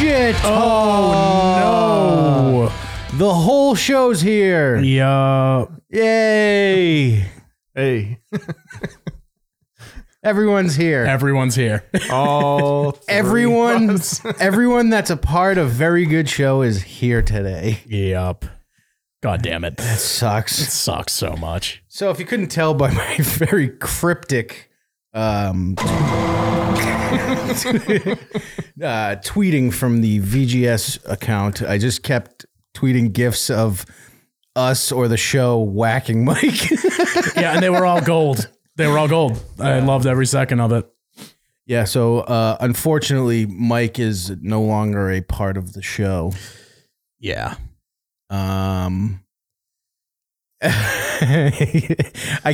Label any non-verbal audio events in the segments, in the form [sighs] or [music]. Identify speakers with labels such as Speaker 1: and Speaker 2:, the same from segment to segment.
Speaker 1: it! Oh, no! The whole show's here.
Speaker 2: Yeah.
Speaker 1: Yay!
Speaker 3: Hey,
Speaker 1: Everyone's here.
Speaker 2: Everyone's here.
Speaker 3: all three of
Speaker 1: Everyone,
Speaker 3: us.
Speaker 1: everyone that's a part of Very Good Show is here today.
Speaker 2: yep. God damn it.
Speaker 1: That sucks.
Speaker 2: Sucks so much.
Speaker 1: So, if you couldn't tell by [laughs] my very cryptic um, [laughs] uh, tweeting from the VGS account, I just kept tweeting gifs of us or the show whacking [laughs] Mike.
Speaker 2: Yeah, and they were all gold. They were all gold. I loved every second of it.
Speaker 1: yeah, so uh, unfortunately, Mike is no longer a part of the show.
Speaker 2: Yeah.
Speaker 1: Um, [laughs] I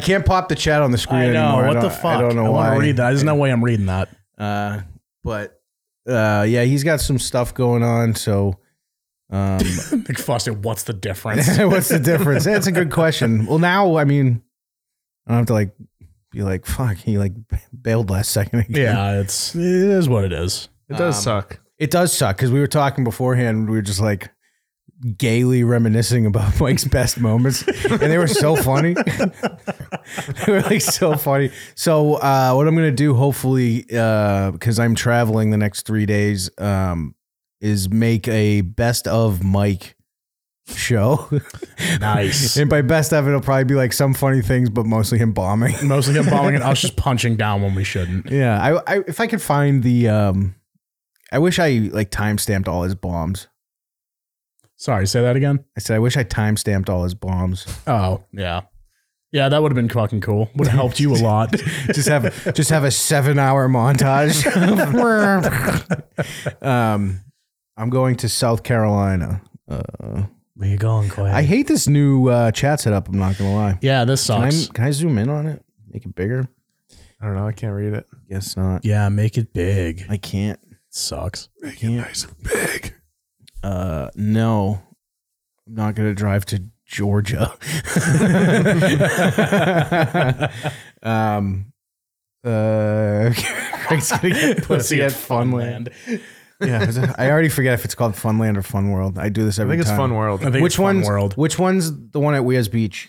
Speaker 1: can't pop the chat on the screen
Speaker 2: I know.
Speaker 1: anymore. I
Speaker 2: What the
Speaker 1: don't-
Speaker 2: fuck?
Speaker 1: I don't know
Speaker 2: I
Speaker 1: why.
Speaker 2: want to read that. There's no way I'm reading [laughs] that.
Speaker 1: Uh, but uh, yeah, he's got some stuff going on. So, um, [laughs]
Speaker 2: McFoster, what's the difference? [laughs]
Speaker 1: what's the difference? That's a good question. Well, now I mean, I don't have to like be like, fuck, he like bailed last second. Again.
Speaker 2: yeah, it's it is what it is.
Speaker 3: It does
Speaker 1: Um,
Speaker 3: suck.
Speaker 1: it does suck because we were talking beforehand. We were just like gaily reminiscing about [laughs] Mike's best moments, and they were so funny. [laughs] they were like so funny. So uh, what I'm gonna do, hopefully, because I'm traveling the next three days, um, is make a best of Mike show. [laughs]
Speaker 2: [laughs] Nice.
Speaker 1: and by best of, it'll probably be like some funny things, but mostly him bombing.
Speaker 2: Mostly him bombing and us just punching down when we shouldn't.
Speaker 1: Yeah, I, I if I could find the, um, I wish I like time stamped all his bombs.
Speaker 2: Sorry, say that again.
Speaker 1: I said, I wish I time stamped all his bombs.
Speaker 2: Oh, yeah. Yeah, that would have been fucking cool. Would have helped you a [laughs] lot.
Speaker 1: Just have just have a seven hour montage. [laughs] um, I'm going to South Carolina. Uh,
Speaker 2: Where you going, Quay?
Speaker 1: I hate this new uh, chat setup. I'm not gonna lie.
Speaker 2: yeah, this
Speaker 1: Can I,
Speaker 2: sucks.
Speaker 1: can I zoom in on it? Make it bigger?
Speaker 3: I don't know. I can't read it.
Speaker 1: Guess not.
Speaker 2: yeah, make it big.
Speaker 1: I can't.
Speaker 2: Sucks.
Speaker 3: Make
Speaker 1: it
Speaker 3: nice and
Speaker 1: [laughs]
Speaker 3: big.
Speaker 1: Uh, no, I'm not gonna drive to Georgia. [laughs] um, uh, [laughs] Craig's gonna
Speaker 2: [laughs]
Speaker 1: get pussy at Funland. Yeah, is it- I already forget if it's called Funland or Fun World. I do this
Speaker 3: I
Speaker 1: every
Speaker 3: think it's
Speaker 1: time.
Speaker 3: Fun World.
Speaker 2: I think
Speaker 1: Which
Speaker 2: it's Fun
Speaker 1: one's
Speaker 2: World.
Speaker 1: Which one's the one at Weas Beach?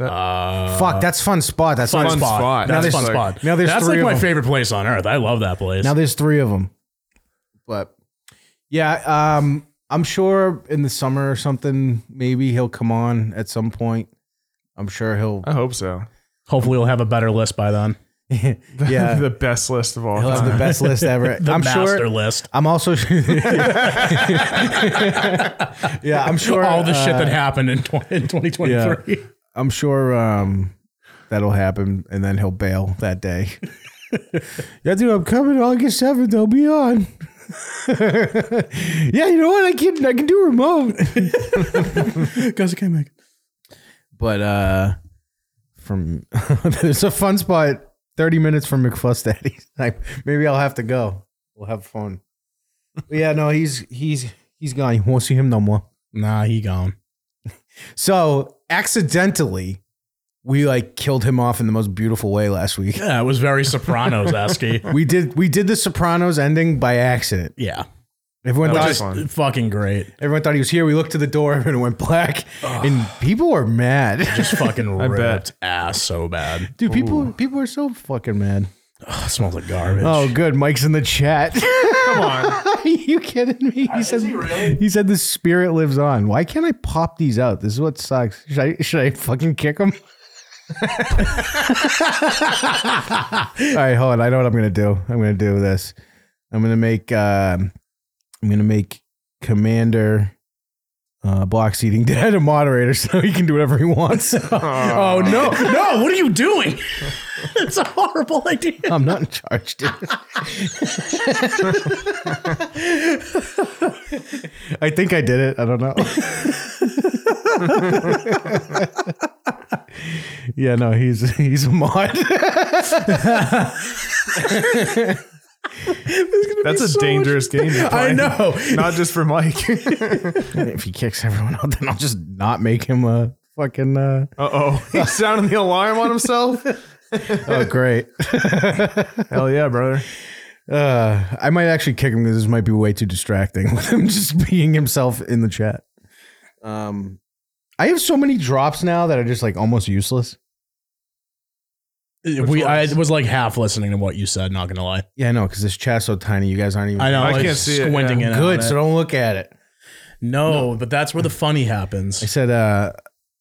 Speaker 2: Uh,
Speaker 1: Fuck, that's fun spot. That's
Speaker 2: fun,
Speaker 1: fun.
Speaker 3: Fun
Speaker 2: spot.
Speaker 3: Spot.
Speaker 2: That's
Speaker 1: Now
Speaker 2: fun
Speaker 3: there's-
Speaker 2: spot.
Speaker 1: now there's
Speaker 2: that's
Speaker 1: three
Speaker 2: like
Speaker 1: of
Speaker 2: my
Speaker 1: them.
Speaker 2: favorite place on earth. I love that place.
Speaker 1: Now there's three of them. But yeah, um, I'm sure in the summer or something, maybe he'll come on at some point. I'm sure he'll. [laughs]
Speaker 3: I hope so.
Speaker 2: Hopefully, we'll have a better list by then.
Speaker 1: Yeah.
Speaker 3: [laughs] the best list of all
Speaker 1: He'll have
Speaker 3: time.
Speaker 1: the best
Speaker 2: [laughs]
Speaker 1: list ever.
Speaker 2: The
Speaker 1: I'm
Speaker 2: master
Speaker 1: sure.
Speaker 2: list.
Speaker 1: I'm also. [laughs] yeah, I'm sure.
Speaker 2: All the shit
Speaker 1: uh,
Speaker 2: that happened in, tw- in 2023.
Speaker 1: I'm sure um, that'll happen, and then he'll bail that
Speaker 2: [laughs]
Speaker 1: day. yeah, dude, I'm coming August seventh. I'll be on. [laughs] yeah, you know what? I can I can do remote. [laughs]
Speaker 2: Guys, I can't make it.
Speaker 1: but uh, from [laughs] there's a fun spot. Thirty minutes from McFuss Daddy. [laughs] Like, maybe I'll have to go. We'll have fun. But yeah, no, he's he's he's gone. You won't see him no more.
Speaker 2: Nah, he gone.
Speaker 1: So accidentally, we like killed him off in the most beautiful way last week. [laughs]
Speaker 2: Yeah, it was very Sopranos esque.
Speaker 1: we did we did the Sopranos ending by accident.
Speaker 2: Yeah,
Speaker 1: Everyone
Speaker 3: That was
Speaker 1: thought
Speaker 3: fun.
Speaker 2: fucking great.
Speaker 1: everyone thought he was here. We looked to the door [laughs] and it went black, and people are mad.
Speaker 2: Just fucking
Speaker 3: I
Speaker 2: ripped
Speaker 3: bet.
Speaker 2: ass so bad.
Speaker 1: [laughs] Dude, people people are so fucking mad.
Speaker 2: Ugh, smells like garbage.
Speaker 1: Oh, good. Mike's in the chat.
Speaker 3: Come on.
Speaker 1: are you kidding me? He said he, said the spirit lives on. Why can't I pop these out? This is what sucks. Should I should I fucking kick him? [laughs] All right, hold on. I know what I'm gonna do. I'm gonna do this. I'm gonna make um, I'm gonna make Commander uh, box [laughs] eating dad a moderator so he can do whatever he wants. [laughs]
Speaker 2: oh no, [laughs] no! What are you doing? [laughs] It's a horrible idea.
Speaker 1: I'm not in charge, dude. I think I did it. I don't know. yeah, no, he's he's a mod.
Speaker 3: That's a dangerous game. [laughs] to
Speaker 2: [laughs]
Speaker 3: play.
Speaker 2: I know.
Speaker 3: Not just for Mike. [laughs]
Speaker 1: if he kicks everyone out, then I'll just not make him a fucking. Uh...
Speaker 3: Uh oh. He's
Speaker 1: [laughs]
Speaker 3: sounding [laughs] the alarm on himself.
Speaker 1: Oh, great.
Speaker 3: Hell yeah, brother.
Speaker 1: Uh, I might actually kick him because this might be way too distracting [laughs] with him just being himself in the chat. Um, I have so many drops now that are just like almost useless.
Speaker 2: we I was like half listening to what you said. Not gonna lie,
Speaker 1: Yeah, I know because this chat's so tiny. You guys aren't even
Speaker 2: I know
Speaker 3: I
Speaker 2: I was
Speaker 3: can't see it,
Speaker 2: squinting
Speaker 3: yeah.
Speaker 2: in.
Speaker 1: good,
Speaker 2: on
Speaker 1: so
Speaker 2: it.
Speaker 1: don't look at it.
Speaker 2: No, but that's where the funny
Speaker 1: I
Speaker 2: happens.
Speaker 1: said, uh,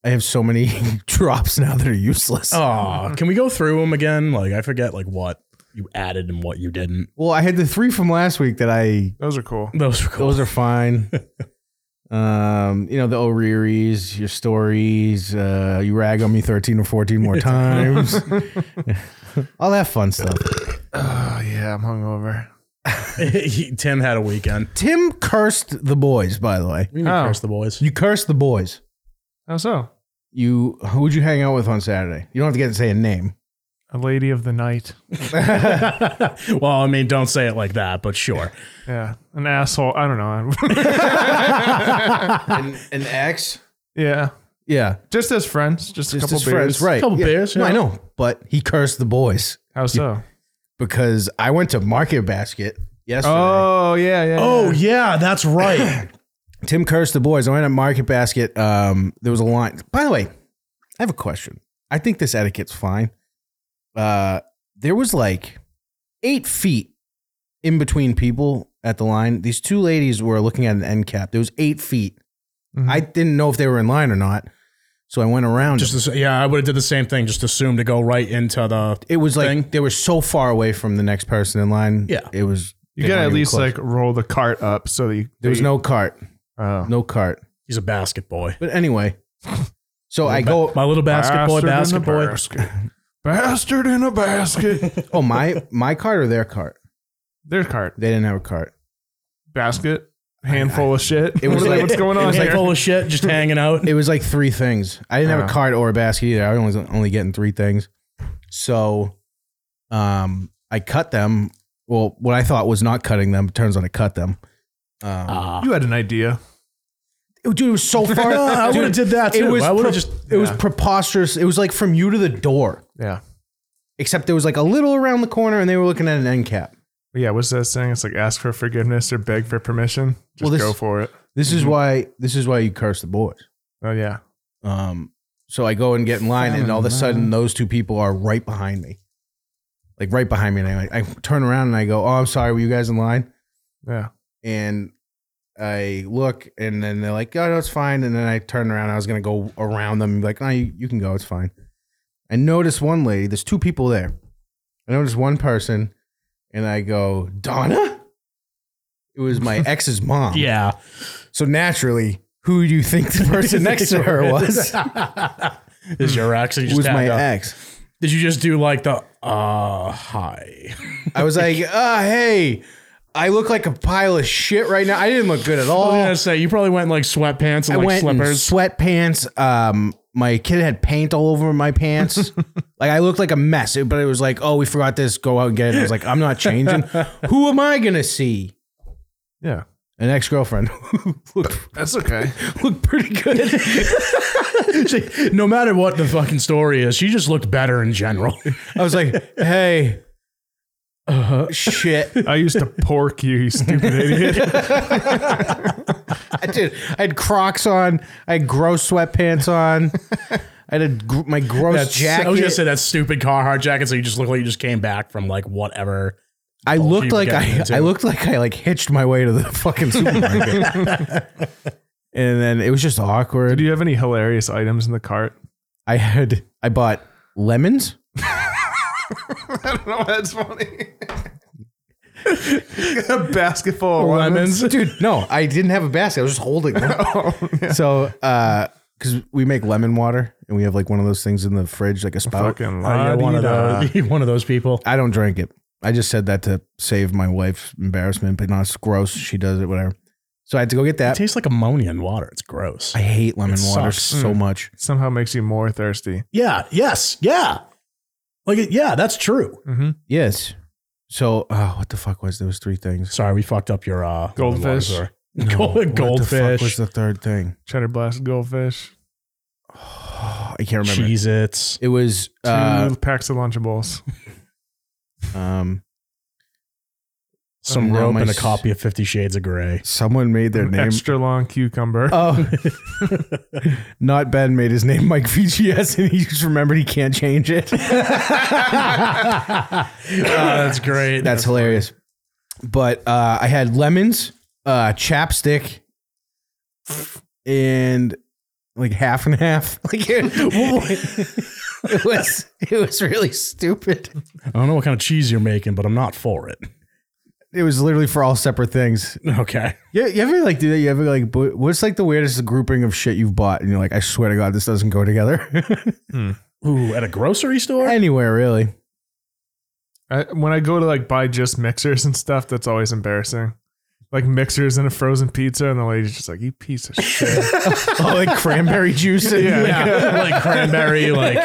Speaker 1: I have so many [laughs] drops now that are useless.
Speaker 2: Oh, can we go through them again? Like I forget like what you added and what you didn't.
Speaker 1: Well, I had the three from last week that I
Speaker 3: Those are cool.
Speaker 2: Those were cool.
Speaker 1: Those are fine. um, you know, the O'Rearys, your stories, uh, you rag on me 13 or 14 more times. [laughs] All that fun stuff.
Speaker 3: Oh yeah, I'm hungover.
Speaker 2: [laughs] He- Tim had a weekend.
Speaker 1: Tim cursed the boys, by the way.
Speaker 2: We need to
Speaker 3: Oh.
Speaker 2: curse
Speaker 1: [laughs]
Speaker 2: the boys. [laughs]
Speaker 1: You cursed the boys.
Speaker 3: How so?
Speaker 1: You who'd you hang out with on Saturday? You don't have to get to say a name.
Speaker 3: A lady of the night.
Speaker 2: well, I mean, don't say it like that, but sure.
Speaker 3: Yeah, an asshole. I don't know.
Speaker 1: [laughs] an, an ex?
Speaker 3: [laughs] yeah,
Speaker 1: Yeah.
Speaker 3: just as friends. Just, a
Speaker 1: Just
Speaker 3: couple
Speaker 1: his
Speaker 3: beers.
Speaker 1: friends. Right.
Speaker 2: Couple
Speaker 1: yeah.
Speaker 2: beers,
Speaker 1: No,
Speaker 2: yeah.
Speaker 1: I know. But he cursed the boys
Speaker 3: How so?
Speaker 1: because I went to Market Basket yesterday.
Speaker 3: Oh yeah, yeah.
Speaker 2: Oh
Speaker 3: yeah.
Speaker 2: yeah, that's right.
Speaker 1: Tim cursed the boys. I went at Market Basket. Um, there was a line. By the way, I have a question. I think this etiquette's fine. Uh, there was like eight feet in between people at the line. These two ladies were looking at an end cap. There was eight feet.
Speaker 3: Mhm.
Speaker 1: I didn't know if they were in line or not, so I went around.
Speaker 2: [clears throat] just
Speaker 1: them.
Speaker 2: the s yeah, I would have did the same thing. Just assume to go right into the.
Speaker 1: it was like
Speaker 2: thing.
Speaker 1: they were so far away from the next person in line.
Speaker 2: Yeah.
Speaker 1: it was.
Speaker 3: you
Speaker 1: they weren't
Speaker 3: gotta at
Speaker 1: even
Speaker 3: least
Speaker 1: close.
Speaker 3: like roll the cart up so that you,
Speaker 1: there was no cart,
Speaker 3: [laughs] Oh.
Speaker 1: no cart.
Speaker 2: He's a basket boy.
Speaker 1: But anyway, so I go.
Speaker 2: My little basket boy, basket
Speaker 3: in a
Speaker 2: boy.
Speaker 3: basket. Bastard in a [laughs] basket.
Speaker 1: Oh my, my cart or their cart?
Speaker 3: Their cart,
Speaker 1: They didn't have a cart.
Speaker 3: basket, handful of shit. It
Speaker 1: was
Speaker 3: was [laughs] like,
Speaker 1: like-
Speaker 3: what's going
Speaker 2: It
Speaker 3: on
Speaker 1: [laughs]
Speaker 2: was like
Speaker 3: here?
Speaker 2: full of shit, just hanging out.
Speaker 1: It was like three things. I didn't
Speaker 2: Uh-huh.
Speaker 1: have
Speaker 3: Oh.
Speaker 1: a cart or a basket either. I was only getting three things. So um I cut them. Well, what I thought was not cutting them, turns out I cut them. Um,
Speaker 2: Ah.
Speaker 3: you had an idea.
Speaker 1: it- dude, it was so far.
Speaker 2: [laughs] No, [laughs] I would've
Speaker 1: Dude,
Speaker 2: did that
Speaker 1: It
Speaker 2: too.
Speaker 1: was
Speaker 2: I would've
Speaker 1: pre-
Speaker 2: just-
Speaker 1: it was
Speaker 3: yeah.
Speaker 1: preposterous. It was like from you to the door,
Speaker 3: Yeah.
Speaker 1: except there was like a little around the corner, and they were looking at an end cap.
Speaker 3: Yeah, what's that saying? It's like ask for forgiveness or beg for permission. Just
Speaker 1: Well, this-
Speaker 3: go for it.
Speaker 1: This
Speaker 2: Mm-hmm.
Speaker 1: is why. This is why you curse the boys.
Speaker 3: Oh yeah.
Speaker 1: Um, so I go and get in line, and all of a sudden, those two people are right behind me, like right behind me. And I, I turn around and I go, "Oh, I'm sorry, were you guys in line?"
Speaker 3: Yeah.
Speaker 1: And I look, and then they're like, "Oh, no, it's fine." And then I turn around. I was gonna go around them, and be like, "No, you, you can go. It's fine." I notice one lady. There's two people there. I notice one person, and I go, "Donna." It was [laughs] my ex's mom.
Speaker 2: Yeah.
Speaker 1: So naturally, who do you think the
Speaker 2: [laughs]
Speaker 1: [laughs] person next to her was?
Speaker 2: Is your ex? and you
Speaker 1: It
Speaker 2: just
Speaker 1: was my
Speaker 2: tagged up.
Speaker 1: ex.
Speaker 2: Did you just do like the uh hi?
Speaker 1: I was
Speaker 2: [laughs]
Speaker 1: like, ah, hey, I look like a pile of shit right now. I didn't look good at all.
Speaker 2: I was gonna say you probably went in, like sweatpants
Speaker 1: Oh.
Speaker 2: and
Speaker 1: I
Speaker 2: Oh,
Speaker 1: went
Speaker 2: like
Speaker 1: in [laughs]
Speaker 2: slippers. [laughs]
Speaker 1: sweatpants. Um, my kid had paint all over my
Speaker 2: [laughs]
Speaker 1: pants. like I looked like a mess. It- but it was like, oh, we forgot this. Go out and get it. I was like, I'm
Speaker 2: [laughs]
Speaker 1: not changing. Who am I gonna see?
Speaker 3: Yeah.
Speaker 1: An ex girlfriend who [laughs] looked,
Speaker 3: That's okay.
Speaker 1: looked pretty good.
Speaker 2: She- no matter what the fucking story is, she just looked better in general. [laughs]
Speaker 1: I was like, hey,
Speaker 2: Uh-huh.
Speaker 1: uh, [laughs] shit.
Speaker 3: [laughs] I used to pork you, you [laughs] stupid idiot.
Speaker 1: I did. I had Crocs on. I had gross sweatpants
Speaker 2: [laughs]
Speaker 1: on. I had a, gr- my gross jacket.
Speaker 2: I was gonna say that stupid Carhartt jacket, so you just look like you just came back from like whatever.
Speaker 1: I looked
Speaker 2: you were
Speaker 1: like
Speaker 2: getting
Speaker 1: I,
Speaker 2: into.
Speaker 1: I looked like I like hitched my way to the fucking supermarket.
Speaker 2: [laughs]
Speaker 1: and then it was just awkward.
Speaker 3: Do you have any hilarious items in the cart?
Speaker 1: I had I bought lemons.
Speaker 3: [laughs] I don't know. That's [laughs] funny. a basket full of lemons.
Speaker 1: [laughs] Dude, no, I didn't have a basket. I was just holding them.
Speaker 2: [laughs]
Speaker 1: So uh because we make lemon water and we have like one of those things in the fridge, like a spout.
Speaker 3: [laughs] Fucking
Speaker 2: Uh, one of
Speaker 3: la-di-da.
Speaker 2: those, [laughs] one of those people.
Speaker 1: I don't drink it. I just said that to save my wife's embarrassment, but no, it's gross. She does it, whatever. So I had to go get
Speaker 2: It
Speaker 1: that.
Speaker 2: tastes like ammonia in water. It's gross.
Speaker 1: I hate lemon
Speaker 2: It
Speaker 1: water
Speaker 2: sucks. Mm.
Speaker 1: so much.
Speaker 3: Somehow makes you more thirsty.
Speaker 2: yeah. Yes. Yeah. Like it- yeah, that's true.
Speaker 3: Mm-hmm.
Speaker 1: Yes. So oh, what the fuck was there was three things.
Speaker 2: Sorry, we fucked up your uh,
Speaker 3: Goldfish.
Speaker 2: water. [laughs]
Speaker 1: No,
Speaker 2: Gold,
Speaker 1: What the fuck was
Speaker 2: goldfish.
Speaker 1: the third thing? [sighs]
Speaker 3: Cheddar blast goldfish.
Speaker 1: Oh, I can't remember.
Speaker 2: Cheez Its.
Speaker 1: It was
Speaker 3: Two
Speaker 1: uh,
Speaker 3: packs of Lunchables.
Speaker 1: um,
Speaker 2: some
Speaker 1: now
Speaker 2: rope
Speaker 1: my
Speaker 2: and a
Speaker 1: s-
Speaker 2: copy of Fifty Shades of [laughs] Grey.
Speaker 1: Someone made
Speaker 3: [laughs]
Speaker 1: their name.
Speaker 3: Extra long cucumber.
Speaker 1: Oh, not Ben made his name Mike VGS, and he just remembered he can't change it.
Speaker 2: Ah, that's great.
Speaker 1: That's hilarious. But uh, I had lemons, uh, chapstick, and like half and half. [laughs] Like it, it was it was really stupid.
Speaker 2: I don't know what kind of cheese you're making, but I'm not for it. [laughs]
Speaker 1: It was literally for all separate things.
Speaker 2: Okay.
Speaker 1: Yeah, you ever like do that? You ever like bu- what's like the weirdest grouping of shit you've bought, and you're like, I swear to God, this doesn't go together [laughs]
Speaker 2: Ooh, at a grocery store? [laughs]
Speaker 1: anywhere really.
Speaker 3: I, when I go to like buy just mixers and stuff, that's always embarrassing. Like mixers and a frozen pizza, and the lady's just like, "You piece of shit."
Speaker 1: Oh, like
Speaker 2: [laughs]
Speaker 1: cranberry juice. And,
Speaker 3: Yeah.
Speaker 2: like cranberry, like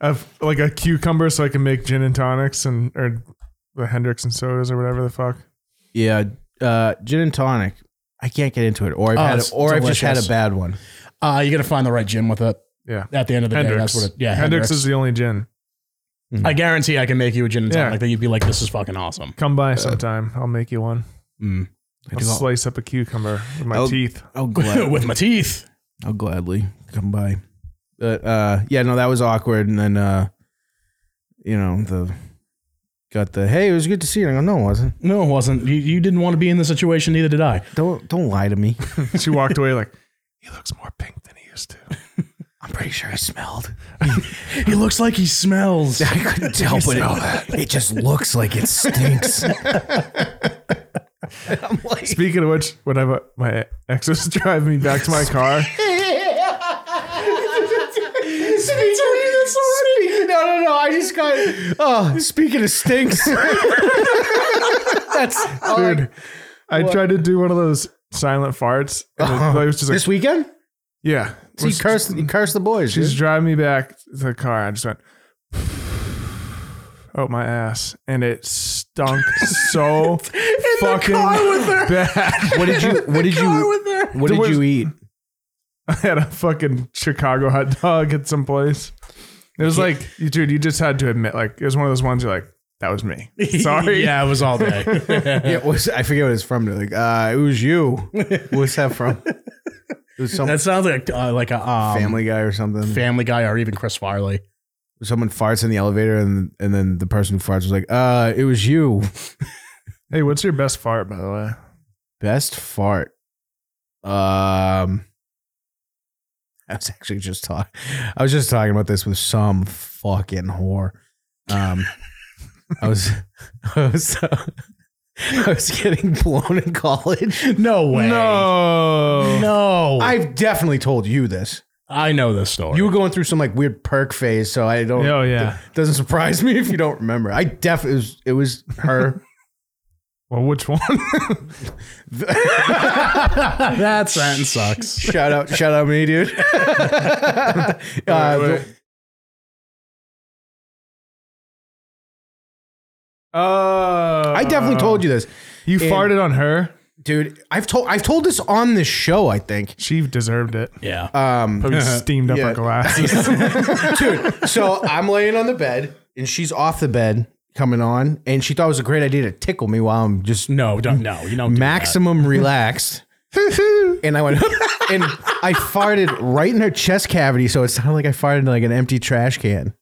Speaker 3: I've, like a cucumber, so I can make gin and tonics and or the Hendrix and sodas or whatever the fuck.
Speaker 1: [laughs] Yeah, uh, gin and tonic. I can't get into it, or I've
Speaker 2: Oh,
Speaker 1: had,
Speaker 2: it's
Speaker 1: or I've just had a
Speaker 2: delicious.
Speaker 1: bad one.
Speaker 2: uh, you got to find the right gin with it.
Speaker 3: Yeah,
Speaker 2: At the end of the day,
Speaker 3: Hendrix.
Speaker 2: that's what it. Yeah,
Speaker 3: Hendrix. is the only gin.
Speaker 2: I guarantee I can make you a gin and
Speaker 3: Yeah.
Speaker 2: tonic that you'd be like, this is fucking awesome. [laughs]
Speaker 3: Come by sometime. I'll make you one.
Speaker 1: Mm.
Speaker 3: I'll
Speaker 1: do all-
Speaker 3: slice up a cucumber with my
Speaker 1: I'll-
Speaker 3: teeth.
Speaker 2: Oh,
Speaker 1: I'll [laughs]
Speaker 2: with my teeth.
Speaker 1: I'll Oh, gladly come by. But uh, yeah, no, that was awkward. And then uh, you know the got the hey, it was good to see you. I go, no, it wasn't.
Speaker 2: No, it wasn't. You, you didn't want to be in this situation, neither did I.
Speaker 1: Don't don't lie to me. [laughs]
Speaker 3: She walked away like he looks more pink than he used to.
Speaker 1: I'm pretty sure I smelled.
Speaker 2: He looks like he smells.
Speaker 1: I couldn't tell, but it, it just looks like it stinks. I'm like,
Speaker 3: Speaking of which, when I my ex was [laughs] driving me back to my car,
Speaker 1: no, no, no. [laughs] I just got. Oh, speaking of [laughs] stinks, that's
Speaker 3: dude, I tried to do one of those silent farts. And it, it was just like,
Speaker 1: this weekend.
Speaker 3: yeah.
Speaker 1: So you cursed, you cursed the boys.
Speaker 3: She's
Speaker 1: dude.
Speaker 3: driving me back to the car. I just went, oh my ass, and it
Speaker 1: [laughs]
Speaker 3: stunk so fucking
Speaker 1: [laughs]
Speaker 3: bad.
Speaker 1: What did you? What did you? What
Speaker 3: There
Speaker 1: did
Speaker 3: was-
Speaker 1: you eat?
Speaker 3: [laughs] I had a fucking Chicago hot dog at some place. It was like, you, dude, you just had to admit, like, it was one of those ones you're like, that
Speaker 1: [laughs]
Speaker 3: was me. Sorry.
Speaker 2: [laughs] yeah, it was all day.
Speaker 1: Yeah, it was I forget what it's from. They're like, uh, it was you. What's that from? It was some
Speaker 2: [laughs] that sounds like uh, like a um,
Speaker 1: [laughs]
Speaker 2: family.
Speaker 1: Family Guy or something.
Speaker 2: Guy or even Chris Farley.
Speaker 1: Someone farts in the elevator, and and then the person who farts was like, uh, it was you.
Speaker 3: Hey, what's your best fart, by the way?
Speaker 1: Best fart. Um, I was actually just talking. I was just talking about this with some fucking whore. Um, I was, [laughs] I was, [laughs] I was getting blown in college.
Speaker 2: No way.
Speaker 3: No.
Speaker 1: Oh.
Speaker 2: No. I,
Speaker 1: I've definitely told you this.
Speaker 2: I know this story.
Speaker 1: You were going through some like weird perk phase, so I don't.
Speaker 3: Oh, yeah.
Speaker 1: doesn't surprise me if you don't remember. I def it was, it was her.
Speaker 2: [laughs]
Speaker 3: Well, which one?
Speaker 2: that sentence sucks.
Speaker 1: shout out, shout out me, dude. [laughs] Uh, the-
Speaker 3: Oh.
Speaker 1: I
Speaker 2: Uh,
Speaker 1: definitely told you this,
Speaker 3: You
Speaker 1: And-
Speaker 3: farted on her.
Speaker 1: dude. I've told I've told this on this show, I think.
Speaker 3: She deserved it.
Speaker 2: Yeah.
Speaker 3: [laughs]
Speaker 1: Um,
Speaker 3: Probably steamed
Speaker 1: [laughs]
Speaker 3: up
Speaker 1: Yeah. [laughs]
Speaker 3: her glasses.
Speaker 1: dude. So I'm laying on the bed, and she's off the bed coming on, and she thought it was a great idea to tickle me while I'm just
Speaker 2: No, don't, no, you don't. do
Speaker 3: [laughs]
Speaker 1: maximum relaxed. and I went, [laughs] and I farted right in her chest cavity, so it sounded like I farted in like an empty trash can.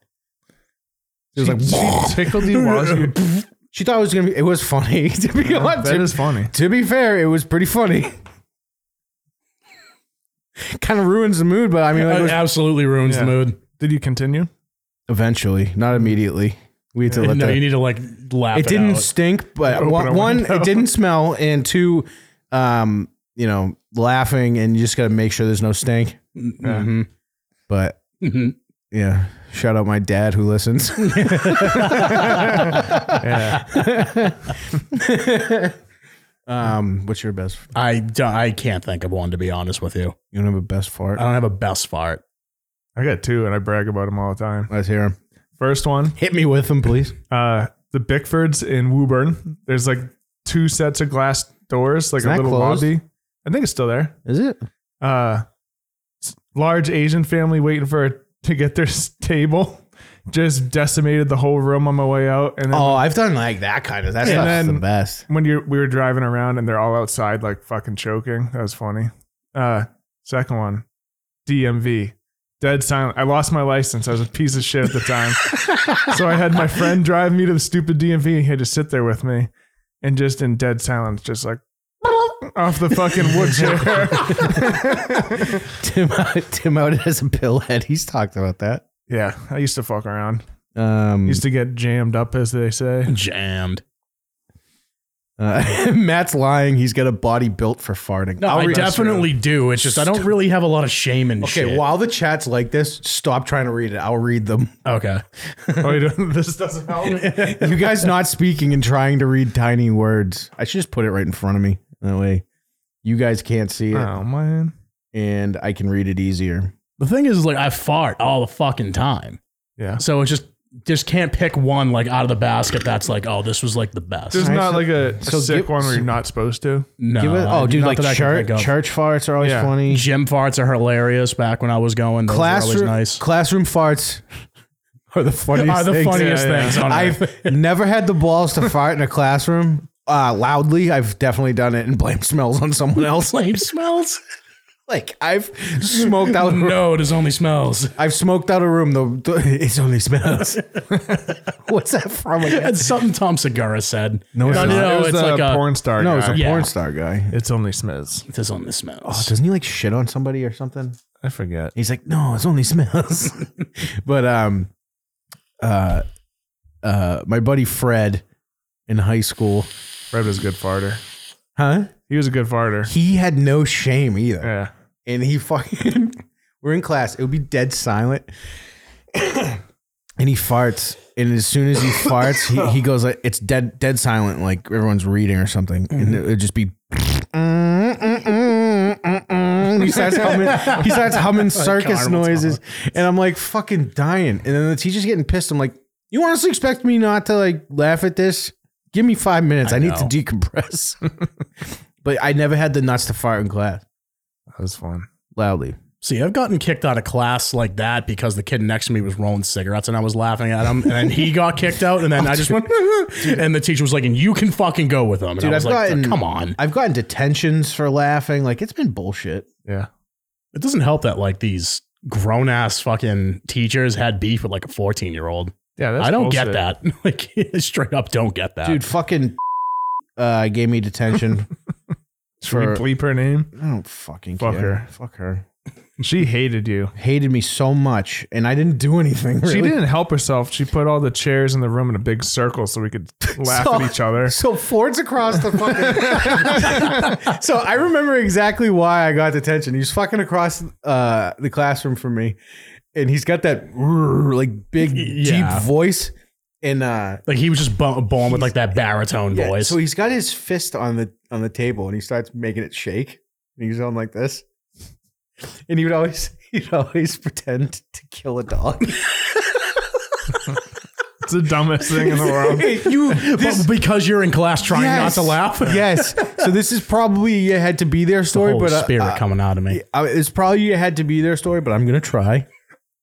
Speaker 1: It was like
Speaker 3: she tickled you while [laughs] she-
Speaker 1: she thought it was gonna be. It was funny [laughs] to be honest.
Speaker 3: That is funny.
Speaker 1: to be fair, it was pretty funny. [laughs] kind of ruins the mood, but I mean,
Speaker 2: that.
Speaker 1: like, it
Speaker 2: It
Speaker 3: [laughs]
Speaker 1: was-
Speaker 2: absolutely ruins
Speaker 3: Yeah.
Speaker 2: the mood.
Speaker 3: Did you continue?
Speaker 1: eventually, not immediately. We
Speaker 3: [laughs]
Speaker 1: had to let
Speaker 2: no,
Speaker 1: that.
Speaker 2: you need to like laugh.
Speaker 1: it didn't stink, but
Speaker 3: Open
Speaker 1: one,
Speaker 3: a
Speaker 1: one
Speaker 3: window.
Speaker 1: it didn't smell, and two, um, you know, laughing, and you just got to make sure there's no stink.
Speaker 2: Mm-hmm.
Speaker 1: But Yeah. Shout out my dad who listens. [laughs]
Speaker 3: Yeah.
Speaker 1: um, what's your best?
Speaker 2: I don't- I can't think of one to be honest with you.
Speaker 1: You don't have a best fart?
Speaker 2: I don't have a best fart.
Speaker 3: I got two and I brag about them all the time.
Speaker 1: Let's hear him.
Speaker 3: First one,
Speaker 1: Hit me with him, please.
Speaker 3: uh, the Bickfords in Woburn. There's like two sets of glass doors, like
Speaker 1: Isn't
Speaker 3: a
Speaker 1: that
Speaker 3: little
Speaker 1: closed?
Speaker 3: lobby. I think it's still there.
Speaker 1: Is it?
Speaker 3: uh, s- large Asian family waiting for to get their s- table. just decimated the whole room on my way out. And then
Speaker 1: Oh, I've done like that kind of. That's
Speaker 3: And
Speaker 1: the
Speaker 3: then-
Speaker 1: best.
Speaker 3: when you we were driving around and they're all outside like fucking choking. That was funny. Uh second one, DMV. Dead silent. I lost my license. I was a piece of shit at the time. so I had my friend drive me to the stupid DMV and he had to sit there with me and just in dead silence, just like off the fucking wood chair.
Speaker 1: [laughs]
Speaker 3: [laughs]
Speaker 1: Tim, Tim out as a pillhead. He's talked about that.
Speaker 3: yeah, I used to fuck around.
Speaker 1: Um,
Speaker 3: Used to get jammed up, as
Speaker 2: [laughs]
Speaker 3: they say.
Speaker 2: Jammed.
Speaker 1: uh, [laughs] Matt's lying. He's got a body built for farting.
Speaker 2: No,
Speaker 1: I'll
Speaker 2: I
Speaker 1: read-
Speaker 2: definitely do. It's just I don't really have a lot of shame and
Speaker 1: Okay,
Speaker 2: shit.
Speaker 1: while the chat's like this, stop trying to read it. I'll read them. [laughs]
Speaker 2: Okay.
Speaker 3: Oh, you don't- this doesn't help.
Speaker 1: you guys not speaking and trying to read tiny words. I should just put it right in front of me. That way you guys can't see it
Speaker 3: Oh man.
Speaker 1: and I can read it easier.
Speaker 2: The thing is, is like I fart all the fucking time,
Speaker 3: Yeah.
Speaker 2: so it's just just can't pick one like out of the basket. That's like, oh, this was like the best.
Speaker 3: There's
Speaker 1: Alright,
Speaker 3: not
Speaker 1: so-
Speaker 3: like a, a
Speaker 1: so
Speaker 3: sick
Speaker 1: give-
Speaker 3: one where you're not supposed to.
Speaker 2: no,
Speaker 1: Give it, oh, dude,
Speaker 2: not
Speaker 1: like
Speaker 2: that I can
Speaker 1: church,
Speaker 2: think of.
Speaker 1: church farts are always
Speaker 3: Yeah.
Speaker 1: funny.
Speaker 2: gym farts are hilarious. Back when I was going, those were
Speaker 1: classroom, [laughs]
Speaker 2: always nice.
Speaker 1: classroom farts [laughs] are the funniest
Speaker 2: are the
Speaker 1: things.
Speaker 2: funniest
Speaker 3: Yeah, yeah.
Speaker 2: things
Speaker 1: [laughs]
Speaker 2: on earth.
Speaker 1: I've never had the balls to fart in a classroom uh, loudly. I've definitely done it and blamed smells on someone else. [laughs]
Speaker 2: Flame smells.
Speaker 1: Like I've smoked [laughs] out.
Speaker 2: No, it is
Speaker 1: [laughs]
Speaker 2: only smells.
Speaker 1: I've smoked out a room though. [laughs] It's only smells. [laughs] What's that from? Again?
Speaker 2: That's something Tom Segura said.
Speaker 1: No, it's
Speaker 2: no,
Speaker 1: not.
Speaker 2: no,
Speaker 3: it was
Speaker 2: it's
Speaker 3: the
Speaker 2: like a
Speaker 3: porn star.
Speaker 1: No,
Speaker 3: No,
Speaker 1: it's a
Speaker 2: Yeah.
Speaker 1: porn star guy.
Speaker 3: it's only Smiths.
Speaker 2: It is on the smells.
Speaker 1: Doesn't he like shit on somebody or something?
Speaker 3: I forget.
Speaker 1: He's like, no, it's only smells. [laughs] but um, uh, uh, my buddy Fred in high school,
Speaker 3: Fred was a good farter.
Speaker 1: huh?
Speaker 3: He was a good farter.
Speaker 1: He had no shame either.
Speaker 3: Yeah.
Speaker 1: and he fucking [laughs] we're in class it would be dead silent [coughs] and he farts and as soon as he farts he, he goes like it's dead dead silent like everyone's reading or something and it would just be he starts humming he starts humming circus
Speaker 2: carnival
Speaker 1: noises and i'm like fucking dying and then the teacher's getting pissed i'm like you honestly expect me not to like laugh at this give me five minutes i, need to
Speaker 2: know.
Speaker 1: decompress [laughs] but i never had the nuts to fart in class
Speaker 3: That was fun.
Speaker 1: loudly
Speaker 2: See, I've gotten kicked out of class like that because the kid next to me was rolling cigarettes and I was laughing at him, and then he got kicked out,
Speaker 1: [laughs]
Speaker 2: and
Speaker 1: Oh,
Speaker 2: then I just went, [laughs] and the teacher was like, "And you can fucking go with him." And
Speaker 1: Dude,
Speaker 2: I was
Speaker 1: I've
Speaker 2: like,
Speaker 1: gotten-
Speaker 2: "Come on,
Speaker 1: I've gotten detentions for laughing. Like it's been bullshit.
Speaker 3: Yeah.
Speaker 2: it doesn't help that like these grown ass fucking teachers had beef with like a fourteen year old.
Speaker 3: Yeah. That's
Speaker 2: I don't get
Speaker 3: bullshit.
Speaker 2: that. [laughs] Like, straight up, don't get that,
Speaker 1: Dude, fucking uh gave me
Speaker 3: [laughs]
Speaker 1: detention [laughs]
Speaker 3: Should we
Speaker 1: for
Speaker 3: bleep her name?
Speaker 1: I don't fucking
Speaker 3: Fuck
Speaker 1: care.
Speaker 3: her.
Speaker 1: Fuck her.
Speaker 3: She hated you.
Speaker 1: Hated me so much and I didn't do anything. Really.
Speaker 3: She didn't help herself. She put all the chairs in the room in a big circle so we could [laughs] laugh
Speaker 1: So-
Speaker 3: at each other.
Speaker 1: So Ford's across the fucking.
Speaker 3: [laughs]
Speaker 1: so I remember exactly why I got detention. He was fucking across uh, the classroom from me, and he's got that like big
Speaker 2: Yeah.
Speaker 1: deep voice, and uh,
Speaker 2: Like he was just bo- born with like that baritone
Speaker 1: Yeah,
Speaker 2: voice.
Speaker 1: So he's got his fist on the on the table and he starts making it shake. And he's on like this. And he would always [laughs] he'd always pretend to kill a
Speaker 2: [laughs]
Speaker 1: dog.
Speaker 3: It's the dumbest thing in
Speaker 1: [laughs]
Speaker 3: the
Speaker 2: [laughs]
Speaker 3: world.
Speaker 1: you this-
Speaker 2: but because you're in class trying
Speaker 1: Yes.
Speaker 2: not to laugh,
Speaker 1: yes. So this is probably you had to be there story,
Speaker 2: Holy
Speaker 1: but uh,
Speaker 2: spirit
Speaker 1: uh,
Speaker 2: coming out of me.
Speaker 1: I- it's probably you had to be there story, but I'm gonna try.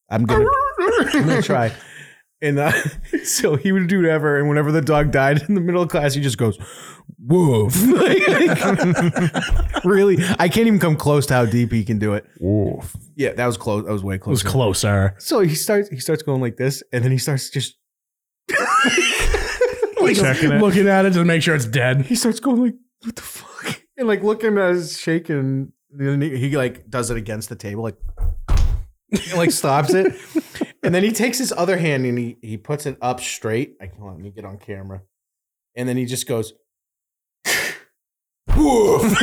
Speaker 1: I'm gonna I'm gonna try. And uh, [laughs] so he would do whatever, and whenever the dog died in the middle of class, he just goes, "Woof!" [laughs] really, I can't even come close to how deep he can do it.
Speaker 3: Wolf.
Speaker 1: Yeah, that was close. That was way
Speaker 2: It was
Speaker 1: close.
Speaker 2: closer.
Speaker 1: so he starts. He starts going like this, and then he starts just.
Speaker 3: Checking it.
Speaker 2: Looking at it to make sure it's dead.
Speaker 3: [laughs]
Speaker 1: He starts going like, "What the fuck?" [laughs] And like looking at his shaking, and then he, he like does it against the table, like, and, like stops
Speaker 3: [laughs]
Speaker 1: it, and then he takes his other hand and he he puts it up straight. I can't let me get on camera, and then he just goes. Woof.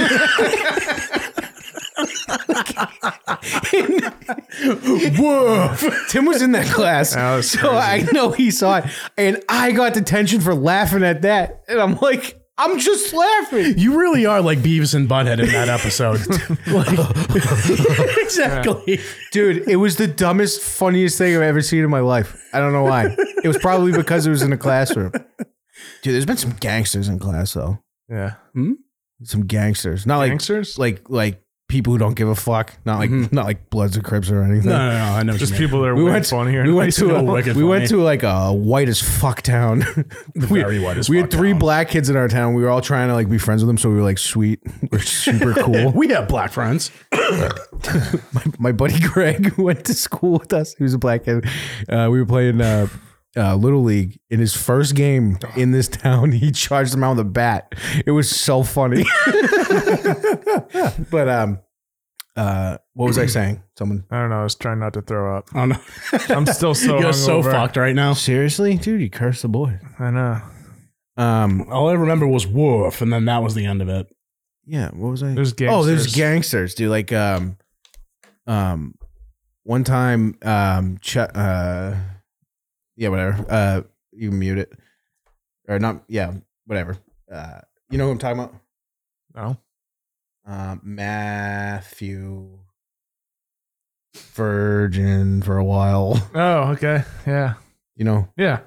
Speaker 1: Woof. Tim was in
Speaker 3: [laughs]
Speaker 1: that class.
Speaker 3: That was
Speaker 1: So I know he saw it, and I got detention for laughing at that. And I'm like, I'm just laughing. [laughs]
Speaker 2: You really are like Beavis and Butthead in that
Speaker 3: [laughs]
Speaker 2: episode. Like- [laughs] exactly.
Speaker 1: Dude, it was the dumbest, funniest thing I've ever seen in my life. I don't know why. It was probably because it was in a classroom. Dude, there's been some gangsters in class though.
Speaker 3: Yeah.
Speaker 1: Some gangsters. Not like
Speaker 3: Gangsters?
Speaker 1: like like people who don't give a fuck. Not like
Speaker 2: Mm-hmm.
Speaker 1: not like Bloods or Crips or anything.
Speaker 2: No, no, no. I know. what
Speaker 3: Just
Speaker 2: you mean.
Speaker 3: people that are
Speaker 1: We
Speaker 3: way
Speaker 1: went,
Speaker 2: [laughs]
Speaker 3: funnier.
Speaker 1: we
Speaker 3: and
Speaker 1: went
Speaker 3: nicer.
Speaker 1: to a,
Speaker 2: still wicked
Speaker 1: we went
Speaker 2: funny.
Speaker 1: to like a white as fuck
Speaker 2: [laughs]
Speaker 1: town. we,
Speaker 2: Very white as
Speaker 1: we
Speaker 2: fuck
Speaker 1: had three
Speaker 2: town.
Speaker 1: black kids in our town. We were all trying to like be friends with them, so we were like, sweet, [laughs] we're super cool.
Speaker 2: We have black friends.
Speaker 1: my buddy [laughs] Greg who went to school with us. He was a black kid. Uh, we were playing uh, uh, little league. In his first game in this [laughs] town, he charged him out with a bat. It was so funny. [laughs] but um, uh, what was I saying? Someone
Speaker 3: I don't know. I was trying not to throw up.
Speaker 2: I don't know.
Speaker 3: I'm
Speaker 1: [laughs]
Speaker 3: still so
Speaker 2: You're so
Speaker 3: hungover.
Speaker 2: fucked right now.
Speaker 1: seriously, dude, you cursed the boy.
Speaker 3: I know.
Speaker 1: Um,
Speaker 2: All I remember was woof, and then that was the end of it.
Speaker 1: yeah, what was I?
Speaker 3: There's
Speaker 1: Oh, there's
Speaker 3: gangsters.
Speaker 1: gangsters, dude. Like um, um, one time um, Ch- uh, yeah, whatever. Uh, you can mute it or not? Yeah, whatever. Uh, you know who I'm talking about?
Speaker 3: No.
Speaker 1: Um, Matthew Virgin for a while.
Speaker 3: Oh, okay. Yeah.
Speaker 1: You know?
Speaker 3: Yeah.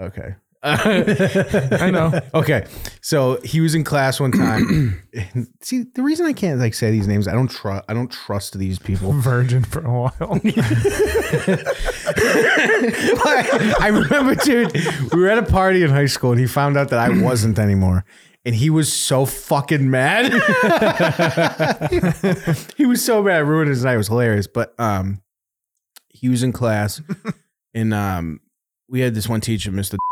Speaker 1: Okay.
Speaker 3: [laughs] I know.
Speaker 1: Okay, so he was in class one time. [clears throat] See, the reason I can't like say these names, I don't trust. I don't trust these people.
Speaker 3: Virgin for
Speaker 1: [laughs]
Speaker 3: a while.
Speaker 1: I I remember, dude, we were at a party in high school and he found out that I wasn't anymore. And he was so fucking mad. [laughs] he was so mad. I ruined his night. It was hilarious. But um, he was in class and um, we had this one teacher, Mr. [laughs]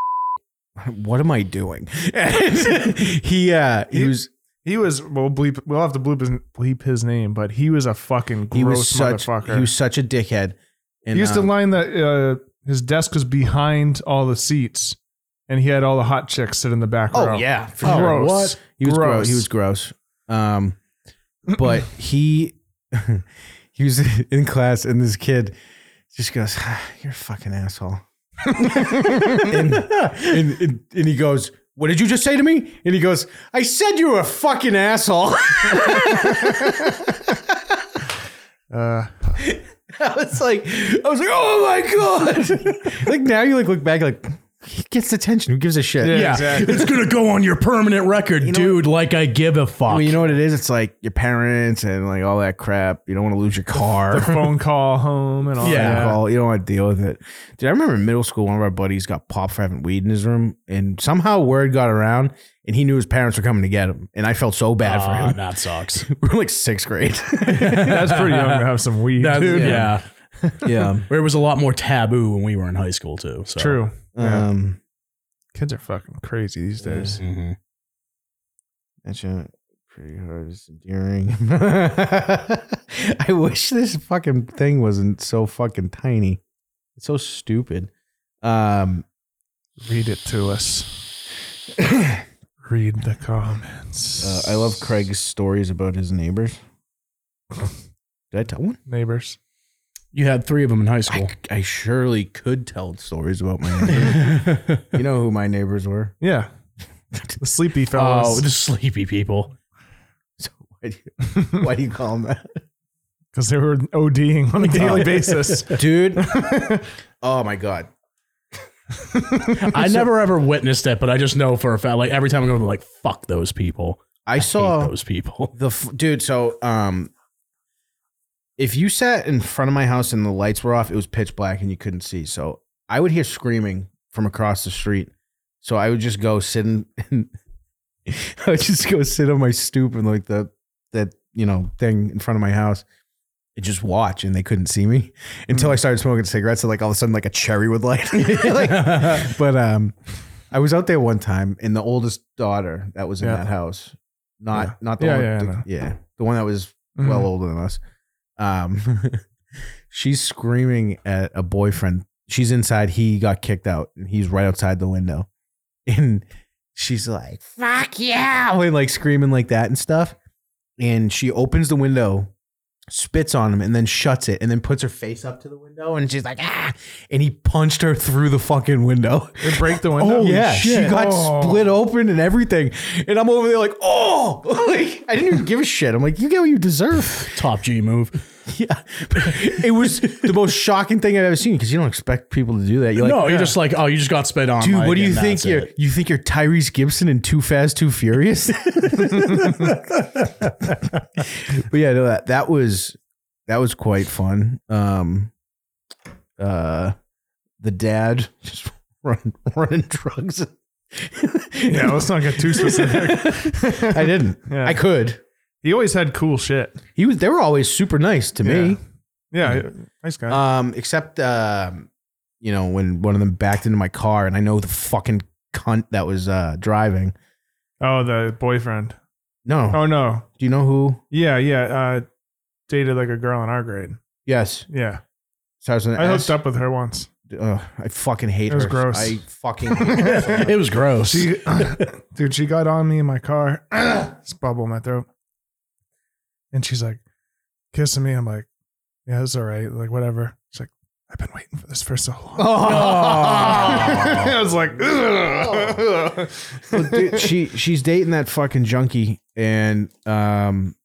Speaker 1: What am I doing? [laughs] And he uh he was
Speaker 3: He was we'll bleep we'll have to bleep his, bleep his name, but he was a fucking gross
Speaker 1: he was such
Speaker 3: motherfucker.
Speaker 1: he was such a dickhead. And,
Speaker 3: he used
Speaker 1: um,
Speaker 3: to line that uh, his desk was behind all the seats, and he had all the hot chicks sit in the back
Speaker 1: Oh
Speaker 3: row.
Speaker 1: yeah, for
Speaker 3: Oh,
Speaker 1: sure.
Speaker 3: gross.
Speaker 1: What? He was gross.
Speaker 3: Gross.
Speaker 1: He was gross.
Speaker 3: [clears throat]
Speaker 1: Um, but he [laughs] he was [laughs] in class, and this kid just goes, "Ah, "You're a fucking
Speaker 3: [laughs]
Speaker 1: asshole," and, and, and and he goes. What did you just say to me? And he goes, I said you were a fucking asshole.
Speaker 3: [laughs] Uh,
Speaker 1: [laughs] I was like, I was like, oh my god! [laughs] like now you like look back, like he gets attention. Who gives a shit?
Speaker 3: Yeah.
Speaker 2: Yeah,
Speaker 3: Exactly.
Speaker 2: it's gonna go on your permanent record, dude. Like I give a fuck.
Speaker 1: Well, you know what it is? It's like your parents and like all that crap. You don't want to lose your car. [laughs]
Speaker 3: phone call home and all
Speaker 2: Yeah.
Speaker 3: that.
Speaker 1: alcohol. You don't want to deal with it. Dude, I remember in middle school, one of our buddies got popped for having weed in his room, and somehow word got around, and he knew his parents were coming to get him. And I felt so bad for
Speaker 2: Ah,
Speaker 1: him.
Speaker 2: that sucks.
Speaker 1: [laughs]
Speaker 3: [laughs]
Speaker 1: We were like sixth grade.
Speaker 3: [laughs]
Speaker 1: [laughs]
Speaker 3: That's pretty young to have some weed.
Speaker 2: That-
Speaker 3: dude.
Speaker 2: yeah.
Speaker 1: yeah.
Speaker 2: where it was a lot more taboo when we were in high school too. So.
Speaker 3: [laughs] True. Yeah.
Speaker 1: Um,
Speaker 3: Kids are fucking crazy these days.
Speaker 2: Mhm.
Speaker 1: that's uh, pretty hard. It's endearing. [laughs] I wish this fucking thing wasn't so fucking tiny. It's so stupid. Um,
Speaker 3: Read it to us.
Speaker 1: [laughs]
Speaker 3: Read the comments.
Speaker 1: uh, I love Craig's stories about his neighbors. Did I tell one?
Speaker 3: neighbors.
Speaker 1: [laughs]
Speaker 2: You had three of them in high school.
Speaker 1: I, I surely could tell stories about my neighbors. you know who my neighbors were?
Speaker 3: Yeah. The sleepy
Speaker 2: oh,
Speaker 3: fellas.
Speaker 2: the sleepy people.
Speaker 1: So why do you,
Speaker 3: [laughs]
Speaker 1: [laughs] why do you call them that?
Speaker 3: because they were ODing on a
Speaker 1: [laughs]
Speaker 3: daily basis.
Speaker 1: Dude. oh my God.
Speaker 2: I never ever witnessed it, but I just know for a fact. Like every time I go, I'm like fuck those people.
Speaker 1: I,
Speaker 2: Hate
Speaker 1: saw
Speaker 2: those people.
Speaker 1: [laughs]
Speaker 2: [laughs]
Speaker 1: the f- dude. So, um, if you sat in front of my house and the lights were off, it was pitch black and you couldn't see. So I would hear screaming from across the street. So I would just go sit in, [laughs] and I would just go sit on my stoop and like the that you know thing in front of my house and just watch, and they couldn't see me [laughs] until I started smoking cigarettes. And like all of a sudden, like a cherry would light. [laughs] Like, but um, I was out there one time, and the oldest daughter that was in
Speaker 3: Yeah.
Speaker 1: that house, not
Speaker 3: Yeah.
Speaker 1: not the
Speaker 3: Yeah,
Speaker 1: one,
Speaker 3: yeah, Mm-hmm.
Speaker 1: the-
Speaker 3: I know.
Speaker 1: yeah, the one that was
Speaker 3: Mm.
Speaker 1: well older than us. Um, [laughs] she's screaming at a boyfriend. She's inside. He got kicked out, and he's right outside the window. [laughs] And she's like, "Fuck you!" and like screaming like that and stuff. And she opens the window, spits on him, and then shuts it, and then puts her face up to the window, and she's like, "Ah!" And he punched her through the fucking window. [laughs]
Speaker 3: They break the window.
Speaker 1: yeah, she got
Speaker 3: Oh.
Speaker 1: split open and everything, and [laughs] I'm over there like, oh, like I didn't even give a shit. I'm like, you get what you deserve.
Speaker 2: Top G move.
Speaker 1: [laughs] Yeah, it was the most shocking thing I've ever seen because you don't expect people to do that. You're like,
Speaker 2: no, you're just like, oh, you just got spit on.
Speaker 1: dude,
Speaker 2: like,
Speaker 1: what do you
Speaker 2: and
Speaker 1: think?
Speaker 2: that's
Speaker 1: You're,
Speaker 2: it.
Speaker 1: you think you're Tyrese Gibson in Too Fast, Too Furious? [laughs] but yeah, no, that that was that was quite fun. Um, uh, the dad just [laughs] run, running drugs. [laughs]
Speaker 3: Yeah, let's not get too specific.
Speaker 1: I didn't.
Speaker 3: [laughs] Yeah.
Speaker 1: I could.
Speaker 3: He always had cool shit.
Speaker 1: He was. They were always super nice to me.
Speaker 3: Yeah, nice guy.
Speaker 1: Um, except um, you know, when one of them backed into my car and I know the fucking cunt that was uh driving.
Speaker 3: oh, the boyfriend.
Speaker 1: No.
Speaker 3: Oh no.
Speaker 1: Do you know who?
Speaker 3: Yeah, yeah. Uh, dated like a girl in our grade.
Speaker 1: Yes.
Speaker 3: Yeah,
Speaker 1: Sergeant
Speaker 3: I
Speaker 1: S.
Speaker 3: hooked up with her once.
Speaker 1: Ugh, I fucking hate
Speaker 3: It was
Speaker 1: her.
Speaker 3: gross.
Speaker 1: I
Speaker 3: [laughs]
Speaker 1: fucking hate her. so much.
Speaker 2: It was gross.
Speaker 3: She, [laughs] dude, she got on me in my car. [clears throat] it's bubble in my throat. And she's like, kissing me. I'm like, yeah, it's all right. Like, whatever. She's like, I've been waiting for this for so long.
Speaker 1: Oh.
Speaker 3: [laughs] I was like, "Ugh."
Speaker 1: Well, dude, she she's dating that fucking junkie, and um,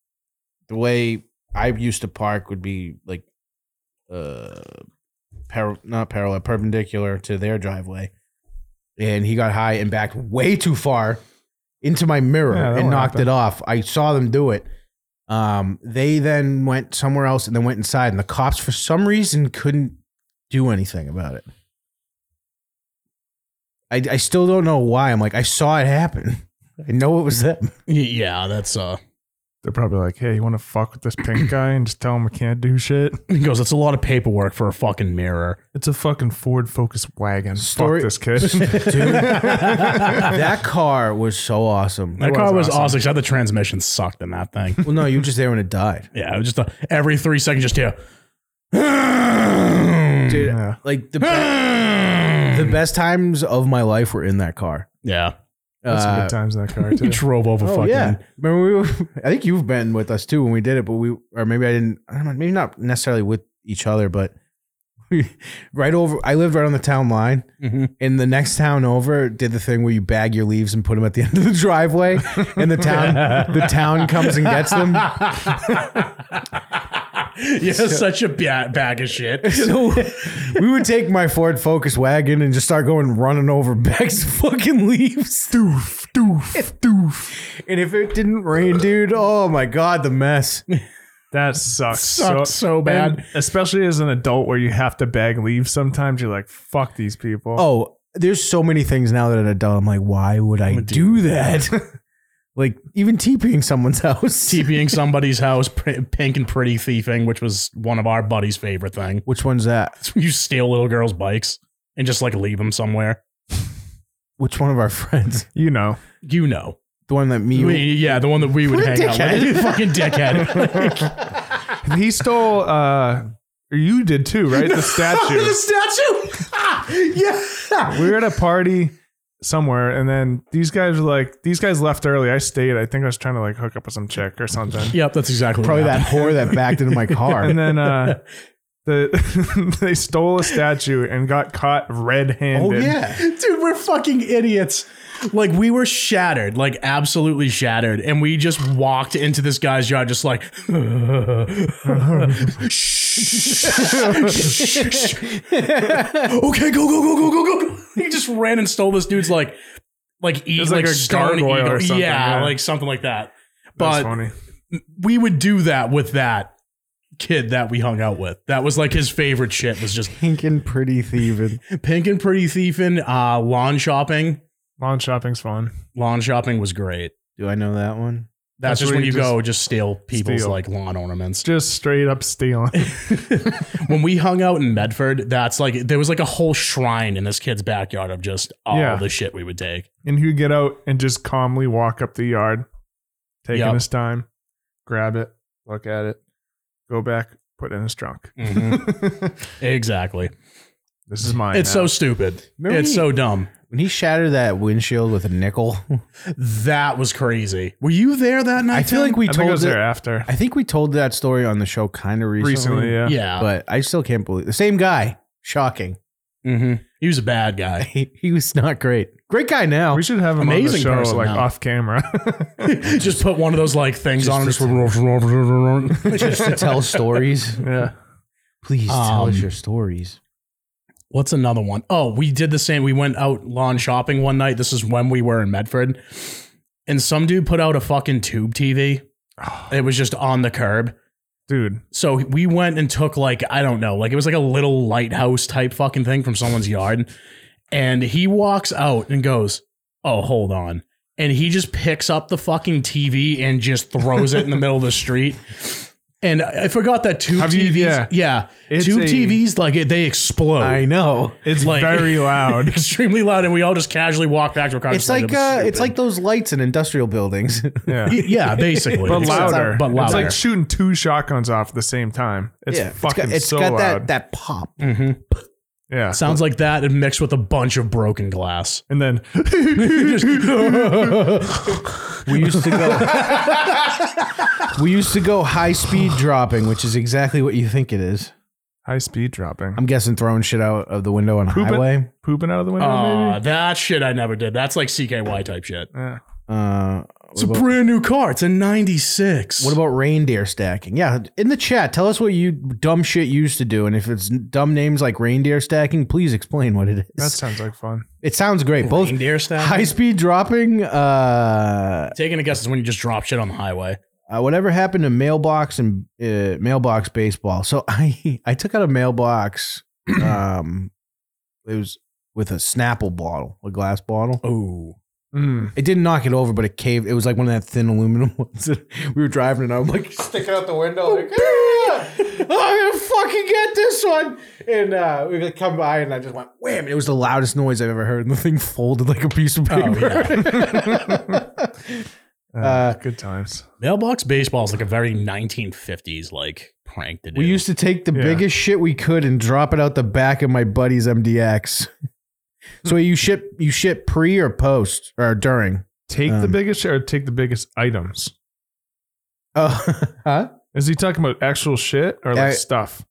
Speaker 1: the way I used to park would be like, uh, par- not parallel, perpendicular to their driveway, and he got high and backed way too far into my mirror
Speaker 3: Yeah, that
Speaker 1: and
Speaker 3: would
Speaker 1: knocked
Speaker 3: happen.
Speaker 1: it off. I saw them do it. Um, they then went somewhere else and then went inside, and the cops for some reason couldn't do anything about it. I, I still don't know why. I'm like, I saw it happen. [laughs] I know it was them.
Speaker 2: Y- yeah, that's uh.
Speaker 3: [laughs] They're probably like, hey, you want to fuck with this pink guy and just tell him we can't do shit?
Speaker 2: He goes, that's a lot of paperwork for a fucking mirror.
Speaker 3: It's a fucking Ford Focus wagon.
Speaker 1: Story-
Speaker 3: Fuck this [laughs] kid.
Speaker 1: that car was so awesome.
Speaker 2: That
Speaker 3: It
Speaker 2: car was
Speaker 3: was awesome.
Speaker 2: awesome. except the transmission sucked in that thing.
Speaker 1: [laughs] Well, no, you were just there when it died.
Speaker 2: yeah, it was just a, every three seconds, just hear.
Speaker 1: Dude,
Speaker 3: Yeah.
Speaker 1: like the, the best times of my life were in that car.
Speaker 2: [laughs] Yeah,
Speaker 3: That's some
Speaker 1: Uh,
Speaker 3: good times in that car,
Speaker 2: [laughs]
Speaker 3: too.
Speaker 2: we drove over
Speaker 1: Oh
Speaker 2: fucking. [laughs]
Speaker 1: yeah, remember we were, [laughs] I think you've been with us too when we did it, but we or maybe I didn't. I don't know, maybe not necessarily with each other, but we right over. I lived right on the town line,
Speaker 2: Mhm.
Speaker 1: and the next town over did the thing where you bag your leaves and put them at the end of the [laughs] driveway, and the town the town comes and gets them.
Speaker 2: You're such a ba- bag of shit.
Speaker 1: [laughs] So we would take my Ford Focus wagon and just start going running over [laughs] Beck's fucking leaves. Doof, doof, doof. And if it didn't rain, dude, oh my god, the mess.
Speaker 3: That sucks.
Speaker 2: Sucked so bad.
Speaker 3: and especially as an adult where you have to bag leaves sometimes. You're like, fuck these people.
Speaker 1: Oh, there's so many things now that an adult. I'm like, why would I do that? [laughs] like even TPing someone's [laughs] house.
Speaker 2: TPing somebody's house, pr- pink and pretty thieving, which was one of our buddy's favorite thing.
Speaker 1: Which one's that?
Speaker 2: It's when you steal little girls' bikes and just like leave them somewhere.
Speaker 1: Which one of our [laughs] friends?
Speaker 3: You know.
Speaker 2: You know,
Speaker 1: The one that me.
Speaker 2: We- yeah, the one that we would
Speaker 1: What a
Speaker 2: hang out with.
Speaker 1: dickhead.
Speaker 2: [laughs] fucking
Speaker 1: [laughs]
Speaker 2: dickhead.
Speaker 3: He stole, uh, or you did too,
Speaker 1: [laughs]
Speaker 3: right? The statue.
Speaker 1: statue. Ah,
Speaker 2: [laughs]
Speaker 1: yeah.
Speaker 3: we were at a party somewhere and then these guys were like, these guys left early. I stayed. I think I was trying to like hook up with some chick or something.
Speaker 2: yep, that's exactly
Speaker 1: Probably
Speaker 2: what
Speaker 3: [laughs]
Speaker 1: that whore that backed into my car.
Speaker 3: And
Speaker 1: [laughs]
Speaker 3: then, uh, the, [laughs] they stole a statue and got caught red handed.
Speaker 1: oh yeah.
Speaker 2: Dude, we're fucking idiots. Like we were shattered, like absolutely shattered, and we just walked into this guy's yard, just like, okay, go go go go go go. He just ran and stole this dude's like, like eat
Speaker 3: was
Speaker 2: like,
Speaker 3: like a
Speaker 2: stone
Speaker 3: gargoyle
Speaker 2: eagle.
Speaker 3: or something,
Speaker 2: yeah,
Speaker 3: yeah.
Speaker 2: like something like that. But
Speaker 3: That's funny.
Speaker 2: we would do that with that kid that we hung out with. That was like his favorite shit. Was just
Speaker 1: Pink and pretty thieving.
Speaker 2: pink and pretty thiefing, uh, lawn shopping.
Speaker 3: Lawn shopping's fun.
Speaker 2: lawn shopping was great.
Speaker 1: Do I know that one?
Speaker 2: That's,
Speaker 3: That's
Speaker 2: just
Speaker 3: where
Speaker 2: when you
Speaker 3: you
Speaker 2: go just steal people's
Speaker 3: steal.
Speaker 2: like lawn
Speaker 3: [laughs]
Speaker 2: ornaments.
Speaker 3: Just straight up stealing.
Speaker 2: when we hung out in Medford, that's like there was like a whole shrine in this kid's backyard of just all
Speaker 3: Yeah.
Speaker 2: the shit we would take.
Speaker 3: and he'd get out and just calmly walk up the yard, taking
Speaker 2: Yep.
Speaker 3: his time, grab it, look at it, go back, put it in his trunk.
Speaker 2: [laughs] exactly.
Speaker 3: This is mine.
Speaker 2: It's
Speaker 3: now.
Speaker 2: so stupid.
Speaker 1: Remember
Speaker 2: it's
Speaker 1: he-
Speaker 2: so dumb.
Speaker 1: When he shattered that windshield with a nickel, [laughs]
Speaker 2: That was crazy. Were you there that night?
Speaker 1: I feel
Speaker 2: Tim?
Speaker 1: like we
Speaker 3: I think it
Speaker 1: told
Speaker 3: was there
Speaker 1: that,
Speaker 3: after.
Speaker 1: I think we told that story on the show kind of recently,
Speaker 3: Recently, yeah.
Speaker 2: yeah.
Speaker 1: but I still can't believe the same guy. Shocking. [laughs]
Speaker 2: hmm He was a bad guy.
Speaker 1: He, he was not great. Great guy now.
Speaker 3: We should have him
Speaker 2: Amazing
Speaker 3: on the show
Speaker 2: person
Speaker 3: like
Speaker 2: now.
Speaker 3: off camera. [laughs]
Speaker 2: just put one of those like things on him. Just [laughs]
Speaker 1: Just to [laughs] tell stories.
Speaker 3: [laughs] yeah.
Speaker 1: Please tell us
Speaker 2: Um,
Speaker 1: your stories.
Speaker 2: What's another one? Oh, we did the same. We went out lawn shopping one night. This is when we were in Medford. And some dude put out a fucking tube
Speaker 3: [sighs]
Speaker 2: TV. It was just on the curb.
Speaker 3: Dude.
Speaker 2: So we went and took like, I don't know, like it was like a little lighthouse type fucking thing from someone's yard. And he walks out and goes, Oh, hold on. And he just picks up the fucking TV and just throws it in the middle of the street. And I forgot that tube
Speaker 3: Have you-
Speaker 2: TVs,
Speaker 3: yeah.
Speaker 2: yeah,
Speaker 3: It's
Speaker 2: tube
Speaker 3: a-
Speaker 2: TVs, like it- they explode
Speaker 1: I know.
Speaker 2: [laughs]
Speaker 3: It's
Speaker 2: Like-
Speaker 3: very
Speaker 2: [laughs]
Speaker 3: loud.
Speaker 2: extremely loud, and we all just casually walk back to our car.
Speaker 1: It's like uh, it's like those lights in industrial buildings.
Speaker 2: [laughs]
Speaker 3: Yeah.
Speaker 2: yeah, basically,
Speaker 3: But
Speaker 2: It's-
Speaker 3: louder.
Speaker 2: but louder.
Speaker 3: It's like shooting two shotguns off at the same time.
Speaker 1: [laughs]
Speaker 3: It's
Speaker 1: yeah,
Speaker 3: fucking
Speaker 1: it's got, it's
Speaker 3: so
Speaker 1: got that
Speaker 3: loud.
Speaker 1: that pop.
Speaker 2: Mhm.
Speaker 3: yeah.
Speaker 2: Sounds like that, and mixed with a bunch of broken glass. [laughs]
Speaker 3: and then
Speaker 2: Just-
Speaker 1: We used to [laughs] go. we used to go high speed dropping, which is exactly what you think it is.
Speaker 3: high speed dropping.
Speaker 1: I'm guessing throwing shit out of the window on a
Speaker 3: Pooping?
Speaker 1: highway.
Speaker 3: Pooping out of the window,
Speaker 2: Aw,
Speaker 3: maybe?
Speaker 2: that shit I never did. That's like CKY type shit.
Speaker 3: Yeah.
Speaker 1: Uh,
Speaker 2: It's
Speaker 1: what,
Speaker 2: a
Speaker 1: about,
Speaker 2: brand new car. It's a '96.
Speaker 1: what about reindeer stacking? Yeah, in the chat, tell us what you dumb shit used to do, and if it's dumb names like reindeer stacking, please explain what it is.
Speaker 3: That sounds like fun.
Speaker 1: it sounds great. Both
Speaker 2: reindeer stack?
Speaker 1: high speed dropping. Uh,
Speaker 2: Taking a guess is when you just drop shit on the highway.
Speaker 1: uh, whatever happened to mailbox and uh, mailbox baseball. So [laughs] I I took out a mailbox. [clears throat] Um, it was with a Snapple bottle, a glass bottle.
Speaker 2: Oh,
Speaker 3: Mm.
Speaker 1: It didn't knock it over, but it caved. It was like one of that thin aluminum [laughs] ones. that we were driving, and I'm [laughs] like sticking out the window, like, [laughs] "Ah, I'm gonna fucking get this one. And uh, we like, come by, and I just went wham. It was the loudest noise I've ever heard, and the thing folded like a piece of paper. [laughs]
Speaker 3: Uh,
Speaker 1: Uh,
Speaker 3: good times.
Speaker 2: mailbox baseball is like a very 1950s like prank to do.
Speaker 1: We used to take the
Speaker 3: Yeah.
Speaker 1: biggest shit we could and drop it out the back of my buddy's MDX. [laughs] so you ship you ship pre or post or during.
Speaker 3: Take the
Speaker 1: Um,
Speaker 3: biggest shit or take the biggest items.
Speaker 1: Oh, [laughs] huh?
Speaker 3: Is he talking about actual shit or
Speaker 1: Uh,
Speaker 3: like stuff?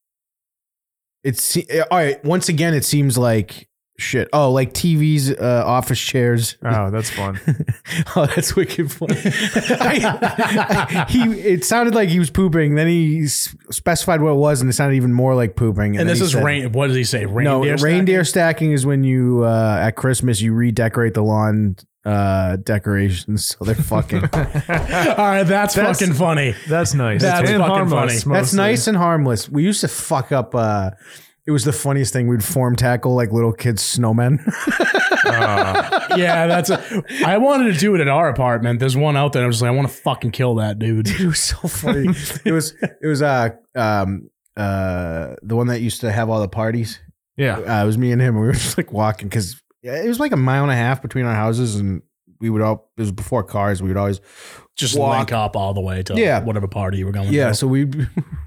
Speaker 1: It's eh, all right. Once again, it seems like shit. Oh, like TVs, uh, office chairs.
Speaker 3: Oh, that's fun.
Speaker 1: [laughs] oh, that's wicked funny. I- he it sounded like he was pooping. Then he s- specified what it was, and it sounded even more like pooping.
Speaker 2: [laughs] and
Speaker 1: then
Speaker 2: this
Speaker 1: he
Speaker 2: is
Speaker 1: said-
Speaker 2: rain. What does he say? Reindeer.
Speaker 1: No,
Speaker 2: stacking?
Speaker 1: reindeer stacking is when you uh, at Christmas you redecorate the lawn uh, decorations so they're
Speaker 2: [laughs]
Speaker 1: fucking.
Speaker 2: All right, that's
Speaker 3: That's-
Speaker 2: fucking funny.
Speaker 3: [laughs] That's nice.
Speaker 2: That's fucking funny.
Speaker 1: That's
Speaker 3: mostly. [laughs]
Speaker 1: nice and harmless. We used to fuck up. Uh, it was the funniest thing. We'd form tackle like little kids snowmen. [laughs]
Speaker 3: Ah,
Speaker 2: yeah, that's. A, I wanted to do it at our apartment. There's one out there. I was like, I want to fucking kill that
Speaker 1: [laughs]
Speaker 2: dude.
Speaker 1: it was so funny. it was it was uh um uh the one that used to have all the parties.
Speaker 3: yeah.
Speaker 1: Uh, it was me and him. We were just like walking because it was like a mile and a half between our houses, and we would all. It was before cars. We would always
Speaker 2: Just
Speaker 1: Walk.
Speaker 2: link up all the way to
Speaker 1: Yeah.
Speaker 2: whatever party you were going.
Speaker 1: Yeah,
Speaker 2: to.
Speaker 1: so we [laughs]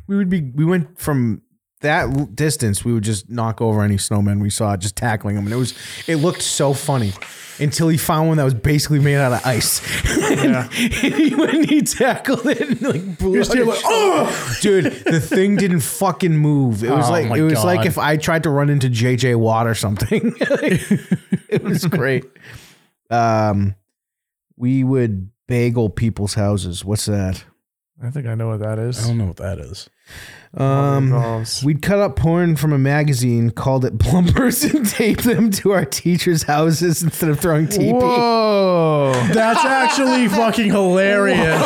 Speaker 1: we would be we went from that l- distance, we would just knock over any snowmen we saw, just tackling them, and it was it looked so funny until he found one that was basically made out of ice. [laughs] and he, when he tackled it, and like blew out his shoulder. dude, the thing didn't fucking move. It was
Speaker 2: Oh
Speaker 1: like
Speaker 2: my
Speaker 1: it was like
Speaker 2: God.
Speaker 1: if I tried to run into JJ Watt or something. [laughs] it
Speaker 2: [laughs]
Speaker 1: was great. Um, we would bagel people's houses. What's that?
Speaker 3: I think I know what that is.
Speaker 2: I don't know what that is.
Speaker 1: Um,
Speaker 3: Involves-
Speaker 1: We'd cut up porn from a magazine, called it [laughs] plumbers, and tape them to our teachers' houses instead of throwing TP.
Speaker 3: Whoa.
Speaker 2: That's actually fucking hilarious.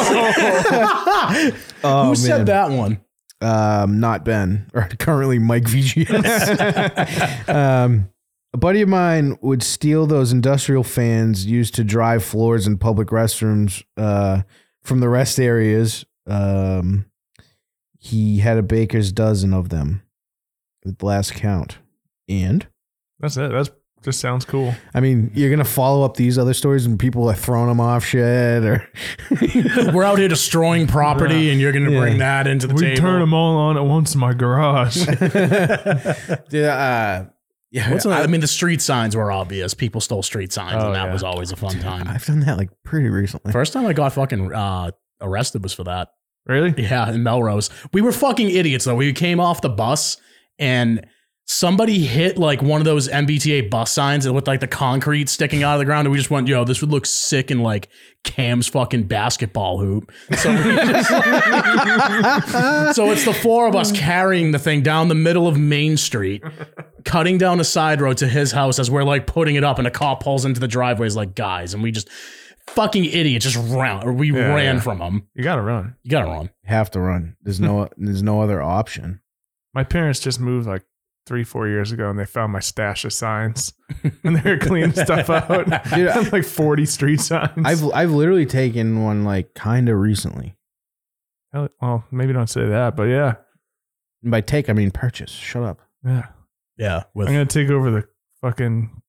Speaker 1: Oh,
Speaker 2: Who
Speaker 1: man.
Speaker 2: said that one?
Speaker 1: Um, not Ben, [laughs] or currently Mike VGS. um, a buddy of mine would steal those industrial fans used to dry floors in public restrooms uh, from the rest areas. Um, he had a baker's dozen of them at the last count. And
Speaker 3: That's it. That's just sounds cool.
Speaker 1: I mean, you're gonna follow up these other stories and people are throwing them off shit or [laughs]
Speaker 2: We're out here destroying property, and you're going to
Speaker 1: Yeah.
Speaker 2: bring that into the
Speaker 3: We
Speaker 2: table.
Speaker 3: turn them all on at once in my garage. [laughs]
Speaker 1: yeah, uh, yeah.
Speaker 2: What's
Speaker 1: I,
Speaker 2: I, mean, the street signs were obvious. People stole street signs,
Speaker 3: Oh,
Speaker 2: and that
Speaker 3: yeah.
Speaker 2: was always a fun time.
Speaker 1: have done that like pretty recently.
Speaker 2: First time I got fucking uh, arrested was for that.
Speaker 3: really?
Speaker 2: Yeah, in Melrose. We were fucking idiots though. We came off the bus and somebody hit like one of those MBTA bus signs with like the concrete sticking out of the ground, and we just went, "Yo, this would look sick in like Cam's fucking basketball hoop." So, [laughs] we just, so it's the four of us carrying the thing down the middle of Main Street, cutting down a side road to his house as we're like putting it up, and a cop pulls into the driveway. Is like, guys, and we just fucking idiot just ran. Or we
Speaker 3: Yeah,
Speaker 2: ran
Speaker 3: yeah.
Speaker 2: from him.
Speaker 3: You gotta run.
Speaker 2: You got it wrong.
Speaker 1: [laughs] Have to run. There's no there's no other option.
Speaker 3: My parents just moved like three, four years ago, and they found my stash
Speaker 1: [laughs]
Speaker 3: of signs, and they were cleaning stuff out.
Speaker 1: Dude,
Speaker 3: I have [laughs] like forty street signs.
Speaker 1: I've I've literally taken one like kind of recently.
Speaker 3: Hell, well, maybe don't say that, but yeah,
Speaker 1: And by take I mean purchase. Shut up.
Speaker 3: yeah.
Speaker 2: Yeah,
Speaker 3: I'm
Speaker 2: with
Speaker 3: gonna take over the fucking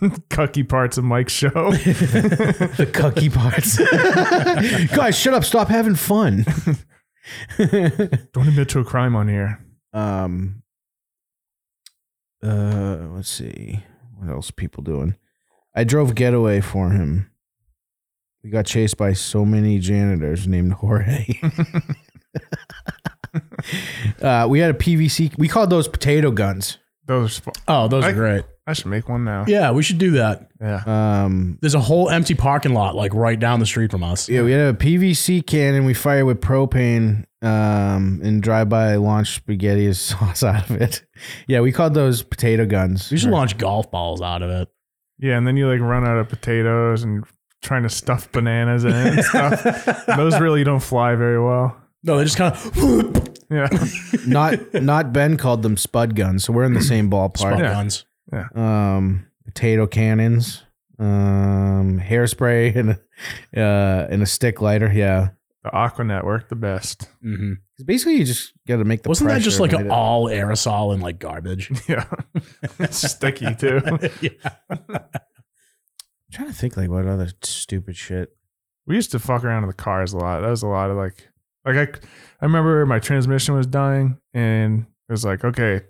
Speaker 3: [laughs] cucky parts of Mike's
Speaker 1: [laughs]
Speaker 3: show.
Speaker 1: [laughs] The cucky parts. [laughs] Guys, shut up. Stop having fun.
Speaker 3: don't admit to a crime on here.
Speaker 1: um uh let's see what else people doing. I drove getaway for him. We got chased by so many janitors named [laughs] Jorge. uh, we had a PVC. We called those potato guns.
Speaker 3: Those are. Sp-
Speaker 2: oh, those
Speaker 3: I-
Speaker 2: are great.
Speaker 3: I should make one now.
Speaker 2: [laughs] Yeah, we should do that.
Speaker 3: Yeah.
Speaker 1: Um,
Speaker 2: There's a whole empty parking lot like right down the street from us.
Speaker 1: Yeah, we had a PVC cannon. We fired with propane um, and drive-by launched spaghetti [laughs] sauce out of it. Yeah, we called those potato guns.
Speaker 2: We should launch golf balls out of it.
Speaker 3: Yeah, and then you like run out of potatoes and trying to stuff bananas in it
Speaker 1: [laughs]
Speaker 3: and stuff. Those really don't fly very well.
Speaker 2: [laughs] No, they just [laughs] kind of
Speaker 1: [laughs]
Speaker 3: Yeah.
Speaker 1: not not Ben called them spud guns, so we're in the same
Speaker 2: spot
Speaker 1: ballpark.
Speaker 3: Yeah.
Speaker 2: guns.
Speaker 1: Um, potato cannons, um, hairspray, [laughs] and uh, and a stick lighter. Yeah,
Speaker 3: The Aquanet worked the best. [laughs]
Speaker 2: hmm
Speaker 1: 'Cause basically you just got to make the.
Speaker 2: Wasn't that
Speaker 1: pressure
Speaker 2: just like
Speaker 1: and
Speaker 2: an
Speaker 1: hit it.
Speaker 2: all aerosol and
Speaker 1: [laughs]
Speaker 2: like garbage?
Speaker 3: Yeah. Sticky too.
Speaker 2: [laughs] yeah.
Speaker 1: I'm trying to think like what other stupid shit.
Speaker 3: We used to fuck around in the cars a lot. That was a lot of like like I I remember my transmission was dying and it was like, okay,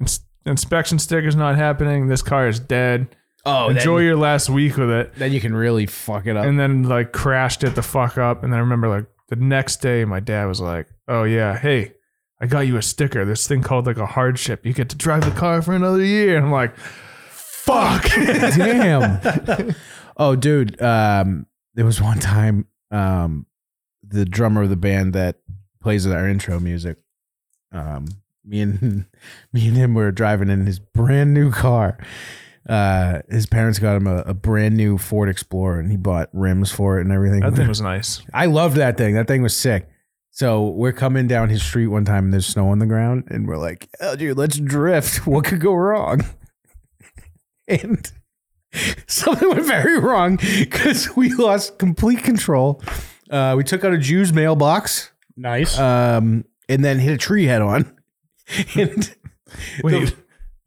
Speaker 3: ins- inspection sticker's not happening. This car is dead.
Speaker 1: Oh,
Speaker 3: Enjoy your last week with it.
Speaker 1: Then you can really fuck it up.
Speaker 3: and then like crashed it the fuck up. And then I remember like the next day, my dad was like, "Oh yeah, hey, I got you a sticker. This thing called like a hardship. You get to drive the car for another year." And I'm like, "Fuck." [laughs]
Speaker 1: Damn. oh, dude. Um, there was one time um, the drummer of the band that plays our intro music. Um, me and [laughs] me and him were driving in his brand new car. Uh, his parents got him a, a brand new Ford Explorer, and he bought rims for it and everything.
Speaker 3: that thing was nice.
Speaker 1: I loved that thing. That thing was sick. So we're coming down his street one time and there's snow on the ground and we're like, oh dude, let's drift. [laughs] What could go wrong? And [laughs] something went very wrong because we lost complete control. Uh, we took out a Jew's mailbox
Speaker 2: Nice.
Speaker 1: um, and then hit a tree head on. [laughs] And
Speaker 3: Wait,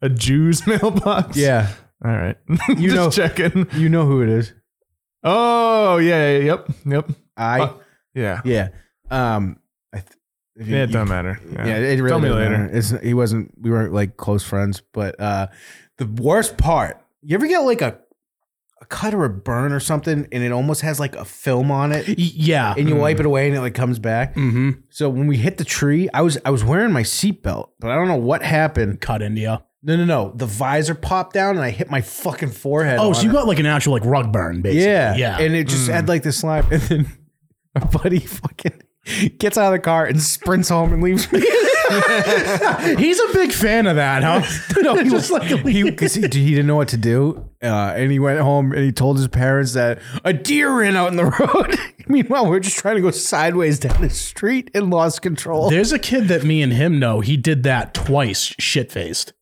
Speaker 3: a Jew's [laughs] mailbox?
Speaker 1: yeah,
Speaker 3: All right. [laughs]
Speaker 1: You
Speaker 3: Just
Speaker 1: know-
Speaker 3: checking.
Speaker 1: you know who it is.
Speaker 3: Oh yeah, yeah, yep, yep.
Speaker 1: I
Speaker 3: Fuck. Yeah.
Speaker 1: yeah. Um, I th- if you-
Speaker 3: Yeah, it
Speaker 1: you
Speaker 3: don't matter. Yeah.
Speaker 1: Yeah, it really
Speaker 3: Tell me
Speaker 1: doesn't
Speaker 3: later.
Speaker 1: matter. It's he wasn't we weren't like close friends, but uh the worst part, you ever get like a a cut or a burn or something and it almost has like a film on
Speaker 2: Y-
Speaker 1: it
Speaker 2: yeah.
Speaker 1: and you wipe it away and it like comes back.
Speaker 2: hmm
Speaker 1: So when we hit the tree, I was I was wearing my seatbelt, but I don't know what happened.
Speaker 2: Cut India.
Speaker 1: No, no, no. The visor popped down and I hit my fucking forehead.
Speaker 2: Oh,
Speaker 1: on
Speaker 2: so you
Speaker 1: it.
Speaker 2: got like an actual like rug burn, basically.
Speaker 1: Yeah.
Speaker 2: Yeah. Mm.
Speaker 1: And it just had like this slime. And then [laughs] my buddy fucking gets out of the car and sprints home and leaves
Speaker 2: [laughs]
Speaker 1: me.
Speaker 2: He's a big fan of that,
Speaker 1: [laughs]
Speaker 2: huh? [laughs]
Speaker 1: no, he was like he, 'cause he, he didn't know what to do, uh, and he went home and he told his parents that a deer ran out in the [laughs] road. Meanwhile, we are just trying to go sideways down the street and lost control.
Speaker 2: There's a kid that me and him know. He did that twice, shit faced.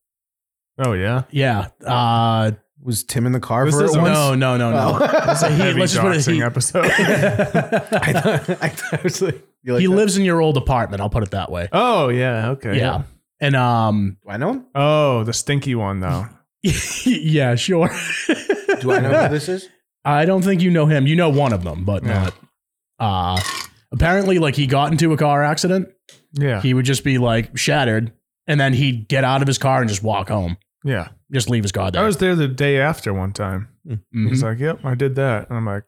Speaker 3: Oh yeah.
Speaker 2: Yeah. Uh,
Speaker 1: was Tim in the car
Speaker 3: This
Speaker 1: for it
Speaker 3: isn't-
Speaker 1: once? Oh.
Speaker 2: no, no, no, no.
Speaker 3: [laughs]
Speaker 2: So he,
Speaker 3: Heavy
Speaker 2: let's just put it,
Speaker 3: doxing
Speaker 2: he,
Speaker 1: [laughs]
Speaker 3: episode. [laughs]
Speaker 1: I thought, I thought it was like, you like
Speaker 2: he
Speaker 1: that?
Speaker 2: lives in your old apartment. I'll put it that way.
Speaker 3: oh yeah. Okay.
Speaker 2: yeah. And um, [laughs]
Speaker 1: Do I know him?
Speaker 3: Oh, the stinky one though.
Speaker 2: yeah, sure.
Speaker 1: Do
Speaker 2: [laughs]
Speaker 1: I know who this is?
Speaker 2: I don't think you know him. You know one of them, but
Speaker 3: Yeah.
Speaker 2: not. Uh apparently, like he got into a car accident.
Speaker 3: Yeah.
Speaker 2: He would just be like shattered, and then he'd get out of his car and just walk home.
Speaker 3: yeah.
Speaker 2: Just leave his car there.
Speaker 3: I was there the day after one time.
Speaker 2: Mhm.
Speaker 3: He's like, "Yep, I did that," and I'm like,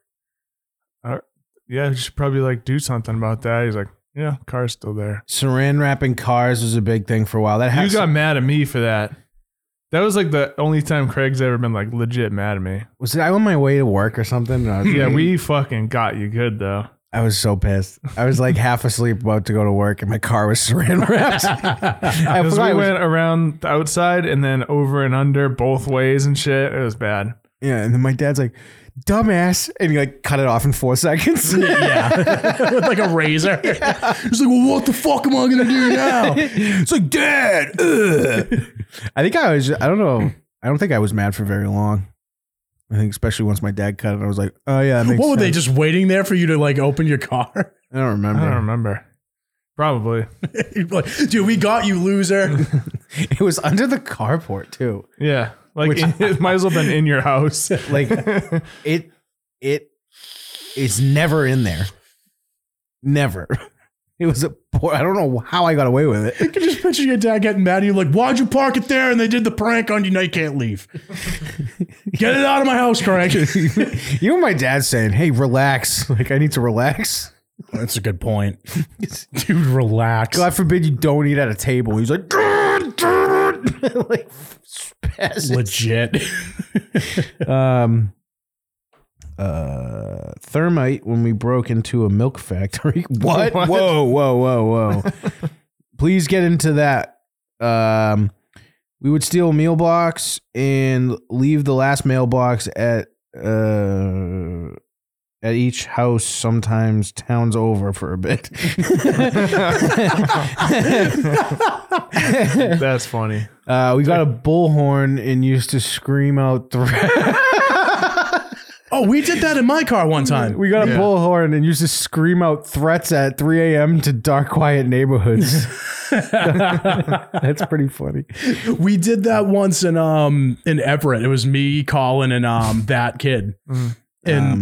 Speaker 3: "All right, "Yeah, you should probably like do something about that." He's like, "Yeah, car's still there."
Speaker 1: Saran wrapping cars was a big thing for a while. That
Speaker 3: You
Speaker 1: has
Speaker 3: got mad at me for that. That was like the only time Craig's ever been like legit mad
Speaker 2: [clears throat]
Speaker 3: at me.
Speaker 1: Was it, I on my way to work or something? And I was,
Speaker 3: Yeah, we fucking got you good though.
Speaker 1: I was so pissed. I was like half asleep, about to go to work, and my car was saran wrapped. I
Speaker 3: Because
Speaker 1: forgot
Speaker 3: we
Speaker 1: it was-
Speaker 3: went around the outside and then over and under both ways and shit. It was bad.
Speaker 1: yeah, and then my dad's like, "Dumbass," and he like cut it off in four [laughs] seconds. [laughs]
Speaker 2: Yeah. [laughs] With like a razor. He's like, well, what the fuck am I going
Speaker 1: [laughs]
Speaker 2: to do now?
Speaker 1: it's like, Dad. ugh." I think I was. I don't know. I don't think I was mad for very long. I think especially once my dad cut it, I was like, "Oh yeah." That makes
Speaker 2: what were they
Speaker 1: sense."
Speaker 2: just waiting there for you to like open your car? [laughs]
Speaker 1: I don't
Speaker 3: I
Speaker 1: remember.
Speaker 3: don't remember. Probably.
Speaker 2: You'd be like, Dude, we got you, loser.
Speaker 1: It was under the carport too.
Speaker 3: Yeah. Like
Speaker 1: Which-
Speaker 3: in- [laughs] it might as well have been in
Speaker 1: [laughs]
Speaker 3: your house.
Speaker 1: Like it. It is never in there. Never. It was a poor. I don't know how I got away with it.
Speaker 2: I can just picture your dad getting mad at you, like, why'd you park it there? And they did the prank on you. Now you can't [laughs] leave. Get it out of my house, Craig.
Speaker 1: You know, what my dad's saying, "Hey, relax." Like I need to relax.
Speaker 2: [laughs] That's a good point. Dude, relax.
Speaker 1: God forbid you don't eat at a table. He's like, "Dude, dude." [laughs] like spazzing.
Speaker 2: Legit.
Speaker 1: Um, uh, thermite when we broke into a milk factory. [laughs] What?
Speaker 3: What?
Speaker 1: Whoa, whoa, whoa, whoa! [laughs] Please get into that. Um, we would steal a meal box and leave the last mailbox at uh at each house, sometimes towns over for a bit. [laughs]
Speaker 3: That's funny.
Speaker 1: uh, we got a bullhorn and used to scream out threats.
Speaker 2: [laughs] oh, we did that in my car one
Speaker 1: [laughs]
Speaker 2: time.
Speaker 1: We got a
Speaker 3: Yeah.
Speaker 1: bullhorn and used to scream out threats at 3 a.m. to dark, quiet
Speaker 2: [laughs]
Speaker 1: neighborhoods. That's pretty funny.
Speaker 2: We did that once in um in Everett. It was me, Colin, and um that kid.
Speaker 3: Mm.
Speaker 2: And [laughs]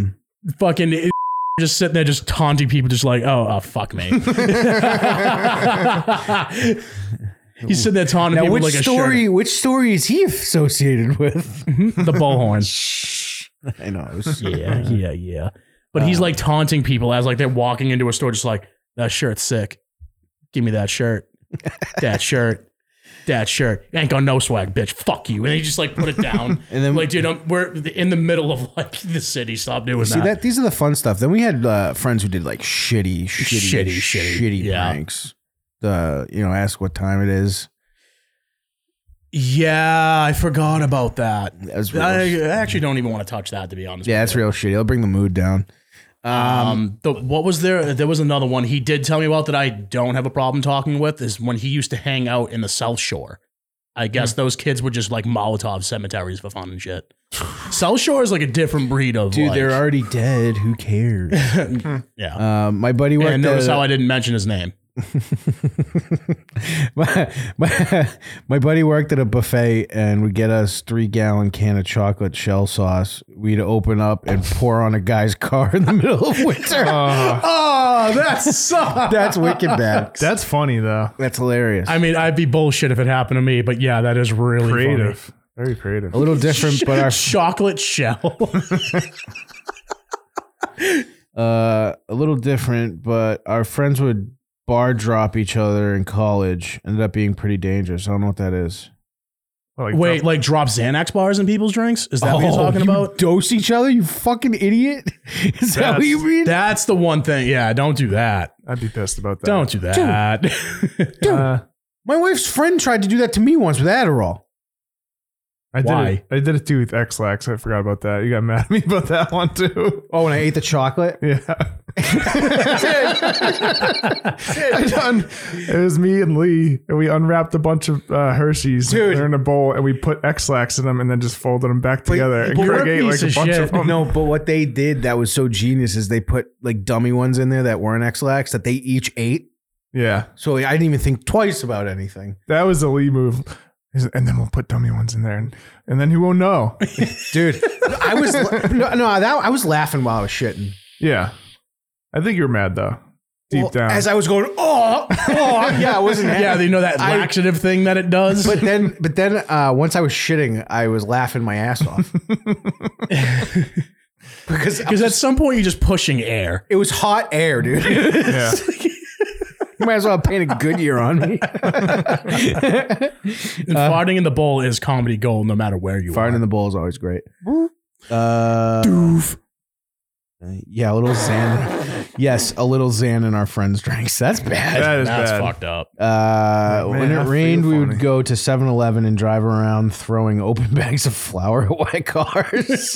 Speaker 1: Um,
Speaker 2: fucking it- just sitting there just taunting people just like oh, oh fuck [laughs] me he's sitting there taunting
Speaker 1: now,
Speaker 2: people
Speaker 1: which
Speaker 2: like
Speaker 1: story? Which story is he associated with?
Speaker 2: a shirt. Mm-hmm. the bullhorn
Speaker 1: [laughs] I know. It was, [laughs]
Speaker 2: yeah yeah yeah but he's
Speaker 1: Um,
Speaker 2: like taunting people as like they're walking into a store just like that shirt's sick give me
Speaker 1: [laughs]
Speaker 2: that shirt that shirt that shirt You ain't got no swag bitch fuck you and he just like put it down
Speaker 1: [laughs] And then-
Speaker 2: like dude I'm, we're in the middle of like the city stop doing
Speaker 1: See
Speaker 2: that
Speaker 1: that? These are the fun stuff. Then we had uh, friends who did like shitty,
Speaker 2: Shitty,
Speaker 1: shitty,
Speaker 2: shitty,
Speaker 1: shitty,
Speaker 2: yeah.
Speaker 1: pranks. The you know, ask what time it is.
Speaker 2: yeah i forgot about that
Speaker 1: That's real,
Speaker 2: I I actually don't even want to touch that to be honest.
Speaker 1: yeah,
Speaker 2: with
Speaker 1: that's real shitty. It'll bring the mood down. Uh,
Speaker 2: you. um, the, what was there? There was another one he did tell me about that I don't have a problem talking with is when he used to hang out in the South Shore. I guess
Speaker 1: Hmm.
Speaker 2: those kids were just like Molotov cemeteries for fun and shit. South Shore is like a different breed of
Speaker 1: Dude,
Speaker 2: like-
Speaker 1: they're already dead. Who cares?
Speaker 2: [laughs] yeah.
Speaker 1: um, my buddy worked.
Speaker 2: and notice
Speaker 1: at a-
Speaker 2: how I didn't mention his name.
Speaker 1: [laughs] my, my, my buddy worked at a buffet and would get us three gallon can of chocolate shell sauce. We'd open up and pour on a guy's car in the [laughs] middle of winter.
Speaker 3: Oh,
Speaker 1: Ah,
Speaker 2: Oh, that sucks.
Speaker 1: That's wicked bad.
Speaker 3: that's funny though.
Speaker 1: That's hilarious.
Speaker 2: [laughs] I mean, I'd be bullshit if it happened to me, but yeah, that is really
Speaker 3: Creative. Very creative.
Speaker 2: [laughs]
Speaker 1: a little different, but our
Speaker 2: chocolate shell.
Speaker 1: [laughs] uh, a little different, but our friends would bar drop each other in college. Ended up being pretty dangerous. I don't know what that is.
Speaker 3: Like,
Speaker 2: Wait, like drop Xanax bars in people's drinks? Is that what you're talking
Speaker 1: Oh, you
Speaker 2: about?
Speaker 1: dose each other? You fucking idiot! [laughs] Is that what
Speaker 3: That's-
Speaker 1: you mean?
Speaker 2: That's the one thing. Yeah, don't do that.
Speaker 3: I'd be pissed about that.
Speaker 2: Don't do that. [laughs]
Speaker 1: Dude,
Speaker 3: Uh,
Speaker 1: my wife's friend tried to do that to me once with Adderall.
Speaker 3: I did
Speaker 2: Why?
Speaker 3: It, I did it too with X-Lax. I forgot about that. You got mad at me about that one too.
Speaker 1: Oh, and I ate the chocolate.
Speaker 3: Yeah. [laughs] I done. It was me and Lee, and we unwrapped a bunch of uh, Hershey's.
Speaker 1: Dude.
Speaker 3: They're in a bowl, and we put X-Lax in them, and then just folded them back together. And
Speaker 2: but we're
Speaker 3: Craig
Speaker 2: a
Speaker 3: ate like
Speaker 2: piece
Speaker 3: a
Speaker 2: of
Speaker 3: bunch
Speaker 2: shit.
Speaker 3: of
Speaker 1: [laughs]
Speaker 3: them.
Speaker 1: No, but what they did that was so genius is they put like dummy ones in there that weren't X-Lax that they each ate.
Speaker 3: Yeah,
Speaker 1: So I didn't even think twice about anything.
Speaker 3: that was the Lee move. He's like, And then we'll put dummy ones in there, and, and then he won't know.
Speaker 1: Dude, I was
Speaker 2: [laughs]
Speaker 1: no, no, that I was laughing while I was shitting.
Speaker 3: yeah, I think you're mad though, deep
Speaker 1: Well,
Speaker 3: down.
Speaker 1: As I was going, oh, oh, yeah, I wasn't happy.
Speaker 2: yeah, you know that
Speaker 1: I-
Speaker 2: laxative thing that it
Speaker 1: [laughs]
Speaker 2: does.
Speaker 1: but then but then uh, once I was shitting, I was laughing my ass [laughs] off. because
Speaker 2: Because at some point you're just pushing air.
Speaker 1: [laughs]
Speaker 2: [laughs]
Speaker 1: it was hot air, dude.
Speaker 3: yeah,
Speaker 1: You might as well paint a Goodyear on me. [laughs]
Speaker 2: And
Speaker 1: Uh-huh.
Speaker 2: farting in the bowl is comedy gold, no matter where you
Speaker 1: Farting
Speaker 2: are.
Speaker 1: in the bowl is always great. Uh, Doof. Yeah, a little Xan. yes, a little Xan in our friends' drinks. That's bad.
Speaker 3: That is
Speaker 2: That's
Speaker 3: bad.
Speaker 2: fucked up.
Speaker 1: Uh,
Speaker 3: Man,
Speaker 1: when
Speaker 3: I
Speaker 1: it
Speaker 3: feel
Speaker 1: rained, we would
Speaker 3: funny.
Speaker 1: go to 7 Eleven and drive around throwing open [laughs] bags of flour at white
Speaker 3: [laughs]
Speaker 1: cars.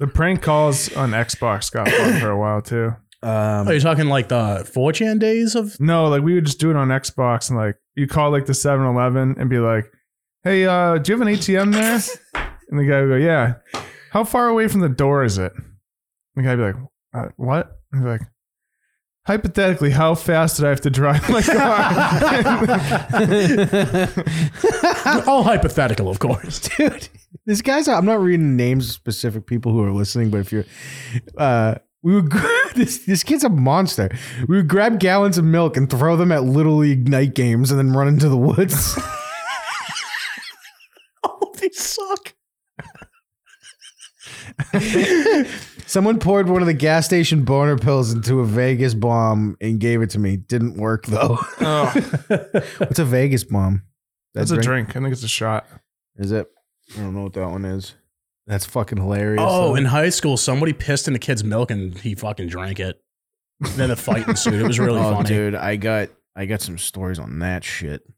Speaker 3: The prank calls on Xbox got fun for a while too.
Speaker 2: Are
Speaker 1: um,
Speaker 2: you talking like the 4chan days of?
Speaker 3: No, like we would just do it on Xbox and like you call like the 7-Eleven and be like, "Hey, uh, do you have an ATM there?" And the guy would go, "Yeah." How far away from the door is it? And the guy would be like, uh, "What?" And he'd be like, "Hypothetically, how fast did I have to
Speaker 1: [laughs]
Speaker 3: drive [laughs] my car?"
Speaker 1: Um,
Speaker 3: [laughs]
Speaker 1: [laughs] Ah.
Speaker 2: All hypothetical, of course.
Speaker 1: dude this guy's i'm not reading names of specific people who are listening but if you're uh we would [laughs] this this kid's a monster we would grab gallons of milk and throw them at little league night games and then run into the woods
Speaker 2: Oh, they suck.
Speaker 1: someone poured one of the gas station boner pills into a vegas bomb and gave it to me didn't work though
Speaker 2: Uh,
Speaker 1: [laughs]
Speaker 3: oh,
Speaker 1: what's a vegas bomb That
Speaker 3: that's a drink. I think it's a shot.
Speaker 1: is it i don't know what that one is that's fucking hilarious
Speaker 2: [laughs] Oh,
Speaker 1: though.
Speaker 2: in high school, somebody pissed in a kid's milk and he fucking drank it. Then a fight ensued. It was really
Speaker 1: oh,
Speaker 2: funny.
Speaker 1: dude i got i got some stories on that shit I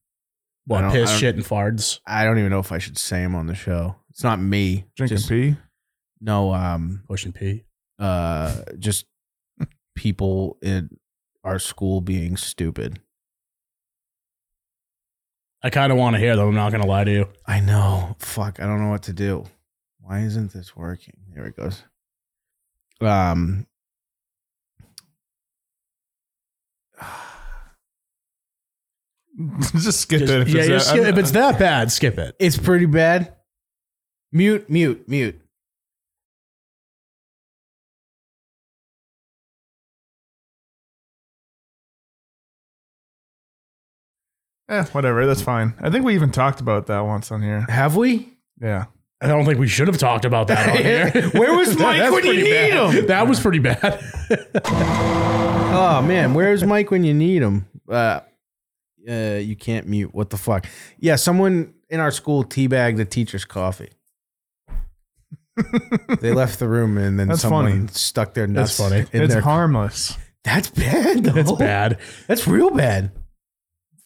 Speaker 2: What
Speaker 1: don't- I
Speaker 2: piss,
Speaker 1: don't-
Speaker 2: shit, and farts?
Speaker 1: I don't even know if I should say him on the show. It's not me.
Speaker 3: Drinking
Speaker 1: Just-
Speaker 3: pee. [laughs]
Speaker 1: No, um,
Speaker 2: Pushing pee.
Speaker 1: uh, just people in our school being stupid.
Speaker 2: I kind of want to hear them. I'm not gonna lie to you.
Speaker 1: I know. Fuck. I don't know what to do. Why isn't this working? Here it goes. Um.
Speaker 3: just skip
Speaker 2: Just-
Speaker 3: it. If
Speaker 2: yeah,
Speaker 3: it's
Speaker 2: just
Speaker 3: that-
Speaker 2: skip-
Speaker 3: I'm-
Speaker 2: if it's that bad, skip it.
Speaker 1: It's pretty bad. Mute, mute, mute.
Speaker 3: eh, whatever. That's fine. I think we even talked about that once on here.
Speaker 1: Have we?
Speaker 3: Yeah.
Speaker 2: I don't think we should have talked about that on here.
Speaker 1: Where
Speaker 2: [laughs]
Speaker 1: was Mike
Speaker 2: That's
Speaker 1: when you
Speaker 2: pretty
Speaker 1: need
Speaker 2: bad.
Speaker 1: him?
Speaker 2: That was pretty bad. [laughs]
Speaker 1: Oh man, where's Mike when you need him? Uh, uh, you can't mute. What the fuck? Yeah, someone in our school teabagged the teacher's coffee. they left the room and then
Speaker 3: That's
Speaker 1: someone
Speaker 3: funny.
Speaker 1: stuck their nuts.
Speaker 2: That's funny.
Speaker 1: In
Speaker 3: it's
Speaker 1: their-
Speaker 3: harmless.
Speaker 1: That's bad. Though.
Speaker 2: It's bad.
Speaker 1: That's real bad.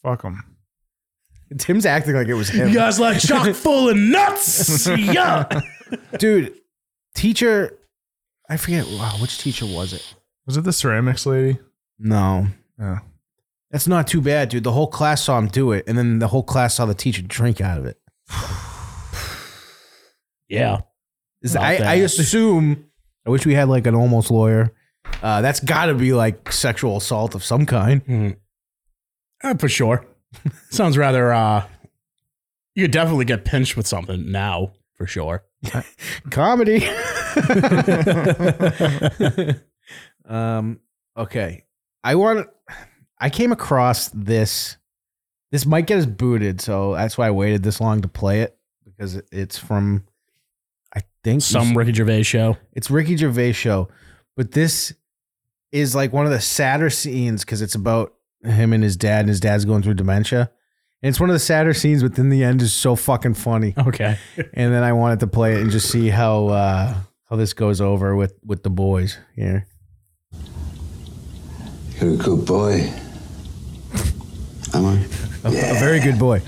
Speaker 3: Fuck them.
Speaker 1: Tim's acting like it was him,
Speaker 2: You guys like chock full of nuts. Yeah.
Speaker 1: dude. Teacher, I forget. Wow, which teacher was it?
Speaker 3: Was it the ceramics lady?
Speaker 1: No,
Speaker 3: Yeah.
Speaker 1: that's not too bad, dude. The whole class saw him do it, and then the whole class saw the teacher drink out of it.
Speaker 2: Yeah.
Speaker 1: Is-
Speaker 2: Not
Speaker 1: I, I
Speaker 2: bad.
Speaker 1: assume. I wish we had like an almost lawyer. Uh, that's got to be like sexual assault of some kind.
Speaker 2: Hmm. Uh, for sure. [laughs] Sounds rather. uh You could definitely get pinched with something now, for sure.
Speaker 1: Comedy. um. Okay. I want. I came across this. This might get us booted, so that's why I waited this long to play it because it- it's from. I think
Speaker 2: Some Ricky Gervais show.
Speaker 1: It's Ricky Gervais show, but this is like one of the sadder scenes because it's about him and his dad, and his dad's going through dementia. And it's one of the sadder scenes, but then the end is so fucking
Speaker 3: [laughs]
Speaker 1: funny.
Speaker 2: Okay.
Speaker 1: And then I wanted to play it and just see how uh, how this goes over with with the boys here.
Speaker 4: You're a good boy. Am I?
Speaker 1: A very good boy.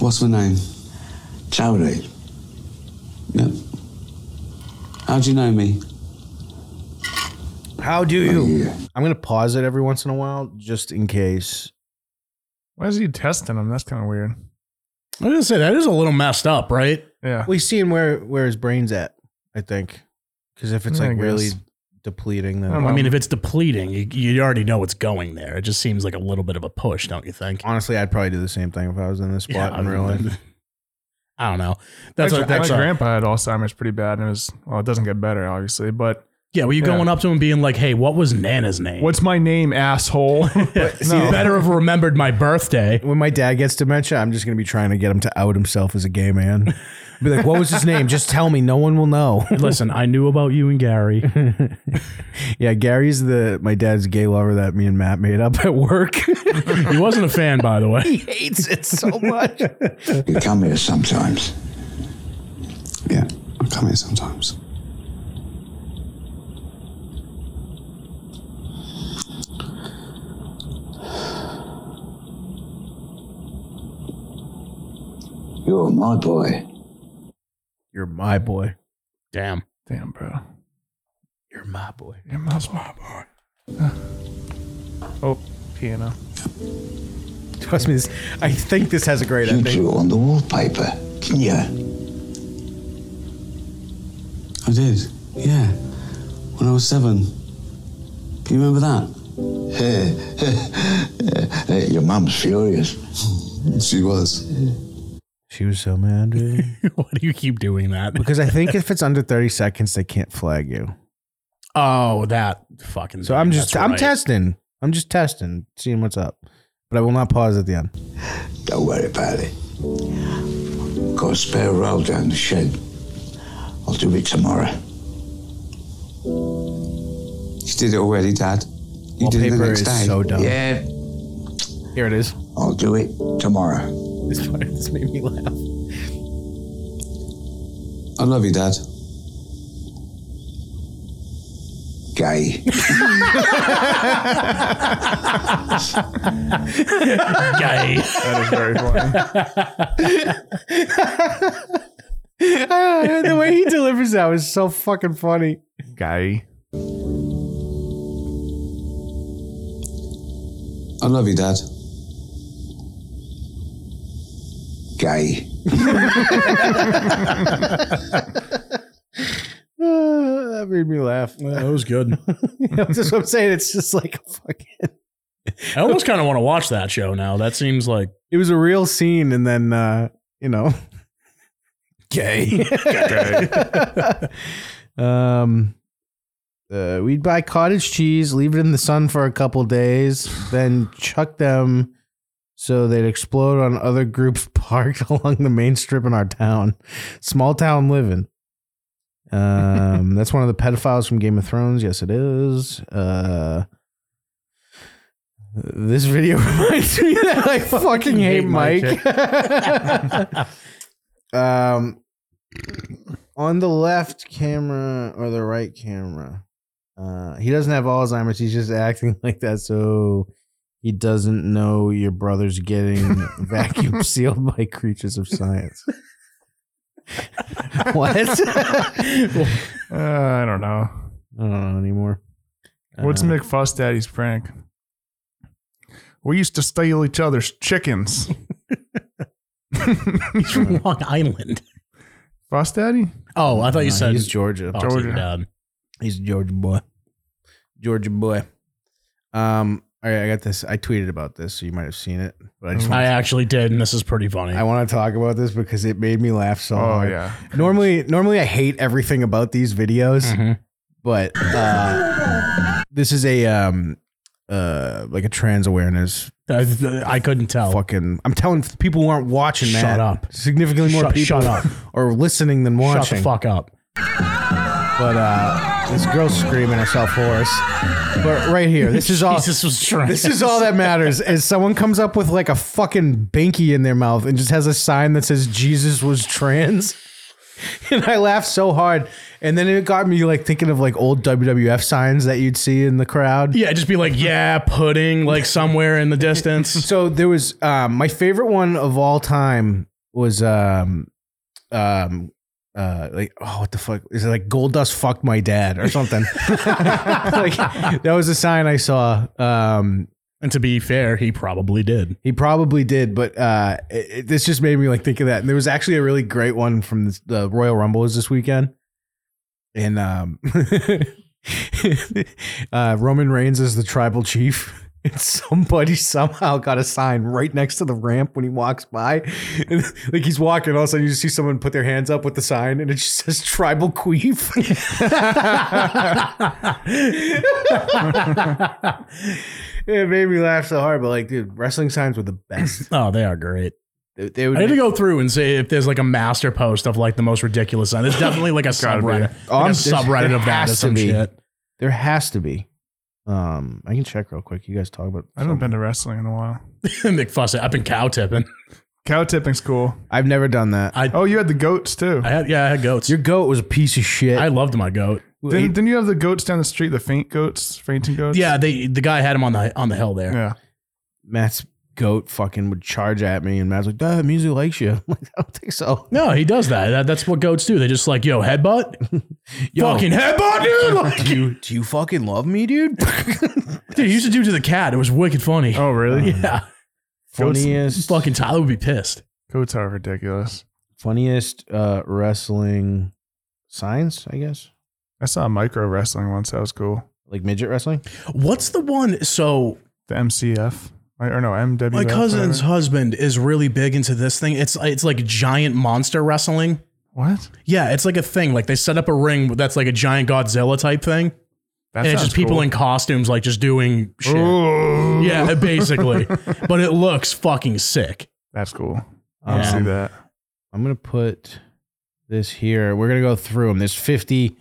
Speaker 4: What's my name? Chowdhury. Yep. How do you know me?
Speaker 1: How do you?
Speaker 4: Yeah.
Speaker 1: I'm gonna pause it every once in a while just in case.
Speaker 3: Why is he testing them? That's kind of weird.
Speaker 2: I was gonna say that is a little messed up, right?
Speaker 3: Yeah.
Speaker 1: We seeing where where his brain's at. I think because if it's
Speaker 3: Mm, I
Speaker 1: like
Speaker 3: guess.
Speaker 1: really depleting, then
Speaker 3: I don't know.
Speaker 2: I mean, if it's depleting, you, you already know it's going there. It just seems like a little bit of a push, don't you think?
Speaker 1: honestly, I'd probably do the same thing if I was in this spot in
Speaker 2: I
Speaker 1: real life. [laughs]
Speaker 2: mean, I don't know. That's
Speaker 3: my,
Speaker 2: what that's
Speaker 3: my
Speaker 2: a-
Speaker 3: grandpa had Alzheimer's pretty bad, and it was well, it doesn't get better obviously, but
Speaker 2: Yeah, were you
Speaker 3: Yeah.
Speaker 2: going up to him being like, "Hey, what was Nana's name?" [laughs]
Speaker 3: What's my name, asshole? [laughs]
Speaker 2: You better have remembered my birthday. [laughs]
Speaker 1: When my dad gets dementia, I'm just gonna be trying to get him to out himself as a gay man. Be like, what was his name? Just tell me. No one will know. [laughs]
Speaker 2: Listen, I knew about you and Gary.
Speaker 1: Yeah, Gary's the my dad's gay lover that me and Matt made up at work.
Speaker 2: He wasn't a fan, by the
Speaker 1: [laughs]
Speaker 2: way. [laughs]
Speaker 1: he hates it so much.
Speaker 4: You come here sometimes. Yeah, I come here sometimes. You're my boy.
Speaker 1: [laughs] You're my boy.
Speaker 2: Damn.
Speaker 3: Damn, bro.
Speaker 1: You're my boy.
Speaker 3: Your mom's my boy. Oh, piano.
Speaker 1: Trust me, this, I think this has a great
Speaker 4: You
Speaker 1: ending.
Speaker 4: drew on the wallpaper, didn't you?
Speaker 5: I did, yeah. When I was seven. Can you remember that?
Speaker 4: Eh, [laughs] Your mum's
Speaker 5: [laughs]
Speaker 4: furious. She was.
Speaker 1: She was so mad, dude. [laughs]
Speaker 2: Why do you keep doing that?
Speaker 1: because I think if it's under 30 seconds, they can't flag you.
Speaker 2: Oh, that fucking.
Speaker 1: So I'm
Speaker 2: thing,
Speaker 1: just
Speaker 2: that's
Speaker 1: I'm
Speaker 2: right.
Speaker 1: testing. I'm just testing, seeing what's up. But I will not pause at the end.
Speaker 4: Don't worry about it. Got a spare roll down the shed. I'll do it tomorrow.
Speaker 5: You did it already, Dad. You did it the
Speaker 1: Wallpaper
Speaker 5: next
Speaker 1: is
Speaker 5: day.
Speaker 1: so
Speaker 2: [laughs]
Speaker 1: dumb.
Speaker 4: Yeah,
Speaker 1: Here it is.
Speaker 4: I'll do it tomorrow.
Speaker 1: This part this made me laugh. [laughs]
Speaker 5: I love you, Dad.
Speaker 4: Gay.
Speaker 2: Gay.
Speaker 3: That is very
Speaker 2: [laughs]
Speaker 3: funny.
Speaker 1: the way he delivers that was so fucking funny. [sighs]
Speaker 3: Guy.
Speaker 5: I love you, Dad.
Speaker 4: Gay.
Speaker 1: Uh, that made me laugh. [laughs]
Speaker 2: That was good.
Speaker 1: That's what I'm saying. It's just like [laughs] a fucking.
Speaker 2: [laughs] I almost kind of want to watch that show now. That seems
Speaker 1: [laughs]
Speaker 2: like
Speaker 1: It was a real scene, and then uh, you know, [laughs] gay. [laughs] um, uh, we'd buy cottage cheese, leave it in the sun for a couple days, then chuck them so they'd explode on other groups [laughs] parked along the main strip in our town. Small town living. Um, that's one of the pedophiles from Game of Thrones. Yes, it is. Uh, this video [laughs] reminds me that I fucking hate,
Speaker 2: hate my
Speaker 1: Mike. um, on the left camera or the right camera. Uh, he doesn't have Alzheimer's. He's just acting [laughs] like that, so he doesn't know your brother's [laughs] getting vacuum sealed by creatures of [laughs] science. what? I
Speaker 3: Uh, I don't know.
Speaker 1: don't know anymore.
Speaker 3: What's
Speaker 1: Uh,
Speaker 2: Uh-huh.
Speaker 3: McFuss Daddy's prank? We used to steal each other's
Speaker 2: [laughs]
Speaker 3: chickens. [laughs]
Speaker 2: he's from uh, Long Island.
Speaker 3: Fuss Daddy?
Speaker 2: Oh, I thought you
Speaker 1: no,
Speaker 2: said
Speaker 1: he's Georgia.
Speaker 2: Oh, it's your
Speaker 3: Georgia.
Speaker 2: dad.
Speaker 1: He's a Georgia boy. Georgia boy. Um. All right, I got this. I tweeted about this, so you might have seen it. But I just
Speaker 2: I
Speaker 1: want,
Speaker 2: actually did, and this is pretty funny.
Speaker 1: I want to talk about this because it made me laugh so
Speaker 3: Oh,
Speaker 1: hard.
Speaker 3: yeah.
Speaker 1: Normally, normally I hate everything about these videos,
Speaker 2: Mhm.
Speaker 1: but uh, this is a um uh like a trans awareness
Speaker 2: I, I couldn't tell.
Speaker 1: fucking. I'm telling people who aren't watching
Speaker 2: Shut
Speaker 1: that.
Speaker 2: up.
Speaker 1: Significantly more
Speaker 2: Shut-
Speaker 1: people
Speaker 2: shut up.
Speaker 1: are listening than watching.
Speaker 2: Shut the fuck up.
Speaker 1: But uh, this girl's screaming herself hoarse. But right here, this
Speaker 2: [laughs]
Speaker 1: is all.
Speaker 2: Jesus was
Speaker 1: Oh,
Speaker 2: trying.
Speaker 1: This is all that matters is someone comes up with like a fucking binky in their mouth and just has a sign that says Jesus was trans. [laughs] And I laughed so hard. And then it got me like thinking of like old WWF signs that you'd see in the crowd.
Speaker 2: [laughs] Yeah, just be like, yeah, pudding, like somewhere in
Speaker 1: [laughs]
Speaker 2: the distance.
Speaker 1: So there was um, my favorite one of all time was um um uh like oh what the fuck is it like gold dust fucked my dad or something [laughs] like that was a sign I saw um
Speaker 2: And to be fair, he probably did.
Speaker 1: He probably did, but uh, it, it- this just made me like think of that. And there was actually a really great one from this, the Royal Rumble was this weekend, [laughs] and um, uh, Roman Reigns is the tribal chief. [laughs] And somebody somehow got a sign right next to the ramp when he walks by. And, like he's walking, all of a sudden you just see someone put their hands up with the sign and it just says tribal queef. [laughs] it made me laugh so hard, but like, dude, wrestling signs were the best.
Speaker 2: Oh, they are great.
Speaker 1: They, they would
Speaker 2: I need to go through and see if there's like a master post of like the most ridiculous sign. There's
Speaker 1: [laughs]
Speaker 2: definitely like a
Speaker 3: Gotta be.
Speaker 2: subreddit, like
Speaker 1: Um,
Speaker 2: a
Speaker 1: there's-
Speaker 2: subreddit
Speaker 1: there
Speaker 2: of that or
Speaker 1: has
Speaker 2: some
Speaker 1: to be.
Speaker 2: shit. [laughs]
Speaker 1: There has to be. Um, I can check real quick. You guys talk about.
Speaker 3: I haven't been to wrestling in a while.
Speaker 2: McFussett, I've been cow tipping. [laughs]
Speaker 3: Cow tipping's cool.
Speaker 1: I've never done that.
Speaker 3: Oh, you had the goats too.
Speaker 2: I had yeah, I had goats.
Speaker 1: Your goat was a piece of shit.
Speaker 2: I loved my goat.
Speaker 3: Didn't, didn't you have the goats down the street, the faint goats, fainting goats?
Speaker 2: Yeah, they the guy had him on the on the hill there.
Speaker 3: Yeah.
Speaker 1: Matt's goat fucking would charge at me, and Matt's like, "Duh, music likes you." [laughs] I'm like, I don't think so.
Speaker 2: No, he does that. that. That's what goats do. They just like yo headbutt,
Speaker 1: [laughs] Yo,
Speaker 2: fucking headbutt, dude.
Speaker 1: [laughs]
Speaker 2: Like,
Speaker 1: do you do you fucking love me,
Speaker 2: [laughs]
Speaker 1: dude?
Speaker 2: dude, he used to do it to the cat. It was wicked funny.
Speaker 3: Oh, really?
Speaker 2: yeah,
Speaker 1: funniest,
Speaker 2: [laughs] fucking Tyler would be pissed.
Speaker 3: Goats are ridiculous.
Speaker 1: funniest uh, wrestling signs, I guess,
Speaker 3: I saw micro wrestling once. That was cool.
Speaker 1: like midget wrestling.
Speaker 2: What's the one? So
Speaker 3: The MCF. I- Or no, MWF.
Speaker 2: my cousin's
Speaker 3: whatever.
Speaker 2: husband is really big into this thing. It's it's like giant monster wrestling.
Speaker 3: What?
Speaker 2: Yeah, it's like a thing. Like they set up a ring that's like a giant Godzilla type thing, and
Speaker 3: That
Speaker 2: it's just
Speaker 3: sounds
Speaker 2: people
Speaker 3: cool.
Speaker 2: in costumes like just doing shit.
Speaker 3: Ooh. [laughs]
Speaker 2: Yeah, [laughs] basically. but it looks fucking sick.
Speaker 3: That's cool.
Speaker 1: Um,
Speaker 3: I'll see that.
Speaker 1: I'm gonna put this here. We're gonna go through them. There's 50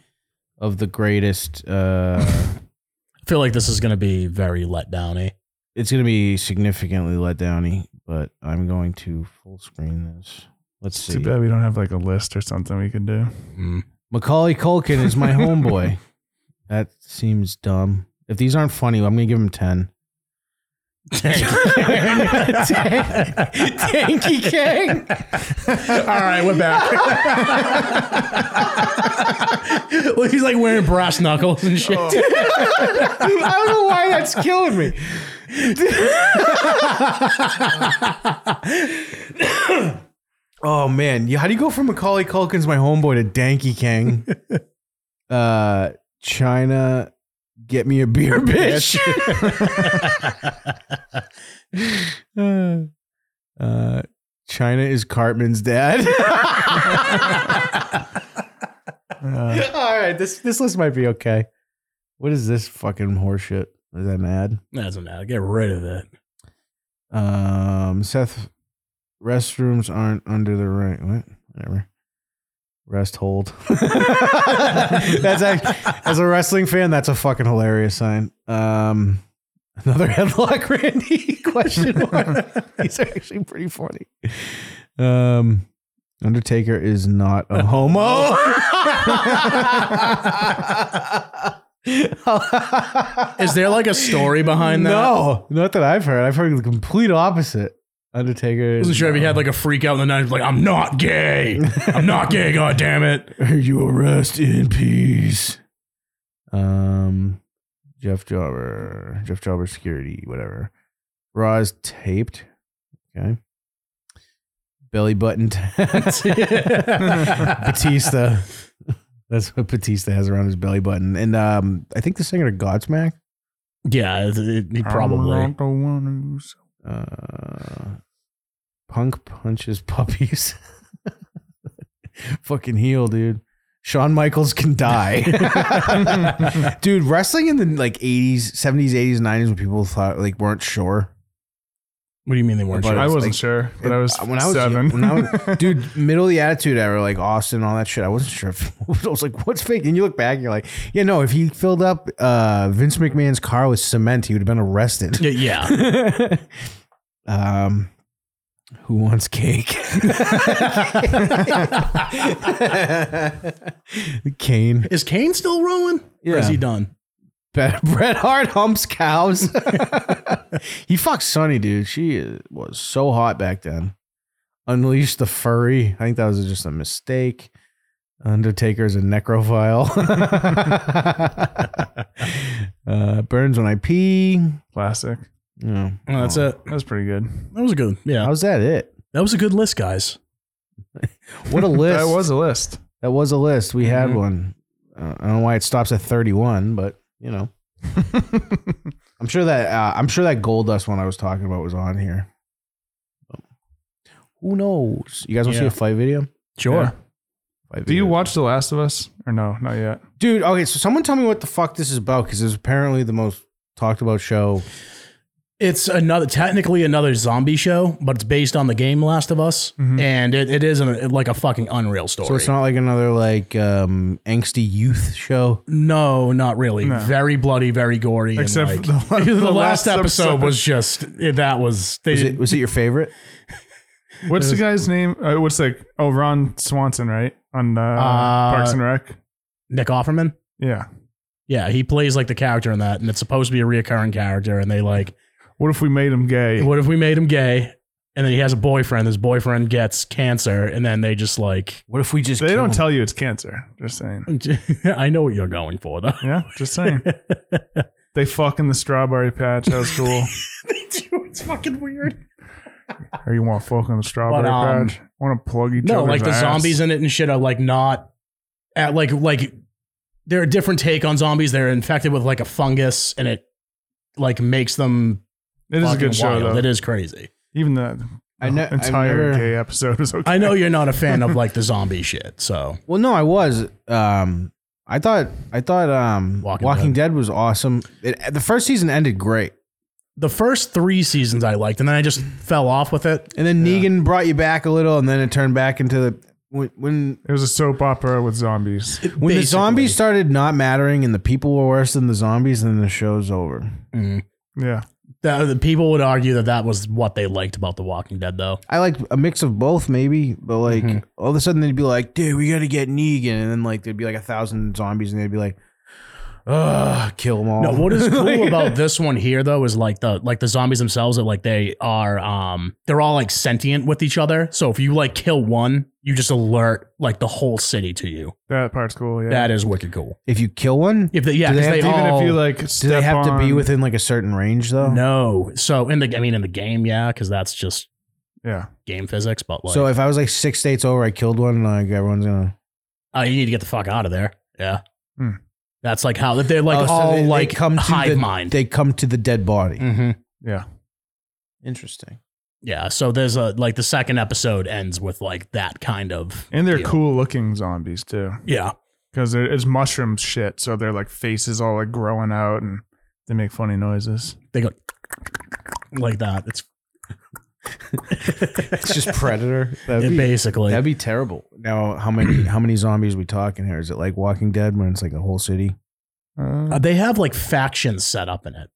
Speaker 1: of the greatest. Uh,
Speaker 2: I feel like this is going to be very letdowny.
Speaker 1: it's going to be significantly let downy, but I'm going to full screen this. Let's
Speaker 3: It's too
Speaker 1: see.
Speaker 3: bad we don't have like a list or something we can do.
Speaker 2: [laughs]
Speaker 3: [laughs]
Speaker 2: Mm.
Speaker 1: Macaulay Culkin is my homeboy. That seems dumb. If these aren't funny, I'm going to give him 10. [laughs]
Speaker 2: [laughs]
Speaker 3: [laughs]
Speaker 1: Tanky Kang.
Speaker 2: All right, we're back. [laughs] well, he's like wearing brass knuckles and shit.
Speaker 1: I don't know why that's killing me. oh man, Yeah, how do you go from Macaulay Culkin's my homeboy to Danky [laughs] Kang? uh, China, get me a beer, bitch. [laughs] uh, China is Cartman's [laughs] dad. [laughs]
Speaker 3: Uh,
Speaker 1: All right, this this list might be okay. What is this fucking horseshit? Is that an ad?
Speaker 2: That's enough. Get rid of it.
Speaker 1: Um, Seth, restrooms aren't under the right. What? Whatever. Rest hold. [laughs] that's act- as a wrestling fan, that's a fucking hilarious sign. Um, another [laughs] headlock, Randy? [laughs] Question mark. These are actually pretty funny. Um, Undertaker is not a homo. [laughs]
Speaker 2: Is there like a story behind that?
Speaker 1: No, not that I've heard. I've heard the complete opposite. Undertaker.
Speaker 2: I
Speaker 1: is-
Speaker 2: wasn't sure if he had like a freak out in the night, like, I'm not gay. I'm not gay, god damn it.
Speaker 1: you rest in peace. Um, Jeff Jobber, Jeff Jobber security, whatever. Raw is taped. Okay. Belly button tats. [laughs] Batista. That's what Batista has around his belly button, and um, I think the singer of Godsmack.
Speaker 2: Yeah, it- it- he
Speaker 3: I'm
Speaker 2: probably.
Speaker 3: not the one who's-
Speaker 1: Uh, Punk punches [laughs] puppies. Fucking heel, dude. Shawn Michaels can
Speaker 3: [laughs]
Speaker 1: die. dude, wrestling in the like 80s, 70s, 80s, 90s when people thought like weren't sure.
Speaker 2: What do you mean they weren't?
Speaker 1: But-
Speaker 2: sure?
Speaker 3: I
Speaker 1: it's
Speaker 3: wasn't
Speaker 1: like- uh,
Speaker 3: sure, but I was
Speaker 1: when I was
Speaker 3: seven.
Speaker 1: when I was, dude, middle of the attitude era, like Austin, all that shit. I wasn't sure. If, [laughs] I was like, "What's fake?" And you look back, and you're like, "Yeah, no. If he filled up uh, Vince McMahon's car with cement, he would have been arrested."
Speaker 2: Yeah, yeah.
Speaker 1: [laughs] um, who wants cake? [laughs] Kane.
Speaker 2: [laughs] Is Kane still rolling? Or is
Speaker 1: Yeah.
Speaker 2: he done?
Speaker 1: Bret Bret Hart humps cows. [laughs] he fucked Sunny, dude. She is- was so hot back then. Unleashed the furry. I think that was just a mistake. Undertaker's a necrophile. [laughs] uh, burns when I pee.
Speaker 3: [laughs] Classic.
Speaker 1: Yeah.
Speaker 2: Oh, that's it.
Speaker 3: That was pretty good.
Speaker 2: That was a good. Yeah.
Speaker 1: How's that it?
Speaker 2: That was a good list, guys.
Speaker 1: What a list.
Speaker 3: [laughs] That was a list.
Speaker 1: [laughs] That was a list. We had
Speaker 3: Mhm.
Speaker 1: one. Uh, I don't know why it stops at 31, but you know. I'm sure that uh, I'm sure that gold dust one I was talking about was on here. Who knows? You guys want to see
Speaker 2: Yeah.
Speaker 1: a fight video?
Speaker 2: Sure.
Speaker 3: Yeah.
Speaker 1: Fight
Speaker 3: Do you
Speaker 1: video.
Speaker 3: watch The Last of Us or no? Not yet.
Speaker 1: dude? Okay, so someone tell me what the fuck this is about because it's apparently the most talked about show.
Speaker 2: It's another technically another zombie show, but it's based on the game Last of Us, and it, it is an, like a fucking unreal story.
Speaker 1: So it's not like another like um angsty youth show.
Speaker 2: no, not really. Very bloody, very gory. and,
Speaker 3: Except
Speaker 2: like-
Speaker 3: for [laughs] the
Speaker 2: [laughs]
Speaker 3: one-
Speaker 2: the,
Speaker 3: the
Speaker 2: last,
Speaker 3: last
Speaker 2: episode,
Speaker 3: episode.
Speaker 2: was just it- that was they
Speaker 1: Is it was it your favorite?
Speaker 3: What's the guy's name? Uh, what's like? Oh, Ron Swanson, right? On uh, Parks and Rec.
Speaker 2: Nick Offerman.
Speaker 3: Yeah.
Speaker 2: Yeah, he plays like the character in that, and it's supposed to be a reoccurring character. And they like,
Speaker 3: What if we made him gay?
Speaker 2: what if we made him gay? And then he has a boyfriend. His boyfriend gets cancer, and then they just like, [laughs]
Speaker 1: What if we just
Speaker 3: They
Speaker 1: kill
Speaker 3: don't
Speaker 1: him?
Speaker 3: tell you it's cancer. Just saying.
Speaker 2: I know what you're going for though. [laughs]
Speaker 3: Yeah, just saying. they fuck in the strawberry patch. That was
Speaker 2: [laughs]
Speaker 3: cool.
Speaker 2: it's fucking weird.
Speaker 3: or you want to fuck in the strawberry
Speaker 2: But, um,
Speaker 3: patch? want to plug each
Speaker 2: No,
Speaker 3: other's
Speaker 2: like the
Speaker 3: ass.
Speaker 2: zombies in it and shit are like not at like like they're a different take on zombies. They're infected with like a fungus, and it like makes them.
Speaker 3: It is a
Speaker 2: fucking
Speaker 3: good show
Speaker 2: wild.
Speaker 3: though.
Speaker 2: It is crazy.
Speaker 3: Even the
Speaker 1: I ne- I've
Speaker 3: entire
Speaker 1: never-
Speaker 3: gay episode is okay.
Speaker 2: I know you're not a fan of like the zombie shit, so
Speaker 1: Well, no, I was. Um, I thought I thought um, Walking,
Speaker 2: Walking
Speaker 1: Dead. was awesome. It, the first season ended great,
Speaker 2: the first three seasons I liked, and then I just fell off with it.
Speaker 1: and then Negan brought you back a little, and then it turned back into the when when,
Speaker 3: It was a soap opera with zombies.
Speaker 1: when the
Speaker 2: Basically.
Speaker 1: zombies started not mattering, and the people were worse than the zombies, then the show's over.
Speaker 3: Yeah.
Speaker 2: That, the people would argue that that was what they liked about The Walking Dead, though.
Speaker 1: I like a mix of both, maybe, but like
Speaker 2: Mm-hmm.
Speaker 1: all of a sudden they'd be like, "Dude, we got to get Negan," and then like there'd be like a thousand zombies, and they'd be like, "Ugh, kill them all."
Speaker 2: No, what
Speaker 1: [laughs]
Speaker 2: is cool about this one here though is like the like the zombies themselves that like they are um they're all like sentient with each other. So if you like kill one, you just alert like the whole city to you.
Speaker 3: That part's cool. Yeah.
Speaker 2: That is wicked cool.
Speaker 1: if you kill one?
Speaker 2: If they yeah,
Speaker 1: Do they
Speaker 2: 'cause
Speaker 1: have
Speaker 2: they
Speaker 1: to-
Speaker 3: Even
Speaker 2: all,
Speaker 3: if you like,
Speaker 1: do they
Speaker 3: step
Speaker 1: have to be
Speaker 3: on-
Speaker 1: within like a certain range though?
Speaker 2: no. So in the I mean in the game, yeah, because that's just
Speaker 3: Yeah.
Speaker 2: game physics. But like,
Speaker 1: so if I was like six states over, I killed one, like everyone's gonna.
Speaker 2: oh, you need to get the fuck out of there. Yeah,
Speaker 3: Hmm.
Speaker 2: that's like how they're like
Speaker 1: Oh, so
Speaker 2: all
Speaker 1: they- they
Speaker 2: like
Speaker 1: come to
Speaker 2: hive
Speaker 1: the-
Speaker 2: mind.
Speaker 1: They come to the dead body.
Speaker 2: mm-hmm.
Speaker 3: Yeah.
Speaker 1: Interesting.
Speaker 2: Yeah, so there's a like the second episode ends with like that kind of
Speaker 3: And they're
Speaker 2: deal.
Speaker 3: cool looking zombies too.
Speaker 2: Yeah.
Speaker 3: Because it's mushroom shit. So they're like faces all like growing out and they make funny noises.
Speaker 2: They go like that. It's
Speaker 1: [laughs] It's
Speaker 2: [laughs]
Speaker 1: just predator. That'd
Speaker 2: it
Speaker 1: be,
Speaker 2: basically
Speaker 1: that'd be terrible. Now, how many how many zombies we talking here? Is it like Walking Dead when it's like a whole city?
Speaker 3: Uh,
Speaker 2: Uh, they have like factions set up in it.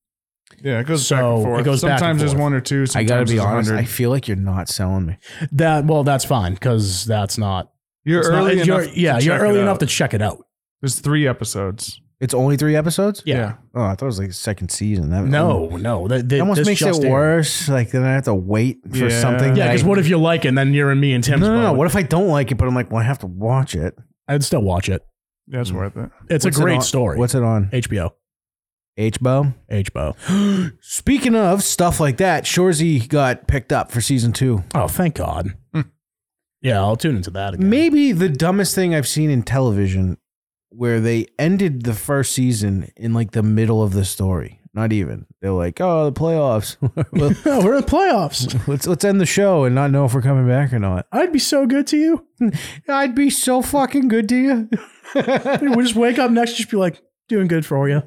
Speaker 3: yeah. It goes
Speaker 2: so
Speaker 3: back and
Speaker 2: it
Speaker 3: forth.
Speaker 2: goes back and
Speaker 3: sometimes there's
Speaker 2: forth.
Speaker 3: one or two.
Speaker 1: I
Speaker 3: Sometimes
Speaker 1: gotta be
Speaker 3: there's
Speaker 1: honest.
Speaker 3: 100.
Speaker 1: I feel like you're not selling me.
Speaker 2: That well, that's fine because that's not.
Speaker 3: You're
Speaker 2: it's not-
Speaker 3: early
Speaker 2: you're-
Speaker 3: enough.
Speaker 2: yeah,
Speaker 3: to
Speaker 2: you're
Speaker 3: check it
Speaker 2: early enough
Speaker 3: out.
Speaker 2: to check it out.
Speaker 3: There's three episodes.
Speaker 1: It's only three episodes.
Speaker 2: Yeah.
Speaker 1: Oh, I thought it was like the second season. That,
Speaker 2: No, no. That,
Speaker 1: it Um, almost
Speaker 2: this
Speaker 1: makes
Speaker 2: just
Speaker 1: it
Speaker 2: aired.
Speaker 1: worse. Like then I have to wait for
Speaker 3: Yeah.
Speaker 1: something.
Speaker 2: Yeah, because
Speaker 1: that I-
Speaker 2: what if you like it and then you're in me and Tim's?
Speaker 1: No, no, no.
Speaker 2: boat?
Speaker 1: What if I don't like it? But I'm like, well, I have to watch it.
Speaker 2: I'd still watch it.
Speaker 3: Yeah, it's worth it.
Speaker 2: It's
Speaker 1: What's
Speaker 2: a
Speaker 1: it
Speaker 2: great
Speaker 1: on-
Speaker 2: story.
Speaker 1: What's it on?
Speaker 2: HBO?
Speaker 1: HBO.
Speaker 2: HBO.
Speaker 1: Speaking of stuff like that, Shorzy got picked up for season two.
Speaker 2: Oh, thank God.
Speaker 1: Hmm.
Speaker 2: yeah, I'll tune into that again.
Speaker 1: Maybe the dumbest thing I've seen in television where they ended the first season in like the middle of the story. Not even. They're like, oh, the playoffs. [laughs] Well,
Speaker 2: Oh, we're
Speaker 1: [laughs]
Speaker 2: in playoffs.
Speaker 1: let's let's end the show and not know if we're coming back or not.
Speaker 2: I'd be so good to you.
Speaker 1: I'd be so fucking good to you.
Speaker 2: We just wake up next, just be like, doing good for you.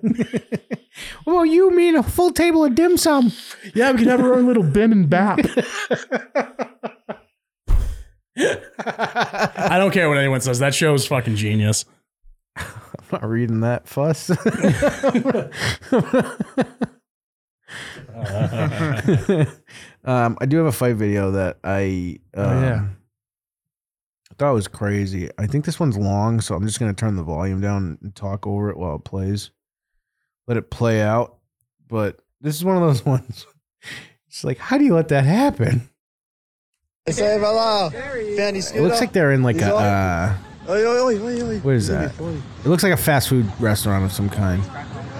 Speaker 1: well, you mean a full table of dim sum.
Speaker 2: [laughs] yeah, we could have our own little bim and bap. I don't care what anyone says. That show is fucking genius.
Speaker 1: I'm not reading that fuss. [laughs] um, I do have a fight video that I um,
Speaker 3: Oh, yeah.
Speaker 1: thought was crazy. I think this one's long, so I'm just gonna turn the volume down and talk over it while it plays. Let it play out. But this is one of those [laughs] ones. It's like, how do you let that happen?
Speaker 6: Save Allah. Fanny
Speaker 1: It looks like they're in like a uh, what is that? It looks like a fast food restaurant of some kind.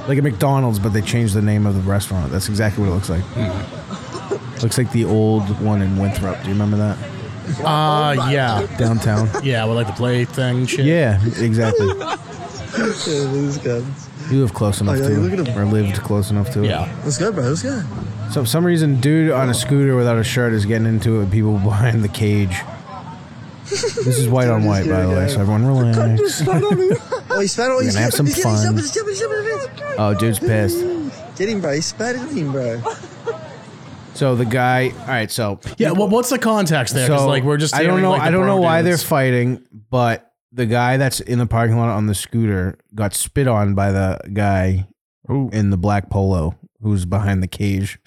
Speaker 1: Like a McDonald's, but they changed the name of the restaurant. That's exactly what it looks like.
Speaker 6: Mm-hmm.
Speaker 1: looks like the old one in Winthrop. Do you remember that?
Speaker 2: Uh, yeah.
Speaker 6: [laughs]
Speaker 1: Downtown.
Speaker 2: Yeah, we like the play thing shit.
Speaker 1: yeah, exactly.
Speaker 6: lose guns.
Speaker 1: You live close enough
Speaker 6: Oh, yeah,
Speaker 1: to
Speaker 6: you
Speaker 1: it,
Speaker 6: look at him.
Speaker 1: or lived close enough to it.
Speaker 2: Yeah.
Speaker 6: Let's go, bro. Let's go.
Speaker 1: So for some reason, dude on a scooter without a shirt is getting into it. with People [laughs] behind the cage. This is white on
Speaker 6: Dude,
Speaker 1: white,
Speaker 6: this
Speaker 1: by the
Speaker 6: guy,
Speaker 1: way.
Speaker 6: yeah.
Speaker 1: So everyone
Speaker 6: [laughs]
Speaker 1: relax.
Speaker 6: Oh, he spat all
Speaker 1: We're
Speaker 6: he's
Speaker 1: gonna have some
Speaker 6: jumping, he's jumping,
Speaker 1: fun.
Speaker 6: he's jumping, he's jumping, he's jumping, he's jumping.
Speaker 1: Oh, dude's pissed.
Speaker 6: Get him, bro. He spat at him, bro.
Speaker 1: So the guy. All right. So
Speaker 2: Yeah. Well, what's the context there? 'Cause,
Speaker 1: so
Speaker 2: like we're just.
Speaker 1: I don't
Speaker 2: hearing,
Speaker 1: know.
Speaker 2: like, the
Speaker 1: I don't know
Speaker 2: bro
Speaker 1: why
Speaker 2: dudes.
Speaker 1: they're fighting, but the guy that's in the parking lot on the scooter got spit on by the guy
Speaker 3: Ooh.
Speaker 1: in the black polo who's behind the cage.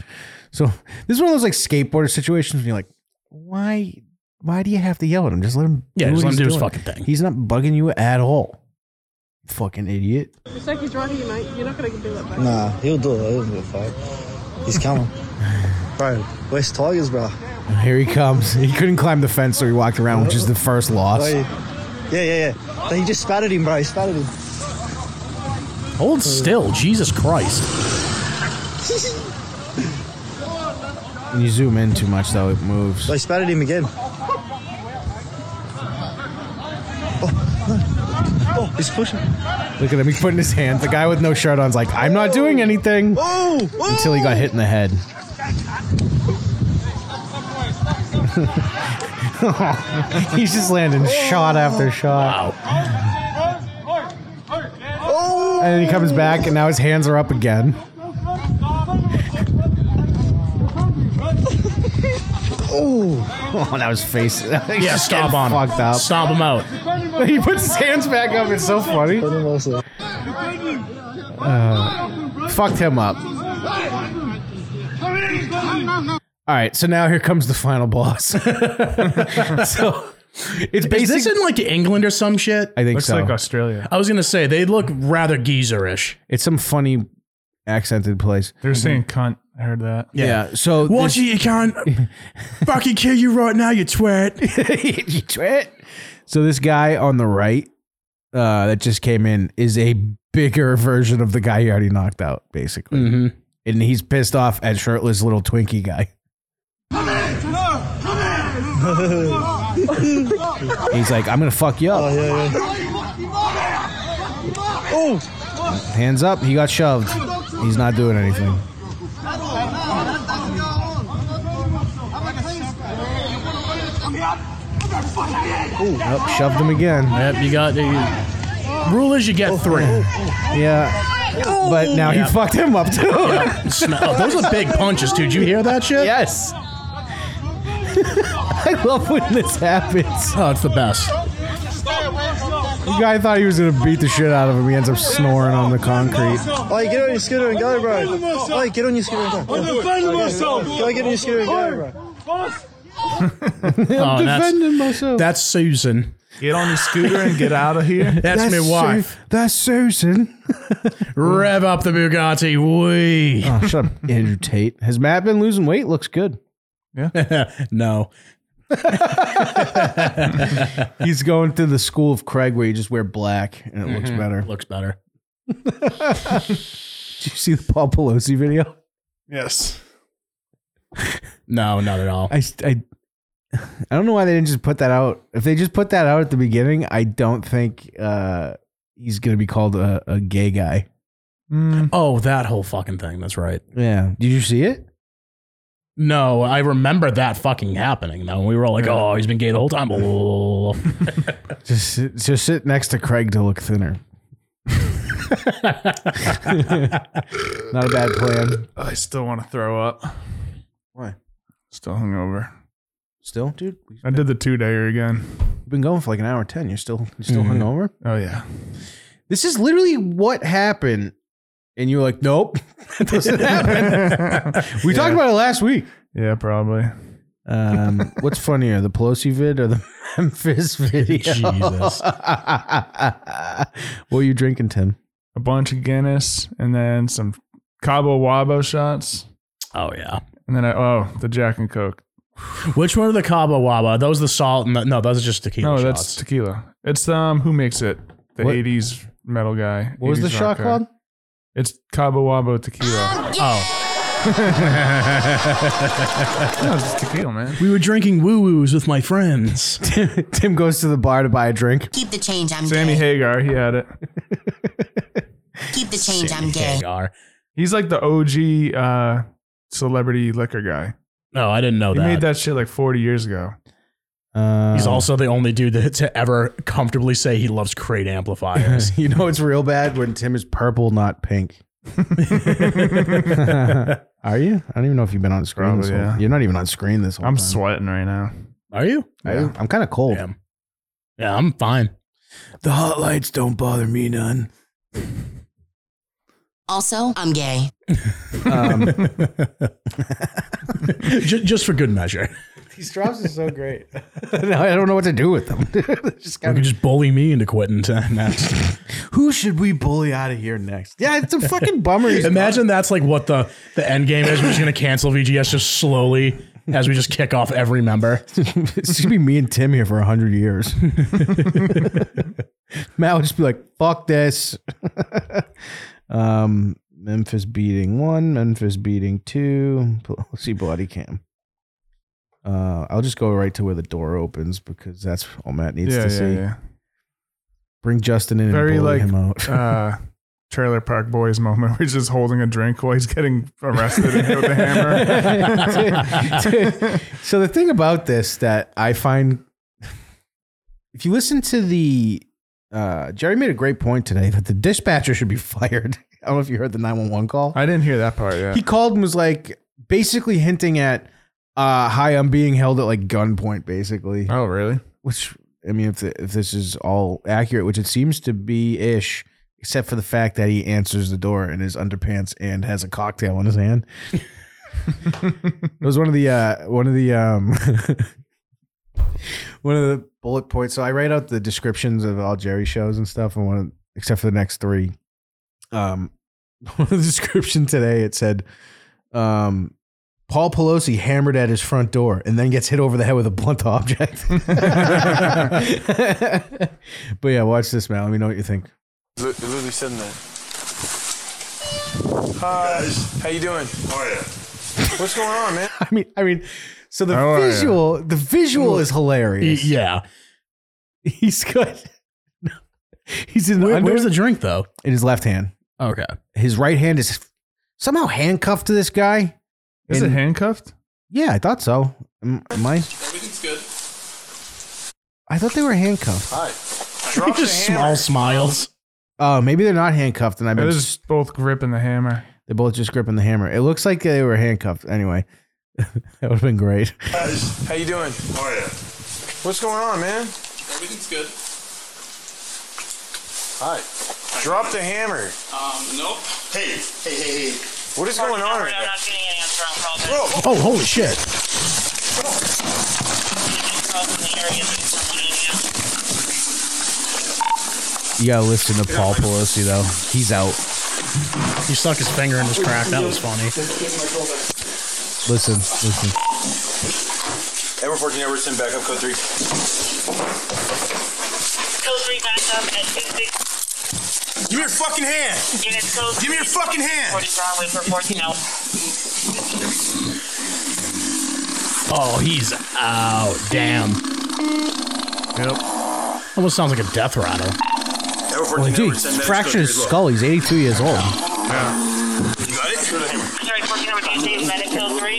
Speaker 1: So this is one of those like skateboarder situations. When you're like, why? Why do you have to yell at him? Just let him.
Speaker 2: Yeah, just
Speaker 1: what he's
Speaker 2: let him do his
Speaker 1: doing.
Speaker 2: fucking thing.
Speaker 1: He's not bugging you at all. Fucking idiot. [laughs]
Speaker 7: It's like he's driving you, mate. You're not going to do that back.
Speaker 6: Nah, he'll do it. He'll do it, fuck. He's coming. [laughs] bro, West Tigers, bro.
Speaker 1: Here he comes. He couldn't climb the fence, so he walked around, which is the first loss.
Speaker 6: Oh, yeah. yeah, yeah, yeah. He just spat at him, bro. He spat at him.
Speaker 2: Hold still, Jesus Christ.
Speaker 1: When you zoom in too much, though, it moves.
Speaker 6: They spat at him again. Oh, no. oh he's pushing.
Speaker 1: Look at him. He's putting his hand. The guy with no shirt on's like, I'm not doing anything
Speaker 6: Oh, oh!
Speaker 1: until he got hit in the head. [laughs] He's just landing shot after shot.
Speaker 2: Wow.
Speaker 6: Oh!
Speaker 1: And then he comes back, and now his hands are up again. Oh, now his [laughs] face.
Speaker 2: Yeah, stomp on him.
Speaker 1: Fucked up.
Speaker 2: Stomp him out.
Speaker 1: He puts his hands back up. It's so funny.
Speaker 6: Also,
Speaker 1: Fucked him up. All right, so now here comes the final boss. [laughs] so it's
Speaker 2: Is this
Speaker 1: basically.
Speaker 2: in like England or some shit?
Speaker 1: I think
Speaker 3: Looks
Speaker 1: so.
Speaker 3: like Australia.
Speaker 2: I was gonna say they look rather geezerish.
Speaker 1: it's some funny accented place.
Speaker 3: They're saying cunt. I heard that.
Speaker 1: Yeah. so
Speaker 2: Watch it,
Speaker 1: [laughs]
Speaker 2: you can't fucking kill you right now, you twat.
Speaker 1: you twit. [laughs] So this guy on the right uh, that just came in is a bigger version of the guy he already knocked out, basically. And he's pissed off at shirtless little Twinkie guy. he's like, I'm gonna fuck you up. Oh. Hands up. He got shoved. He's not doing anything. Nope, shoved him again.
Speaker 2: Yep, you got the rule is you get three.
Speaker 1: Yeah. But now
Speaker 2: Yeah.
Speaker 1: he fucked him up too.
Speaker 2: Sm- oh, those are big punches, dude. You hear that shit?
Speaker 1: Yes. [laughs] I love when this happens.
Speaker 2: Oh, it's the best.
Speaker 1: The guy thought he was gonna beat the shit out of him. He ends up snoring on the concrete.
Speaker 6: oh, get on your scooter and go, bro. Oh, get on your scooter and go. Go, Go get on your scooter and go, bro.
Speaker 2: Oh, that's,
Speaker 1: myself.
Speaker 2: that's Susan.
Speaker 3: Get on your scooter and get out
Speaker 2: [laughs]
Speaker 3: of here.
Speaker 2: That's, my wife.
Speaker 1: that's Susan.
Speaker 2: Rev up the Bugatti. Wee.
Speaker 3: Uh.
Speaker 1: Oh, shut up, Andrew Tate. Has Matt been losing weight? Looks good.
Speaker 2: no.
Speaker 1: He's going to the school of Craig where you just wear black and it looks better.
Speaker 2: Looks better.
Speaker 1: Did you see the Paul Pelosi video?
Speaker 3: Yes.
Speaker 2: No, not at all.
Speaker 1: I, I, I don't know why they didn't just put that out. If they just put that out at the beginning, I don't think uh, he's going to be called a, a gay guy.
Speaker 3: Mm.
Speaker 2: Oh, that whole fucking thing. That's right.
Speaker 1: Yeah. Did you see it?
Speaker 2: No, I remember that fucking happening. Though we were all like, "Oh, he's been gay the whole time." Oh.
Speaker 1: Just sit, just sit next to Craig to look [laughs] thinner. Not a bad plan.
Speaker 3: I still want to throw up.
Speaker 1: Why?
Speaker 3: Still hungover.
Speaker 1: Still, dude, we've
Speaker 3: I did the two dayer again.
Speaker 1: been going for like an hour ten. You're still you're still hungover.
Speaker 3: Oh yeah.
Speaker 1: This is literally what happened, and you're like, nope, it doesn't happen. [laughs] we talked about it last week.
Speaker 3: Yeah, probably.
Speaker 1: Um, [laughs] what's funnier, the Pelosi vid or the [laughs] Memphis video?
Speaker 2: Jesus.
Speaker 1: what are you drinking, Tim?
Speaker 3: A bunch of Guinness and then some Cabo Wabo shots.
Speaker 2: oh yeah.
Speaker 3: And then I oh, the Jack and Coke.
Speaker 2: Which one are the Cabo Waba? Those the salt and the, no, those are just tequila
Speaker 3: No,
Speaker 2: shots.
Speaker 3: that's tequila. It's um who makes it? The
Speaker 1: What-
Speaker 3: eighties metal guy.
Speaker 1: What was the
Speaker 3: 80s
Speaker 1: shot
Speaker 3: rocker.
Speaker 1: called?
Speaker 3: It's Cabo Wabo tequila.
Speaker 2: oh,
Speaker 3: no, it's just tequila, man.
Speaker 2: we were drinking woo woos with my friends.
Speaker 1: [laughs] Tim, Tim goes to the bar to buy a drink.
Speaker 8: Keep the change. I'm
Speaker 3: Sammy Hagar, he had it.
Speaker 8: Keep the change, I'm gay.
Speaker 2: KR.
Speaker 3: He's like the OG uh, celebrity liquor guy.
Speaker 2: No, I didn't know
Speaker 3: He
Speaker 2: that.
Speaker 3: made that shit like 40 years ago.
Speaker 1: Uh,
Speaker 2: He's also the only dude that, to ever comfortably say he loves crate
Speaker 1: [laughs]
Speaker 2: amplifiers.
Speaker 1: You know it's real bad when Tim is purple, not pink. Are you? I don't even know if you've been on screen. this
Speaker 3: Probably,
Speaker 1: whole,
Speaker 3: yeah.
Speaker 1: You're not even on screen this whole
Speaker 3: I'm
Speaker 1: time.
Speaker 3: sweating right now.
Speaker 2: Are you?
Speaker 1: Yeah. I'm kind of cold.
Speaker 2: Damn. Yeah, I'm fine.
Speaker 1: The hot lights don't bother me none.
Speaker 8: Also, I'm gay.
Speaker 1: Um,
Speaker 2: J- just for good measure.
Speaker 1: These drops are so great. now [laughs] I don't know what to do with them. [laughs] Just
Speaker 2: You
Speaker 1: kinda-
Speaker 2: can just bully me into quitting [laughs] time next.
Speaker 1: who should we bully out of here next? Yeah, it's a fucking bummer. he's
Speaker 2: Imagine that's like what the, the end game is. We're just going to cancel VGS just slowly as we just kick off every member.
Speaker 1: gone. it's gonna be me and Tim here for hundred
Speaker 3: [laughs]
Speaker 1: years. Matt would just be like, "Fuck this." um, Memphis beating one, Memphis beating two. Let's see body cam. Uh, I'll just go right to where the door opens because that's all Matt needs
Speaker 3: yeah,
Speaker 1: to
Speaker 3: yeah,
Speaker 1: see.
Speaker 3: yeah.
Speaker 1: Bring Justin in
Speaker 3: Very,
Speaker 1: and bully
Speaker 3: like,
Speaker 1: him out.
Speaker 3: uh, Trailer Park Boys moment. [laughs] Where he's just holding a drink while he's getting arrested and hit with a hammer.
Speaker 2: [laughs]
Speaker 1: [laughs] so the thing about this that I find, if you listen to the, uh, Jerry made a great point today that the dispatcher should be [laughs] fired. I don't know if you heard the nine one one call.
Speaker 3: I didn't hear that part yet.
Speaker 1: he called and was like basically hinting at, uh, "Hi, I'm being held at like gunpoint," basically.
Speaker 3: oh, really?
Speaker 1: Which I mean, if the, if this is all accurate, which it seems to be ish. Except for the fact that he answers the door in his underpants and has a cocktail in his hand. It was one of the uh, one of the um, [laughs] one of the bullet points. So I write out the descriptions of all Jerry shows and stuff, and one of, except for the next three. Um, [laughs] one of the description today it said, um, Paul Pelosi hammered at his front door and then gets hit over the head with a blunt object. [laughs] but yeah, watch this, man. Let me know what you think. [laughs]
Speaker 9: literally sitting there. Hi. How you doing? How are you? What's going on, man?
Speaker 1: I mean, I mean, so the
Speaker 2: Oh,
Speaker 3: How are ya?
Speaker 1: visual, the visual is hilarious.
Speaker 2: Yeah.
Speaker 1: [laughs] He's got, [laughs] he's in the
Speaker 2: Where-
Speaker 1: under-
Speaker 2: where's the drink, though?
Speaker 1: in his left hand.
Speaker 2: Okay.
Speaker 1: his right hand is somehow handcuffed to this guy.
Speaker 3: Is it
Speaker 1: And-
Speaker 3: handcuffed?
Speaker 1: Yeah, I thought so. Am, am I?
Speaker 9: Everything's good.
Speaker 1: I thought they were handcuffed.
Speaker 9: Hi.
Speaker 2: He just small smiles.
Speaker 1: Oh, maybe they're not handcuffed, and I've
Speaker 3: They're
Speaker 1: been.
Speaker 3: just both gripping the hammer.
Speaker 1: They're both just gripping the hammer. It looks like they were handcuffed. Anyway, [laughs] that would have been great.
Speaker 9: How you doing? How are you? What's going on, man? Everything's good. Hi. Drop the hammer. Um, nope. Hey, hey, hey, hey. What is going on right now?
Speaker 10: getting any answer on calls.
Speaker 9: Bro,
Speaker 2: Oh, holy shit.
Speaker 10: Calls in the area that someone in and out.
Speaker 1: You gotta listen to Paul Pelosi though. He's out.
Speaker 2: He stuck his finger in his crack. That was funny.
Speaker 1: Listen, listen.
Speaker 9: Ever 14 ever send backup code 3.
Speaker 10: Code 3 backup at 26
Speaker 9: Give me your fucking hand.
Speaker 10: units code.
Speaker 9: Give me your fucking hand.
Speaker 10: 40 Broadway for 14 out.
Speaker 2: Oh, he's out. Damn. Yep. Almost sounds like a death rattle.
Speaker 9: Ever 14
Speaker 1: Well, dude,
Speaker 9: ever send backup
Speaker 1: fractured
Speaker 9: code
Speaker 1: his
Speaker 9: three as well.
Speaker 1: skull. He's 82 years old.
Speaker 9: You got it?
Speaker 10: Sorry, 14 out. Did you say medic code 3?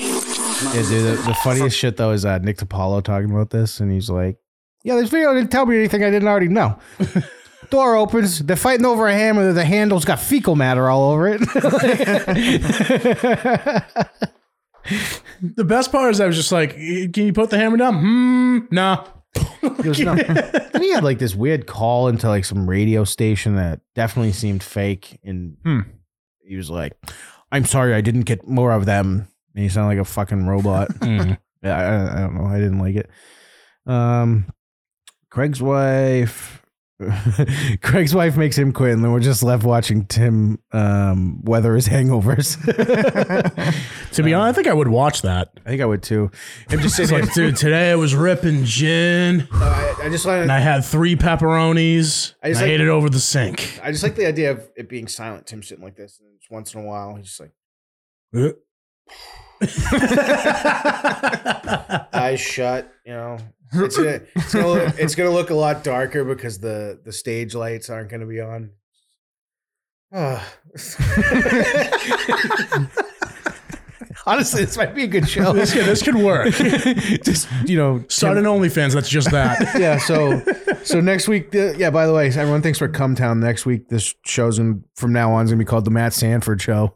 Speaker 1: Yeah, dude. The, the funniest shit though is uh, Nick DiPaolo talking about this, and he's like, "Yeah, this video didn't tell me anything I didn't already know." [laughs] Door opens. They're fighting over a hammer. that The handle's got fecal matter all over it. [laughs]
Speaker 2: The best part is I was just like, can you put the hammer down? Hmm. Nah.
Speaker 1: He goes, "No." And he had like this weird call into like some radio station that definitely seemed fake, and
Speaker 3: Hmm.
Speaker 1: he was like, "I'm sorry, I didn't get more of them." And he sounded like a fucking robot. Yeah, I, I don't know. I didn't like it. Um, Craig's wife. [laughs] Craig's wife makes him quit, and then we're just left watching Tim um, weather his hangovers. [laughs]
Speaker 2: To
Speaker 1: Uh,
Speaker 2: be honest, I think I would watch that.
Speaker 1: I think I would too. Him just
Speaker 2: It's
Speaker 1: sitting
Speaker 2: like, dude, today I was ripping gin
Speaker 1: I, I just like
Speaker 2: and I had three pepperonis.
Speaker 1: I
Speaker 2: and I,
Speaker 1: just like-
Speaker 2: ate it over the sink.
Speaker 1: I just like the idea of it being silent. Tim sitting like this, and just once in a while, he's just like, eyes shut. You know, it's gonna, it's gonna, look, it's gonna look a lot darker because the the stage lights aren't gonna be on. [sighs] Honestly, this might be a good show.
Speaker 2: [laughs] This could, this could work.
Speaker 1: [laughs] Just you know,
Speaker 2: Start an OnlyFans. That's just
Speaker 1: [laughs]
Speaker 2: that.
Speaker 1: yeah. So, so next week, uh, yeah. By the way, everyone thinks we're Come Town next week. This show's going from now on is gonna be called the Matt Sanford Show.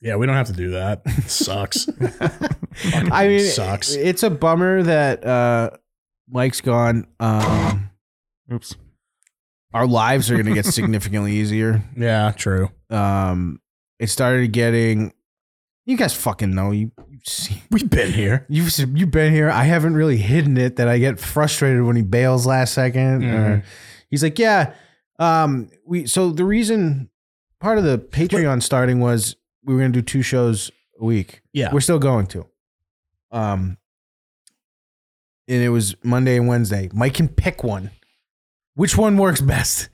Speaker 2: yeah, we don't have to do that.
Speaker 1: [laughs]
Speaker 2: sucks.
Speaker 1: I mean,
Speaker 2: sucks.
Speaker 1: It's a bummer that uh, Mike's gone. Um,
Speaker 3: Oops.
Speaker 1: our lives are gonna get significantly easier.
Speaker 2: Yeah, true.
Speaker 1: Um, it started getting. You guys fucking know you. You've seen,
Speaker 2: We've been here.
Speaker 1: You've you've been here. I haven't really hidden it that I get frustrated when he bails last 2nd Or
Speaker 2: Mhm.
Speaker 1: he's like, yeah, um, we. So the reason part of the Patreon starting was we were gonna do two shows a week.
Speaker 2: Yeah.
Speaker 1: We're still going to. Um, and it was Monday and Wednesday. Mike can pick one. Which one works best?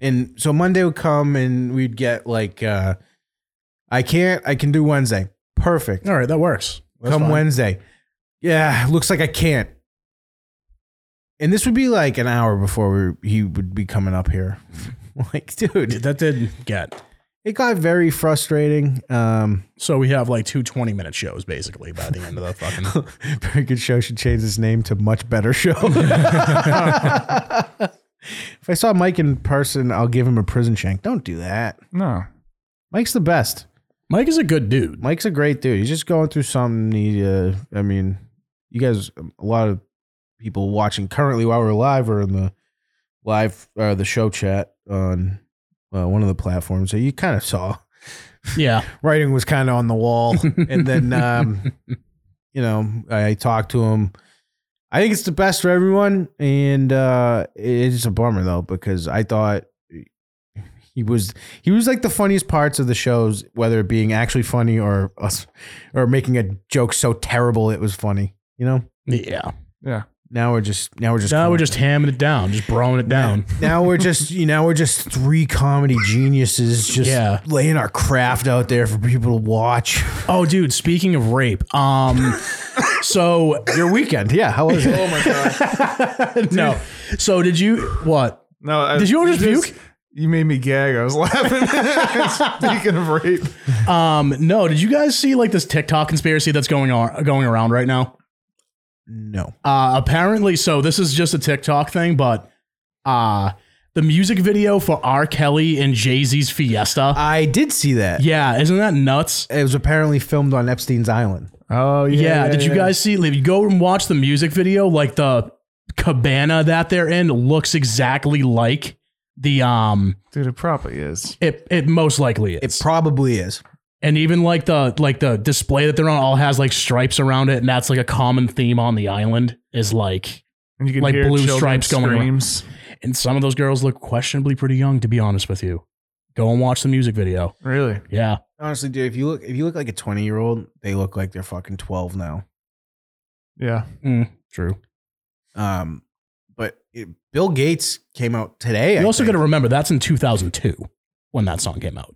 Speaker 1: And so Monday would come and we'd get like, uh, I can't. I can do Wednesday. Perfect
Speaker 2: All right, that works. That's
Speaker 1: come
Speaker 2: fine.
Speaker 1: Wednesday. Yeah, looks like I can't. And this would be like an hour before we, he would be coming up here. [laughs] like, dude,
Speaker 2: That did get.
Speaker 1: it got very frustrating. Um,
Speaker 2: So we have like two 20 minute shows basically by the end of the fucking.
Speaker 1: [laughs] very good show should change its name to Much Better Show. [laughs] if I saw Mike in person, I'll give him a prison shank. Don't do that.
Speaker 3: No.
Speaker 1: Mike's the best.
Speaker 2: Mike is a good dude.
Speaker 1: Mike's a great dude. He's just going through something. He, uh, I mean, you guys, a lot of people watching currently while we're live or in the live uh, the show chat on uh, one of the platforms. So you kind of saw
Speaker 2: Yeah.
Speaker 1: writing was kind of on the [laughs] wall, and then um, you know I, I talked to him. I think it's the best for everyone, and uh, it's just a bummer though because I thought he was he was like the funniest parts of the shows, whether it being actually funny or us or making a joke so terrible it was funny. You know,
Speaker 2: Yeah.
Speaker 3: Yeah.
Speaker 1: now we're just now we're just
Speaker 2: Now we're just hamming it down, just broing it down.
Speaker 1: now we're just [laughs] you know we're just three comedy geniuses just
Speaker 2: Yeah.
Speaker 1: laying our craft out there for people to watch.
Speaker 2: Oh, dude, speaking of
Speaker 1: [laughs]
Speaker 2: rape, um, so
Speaker 1: Your weekend, yeah, how was it?
Speaker 2: [laughs] no, so did you what?
Speaker 3: No. I-
Speaker 2: Did you all just puke?
Speaker 3: You made me gag. I
Speaker 2: [laughs]
Speaker 3: was [laughs] laughing. Speaking of rape,
Speaker 2: Um, no, did you guys see like this TikTok conspiracy that's going on going around right now?
Speaker 1: No.
Speaker 2: Uh, apparently, so this is just a TikTok thing, but uh, the music video for R. Kelly and Jay Z's Fiesta.
Speaker 1: I did see that.
Speaker 2: yeah, isn't that nuts?
Speaker 1: It was apparently filmed on Epstein's Island.
Speaker 3: oh
Speaker 2: Yeah, did you guys see? If you go and watch the music video, like the cabana that they're in looks exactly like the um.
Speaker 3: dude? It probably is.
Speaker 2: It it most likely
Speaker 1: It
Speaker 2: is,
Speaker 1: probably is.
Speaker 2: and even like the like the display that they're on all has like stripes around it, and that's like a common theme on the island is like.
Speaker 3: And you can
Speaker 2: Like
Speaker 3: hear
Speaker 2: blue
Speaker 3: children
Speaker 2: stripes going around.
Speaker 3: screams.
Speaker 2: And some of those girls look questionably pretty young, to be honest with you. Go and watch the music video.
Speaker 3: Really?
Speaker 2: Yeah,
Speaker 1: Honestly, dude, if you look if you look like a 20 year old, they look like they're fucking 12 now.
Speaker 3: Yeah.
Speaker 2: true.
Speaker 1: Um, but it, Bill Gates came out today.
Speaker 2: You
Speaker 1: I
Speaker 2: also got
Speaker 1: think.
Speaker 2: to remember that's in 2002 when that song came out.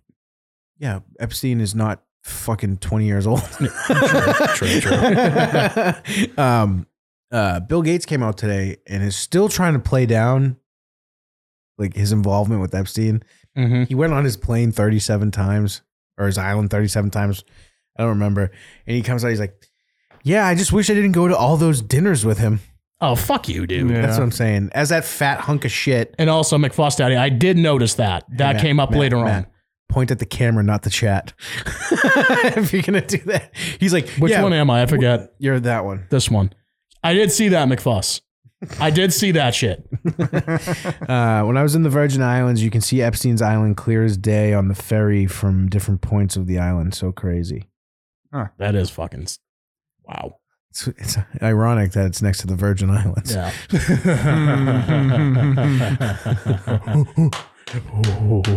Speaker 1: yeah, Epstein is not fucking 20 years
Speaker 2: [laughs]
Speaker 1: old.
Speaker 2: true,
Speaker 1: [laughs] um, uh, Bill Gates came out today and is still trying to play down like his involvement with Epstein.
Speaker 2: Mm-hmm.
Speaker 1: He went on his plane 37 times or his island 37 times. I don't remember. And he comes out, he's like, Yeah, I just wish I didn't go to all those dinners with him.
Speaker 2: Oh fuck you, dude.
Speaker 3: Yeah.
Speaker 1: That's what I'm saying. As that fat hunk of shit.
Speaker 2: And also McFostaddy, I did notice that. That
Speaker 1: Matt,
Speaker 2: came up
Speaker 1: Matt,
Speaker 2: later
Speaker 1: Matt,
Speaker 2: on.
Speaker 1: Point at the camera, not the chat. [laughs] if you're gonna do that, he's like,
Speaker 2: Which
Speaker 1: yeah,
Speaker 2: one am I? I forget.
Speaker 1: You're that one.
Speaker 2: this one. I did see that [laughs] McFuss. I did see that shit.
Speaker 1: Uh, when I was in the Virgin Islands, you can see Epstein's Island clear as day on the ferry from different points of the island. So crazy.
Speaker 2: That is fucking s- wow.
Speaker 1: It's, it's ironic that it's next to the Virgin Islands.
Speaker 2: Yeah. [laughs]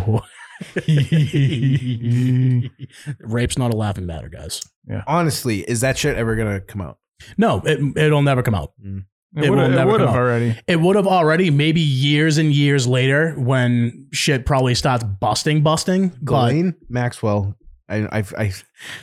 Speaker 2: Rape's not a laughing matter, guys.
Speaker 1: Honestly, is that shit ever gonna come out?
Speaker 2: No, it, it'll never come out.
Speaker 3: It,
Speaker 2: It will
Speaker 3: would
Speaker 2: never
Speaker 3: have
Speaker 2: come out.
Speaker 3: already.
Speaker 2: It would have already, maybe years and years later, when shit probably starts busting, busting. But
Speaker 1: Ghislaine Maxwell. I, I, I,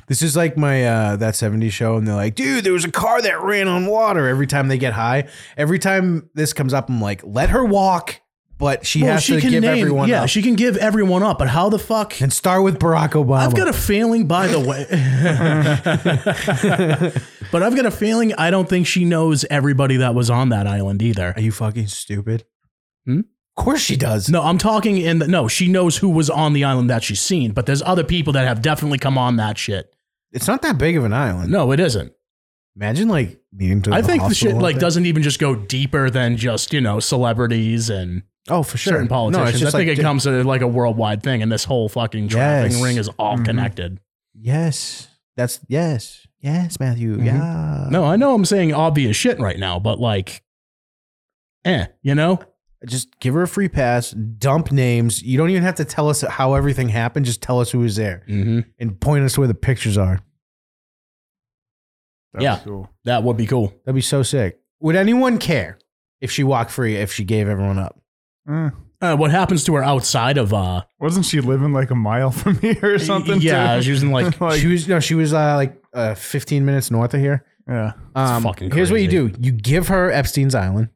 Speaker 1: this is like my uh, that 70s show, and they're like, dude, there was a car that ran on water every time they get high. Every time this comes up, I'm like, let her walk. but she
Speaker 2: Well,
Speaker 1: has to give everyone
Speaker 2: yeah,
Speaker 1: up
Speaker 2: she can give everyone up, but how the fuck?
Speaker 1: and start with Barack Obama.
Speaker 2: I've got a feeling, by the
Speaker 1: [laughs]
Speaker 2: way, but I've got a feeling I don't think she knows everybody that was on that island either.
Speaker 1: Are you fucking stupid? Of course she does.
Speaker 2: Hmm? No, I'm talking in the, no, she knows who was on the island that she's seen, but there's other people that have definitely come on that shit.
Speaker 1: It's not that big of an island.
Speaker 2: No, it isn't.
Speaker 1: Imagine like being to.
Speaker 2: I think the shit
Speaker 1: hospital
Speaker 2: like
Speaker 1: up
Speaker 2: doesn't even just go deeper than just, you know, celebrities and
Speaker 1: there. Oh, for sure.
Speaker 2: certain
Speaker 1: No,
Speaker 2: politicians.
Speaker 1: it's just
Speaker 2: I think
Speaker 1: like,
Speaker 2: it comes to like a worldwide thing, and this whole fucking trafficking
Speaker 1: Yes. Mm-hmm.
Speaker 2: ring is all
Speaker 3: Mhm.
Speaker 2: connected.
Speaker 1: Yes, that's yes, yes, Matthew.
Speaker 2: Mhm.
Speaker 1: Yeah.
Speaker 2: No, I know I'm saying obvious shit right now, but like, eh, you know?
Speaker 1: Just give her a free pass. Dump names. You don't even have to tell us how everything happened. Just tell us who was there
Speaker 2: Mm-hmm.
Speaker 1: and point us where the pictures are.
Speaker 3: That
Speaker 2: Yeah.
Speaker 3: was cool.
Speaker 2: That would be cool.
Speaker 1: That'd be so sick. Would anyone care if she walked free? If she gave everyone up?
Speaker 3: Mm.
Speaker 2: Uh, what happens to her outside of uh?
Speaker 3: Wasn't she living like a mile [laughs] from here or something?
Speaker 2: yeah,
Speaker 3: too?
Speaker 2: she's using
Speaker 3: [laughs]
Speaker 2: like
Speaker 3: Like-
Speaker 1: she was no. She was uh, like uh, 15 minutes north of here.
Speaker 3: yeah.
Speaker 1: Um,
Speaker 2: fucking
Speaker 1: here's what you
Speaker 2: crazy.
Speaker 1: do: you give her Epstein's Island,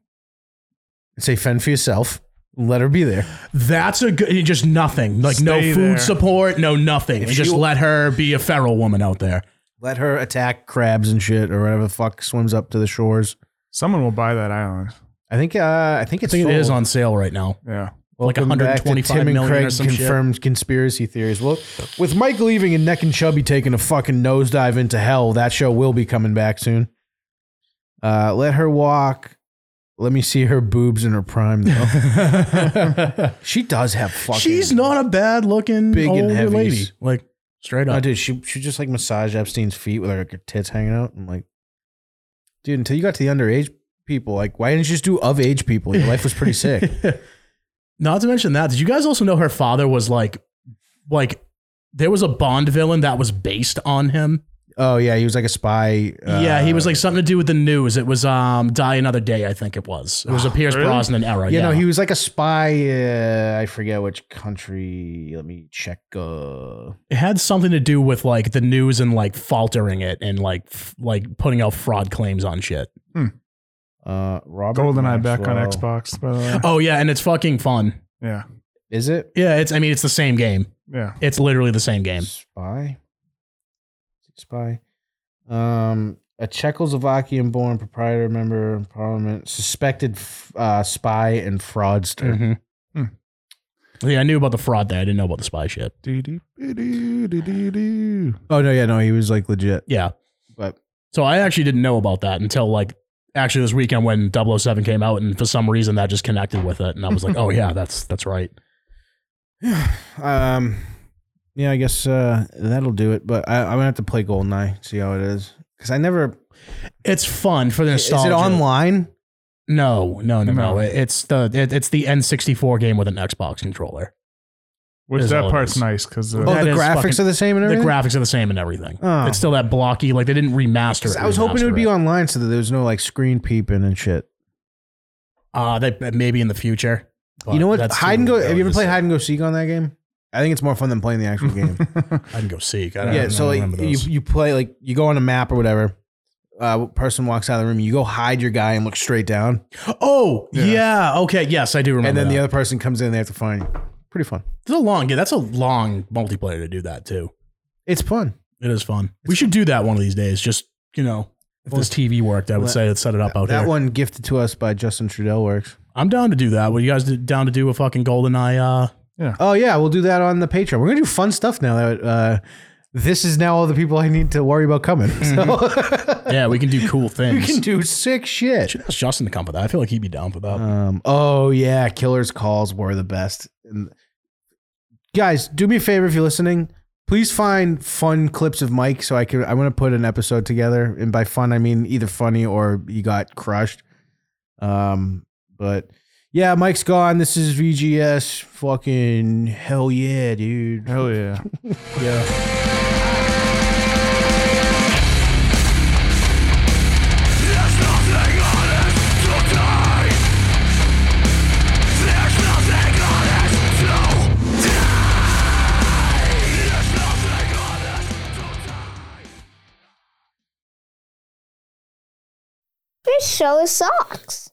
Speaker 1: and say fend for yourself. Let her be there.
Speaker 2: that's a good just nothing like no
Speaker 3: Stay
Speaker 2: food
Speaker 3: there.
Speaker 2: support, no nothing.
Speaker 1: If
Speaker 2: And just
Speaker 1: she-
Speaker 2: let her be a feral woman out there.
Speaker 1: Let her attack crabs and shit or whatever the fuck swims up to the shores.
Speaker 3: Someone will buy that island.
Speaker 1: I think. Uh, I think
Speaker 2: I
Speaker 1: it's
Speaker 2: think it is
Speaker 1: sold.
Speaker 2: on sale right now.
Speaker 3: Yeah.
Speaker 2: like
Speaker 1: Welcome back to
Speaker 2: 125
Speaker 1: Tim and
Speaker 2: million or
Speaker 1: Craig
Speaker 2: some shit.
Speaker 1: confirmed conspiracy theories. Well, with Mike leaving and Neck and Chubby taking a fucking nosedive into hell, that show will be coming back soon. Uh, let her walk. Let me see her boobs in her prime, though.
Speaker 2: [laughs]
Speaker 1: she does have fucking.
Speaker 2: She's not a bad looking
Speaker 1: Big and
Speaker 2: older
Speaker 1: heavies.
Speaker 2: lady. Like straight
Speaker 1: No,
Speaker 2: up.
Speaker 1: dude, she she just like massaged Epstein's feet with her, like, her tits hanging out. I'm like, dude, until you got to the underage people, like, why didn't you just do of age people? Your life was pretty
Speaker 2: [laughs]
Speaker 1: sick.
Speaker 2: Not to mention that, did you guys also know her father was like, like, there was a Bond villain that was based on him.
Speaker 1: Oh yeah, he was like a spy. uh,
Speaker 2: yeah, he was like something to do with the news. It was um, Die Another Day, I think it was.
Speaker 1: [gasps]
Speaker 2: It was a Pierce
Speaker 3: Really?
Speaker 2: Brosnan era.
Speaker 1: Yeah,
Speaker 2: Yeah,
Speaker 1: no, he was like a spy. Uh, I forget which country. Let me check. Uh,
Speaker 2: it had something to do with like the news and like faltering it and like f- like putting out fraud claims on shit.
Speaker 1: uh, Robert.
Speaker 3: Goldeneye back on
Speaker 1: Maxwell.
Speaker 3: Xbox, by the way.
Speaker 2: Oh yeah, and it's fucking fun.
Speaker 3: Yeah.
Speaker 1: Is it
Speaker 2: Yeah, it's. I mean, it's the same game.
Speaker 3: Yeah.
Speaker 2: It's literally the same game.
Speaker 1: spy? Spy. Um, a Czechoslovakian-born proprietor, member of parliament, suspected f- uh, spy and fraudster.
Speaker 2: Mm-hmm. Yeah, I knew about the fraud there. I didn't know about the spy shit.
Speaker 3: Doo-doo-doo-doo-doo-doo.
Speaker 1: Oh no, yeah, no, he was like legit.
Speaker 2: Yeah.
Speaker 1: But
Speaker 2: So I actually didn't know about that until like actually this weekend when 007 came out and for some reason that just connected with it and I was like, "Oh yeah, that's that's right."
Speaker 1: um, yeah, I guess uh, that'll do it. But I, I'm gonna have to play Goldeneye, see how it is, because I never.
Speaker 2: It's fun for the
Speaker 1: Is it
Speaker 2: nostalgia.
Speaker 1: online?
Speaker 2: No, no, no, no.
Speaker 3: No.
Speaker 2: It- It's the it, it's the N64 game with an Xbox controller.
Speaker 3: Which
Speaker 2: Is all
Speaker 3: that
Speaker 2: it
Speaker 3: part's
Speaker 2: is.
Speaker 3: nice uh, because
Speaker 1: Oh,
Speaker 2: Well, That
Speaker 1: the
Speaker 2: is
Speaker 1: graphics
Speaker 2: fucking-
Speaker 1: are the same and
Speaker 2: The
Speaker 1: everything.
Speaker 2: graphics are the same and everything.
Speaker 1: Oh.
Speaker 2: It's still that blocky. Like they didn't remaster it.
Speaker 1: I was hoping it would
Speaker 2: remaster
Speaker 1: be online so that there was no like screen peeping and shit.
Speaker 2: Uh, they, maybe in the future.
Speaker 1: you
Speaker 2: But
Speaker 1: know what?
Speaker 2: that's
Speaker 1: Hide and
Speaker 2: too
Speaker 1: go. Have you ever
Speaker 2: early to
Speaker 1: played
Speaker 2: say.
Speaker 1: hide and go seek on that game? I think it's more fun than playing the
Speaker 2: [laughs]
Speaker 1: actual game.
Speaker 2: Hide and go seek? I don't,
Speaker 1: yeah. So like you [gasps] you play like you go on a map or whatever. Uh, person walks out of the room. You go hide your guy and look straight down,
Speaker 2: oh yeah.
Speaker 3: Yeah.
Speaker 2: okay yes I do remember.
Speaker 1: and then
Speaker 2: that.
Speaker 1: the other person comes in. and They have to find you. Pretty fun.
Speaker 2: It's a long game. That's a long multiplayer to do that too.
Speaker 1: It's fun.
Speaker 2: It is fun. we should do that one of these days. Just you know, if this TV worked, I would
Speaker 1: Well,
Speaker 2: say let's set it up out
Speaker 1: that
Speaker 2: here.
Speaker 1: one gifted to us by Justin Trudeau works.
Speaker 2: I'm down to do that. Were you guys down to do a fucking golden eye? Uh,
Speaker 1: Oh yeah, we'll do that on the Patreon. We're gonna do fun stuff now. That uh, this is now all the people I need to worry about coming. [laughs]
Speaker 2: Mm-hmm.
Speaker 1: So
Speaker 2: yeah, we can do cool
Speaker 1: [laughs] we
Speaker 2: things.
Speaker 1: can do sick shit.
Speaker 2: should ask Justin to come for that. I feel like he'd be down for that.
Speaker 1: Um, oh yeah, killer's calls were the best. And guys, do me a favor if you're listening, please find fun clips of Mike so I can. I want to put an episode together, and by fun I mean either funny or you got crushed. Um, but yeah, Mike's gone. This is VGS. Fucking hell yeah, dude.
Speaker 3: Hell yeah.
Speaker 10: This show is socks.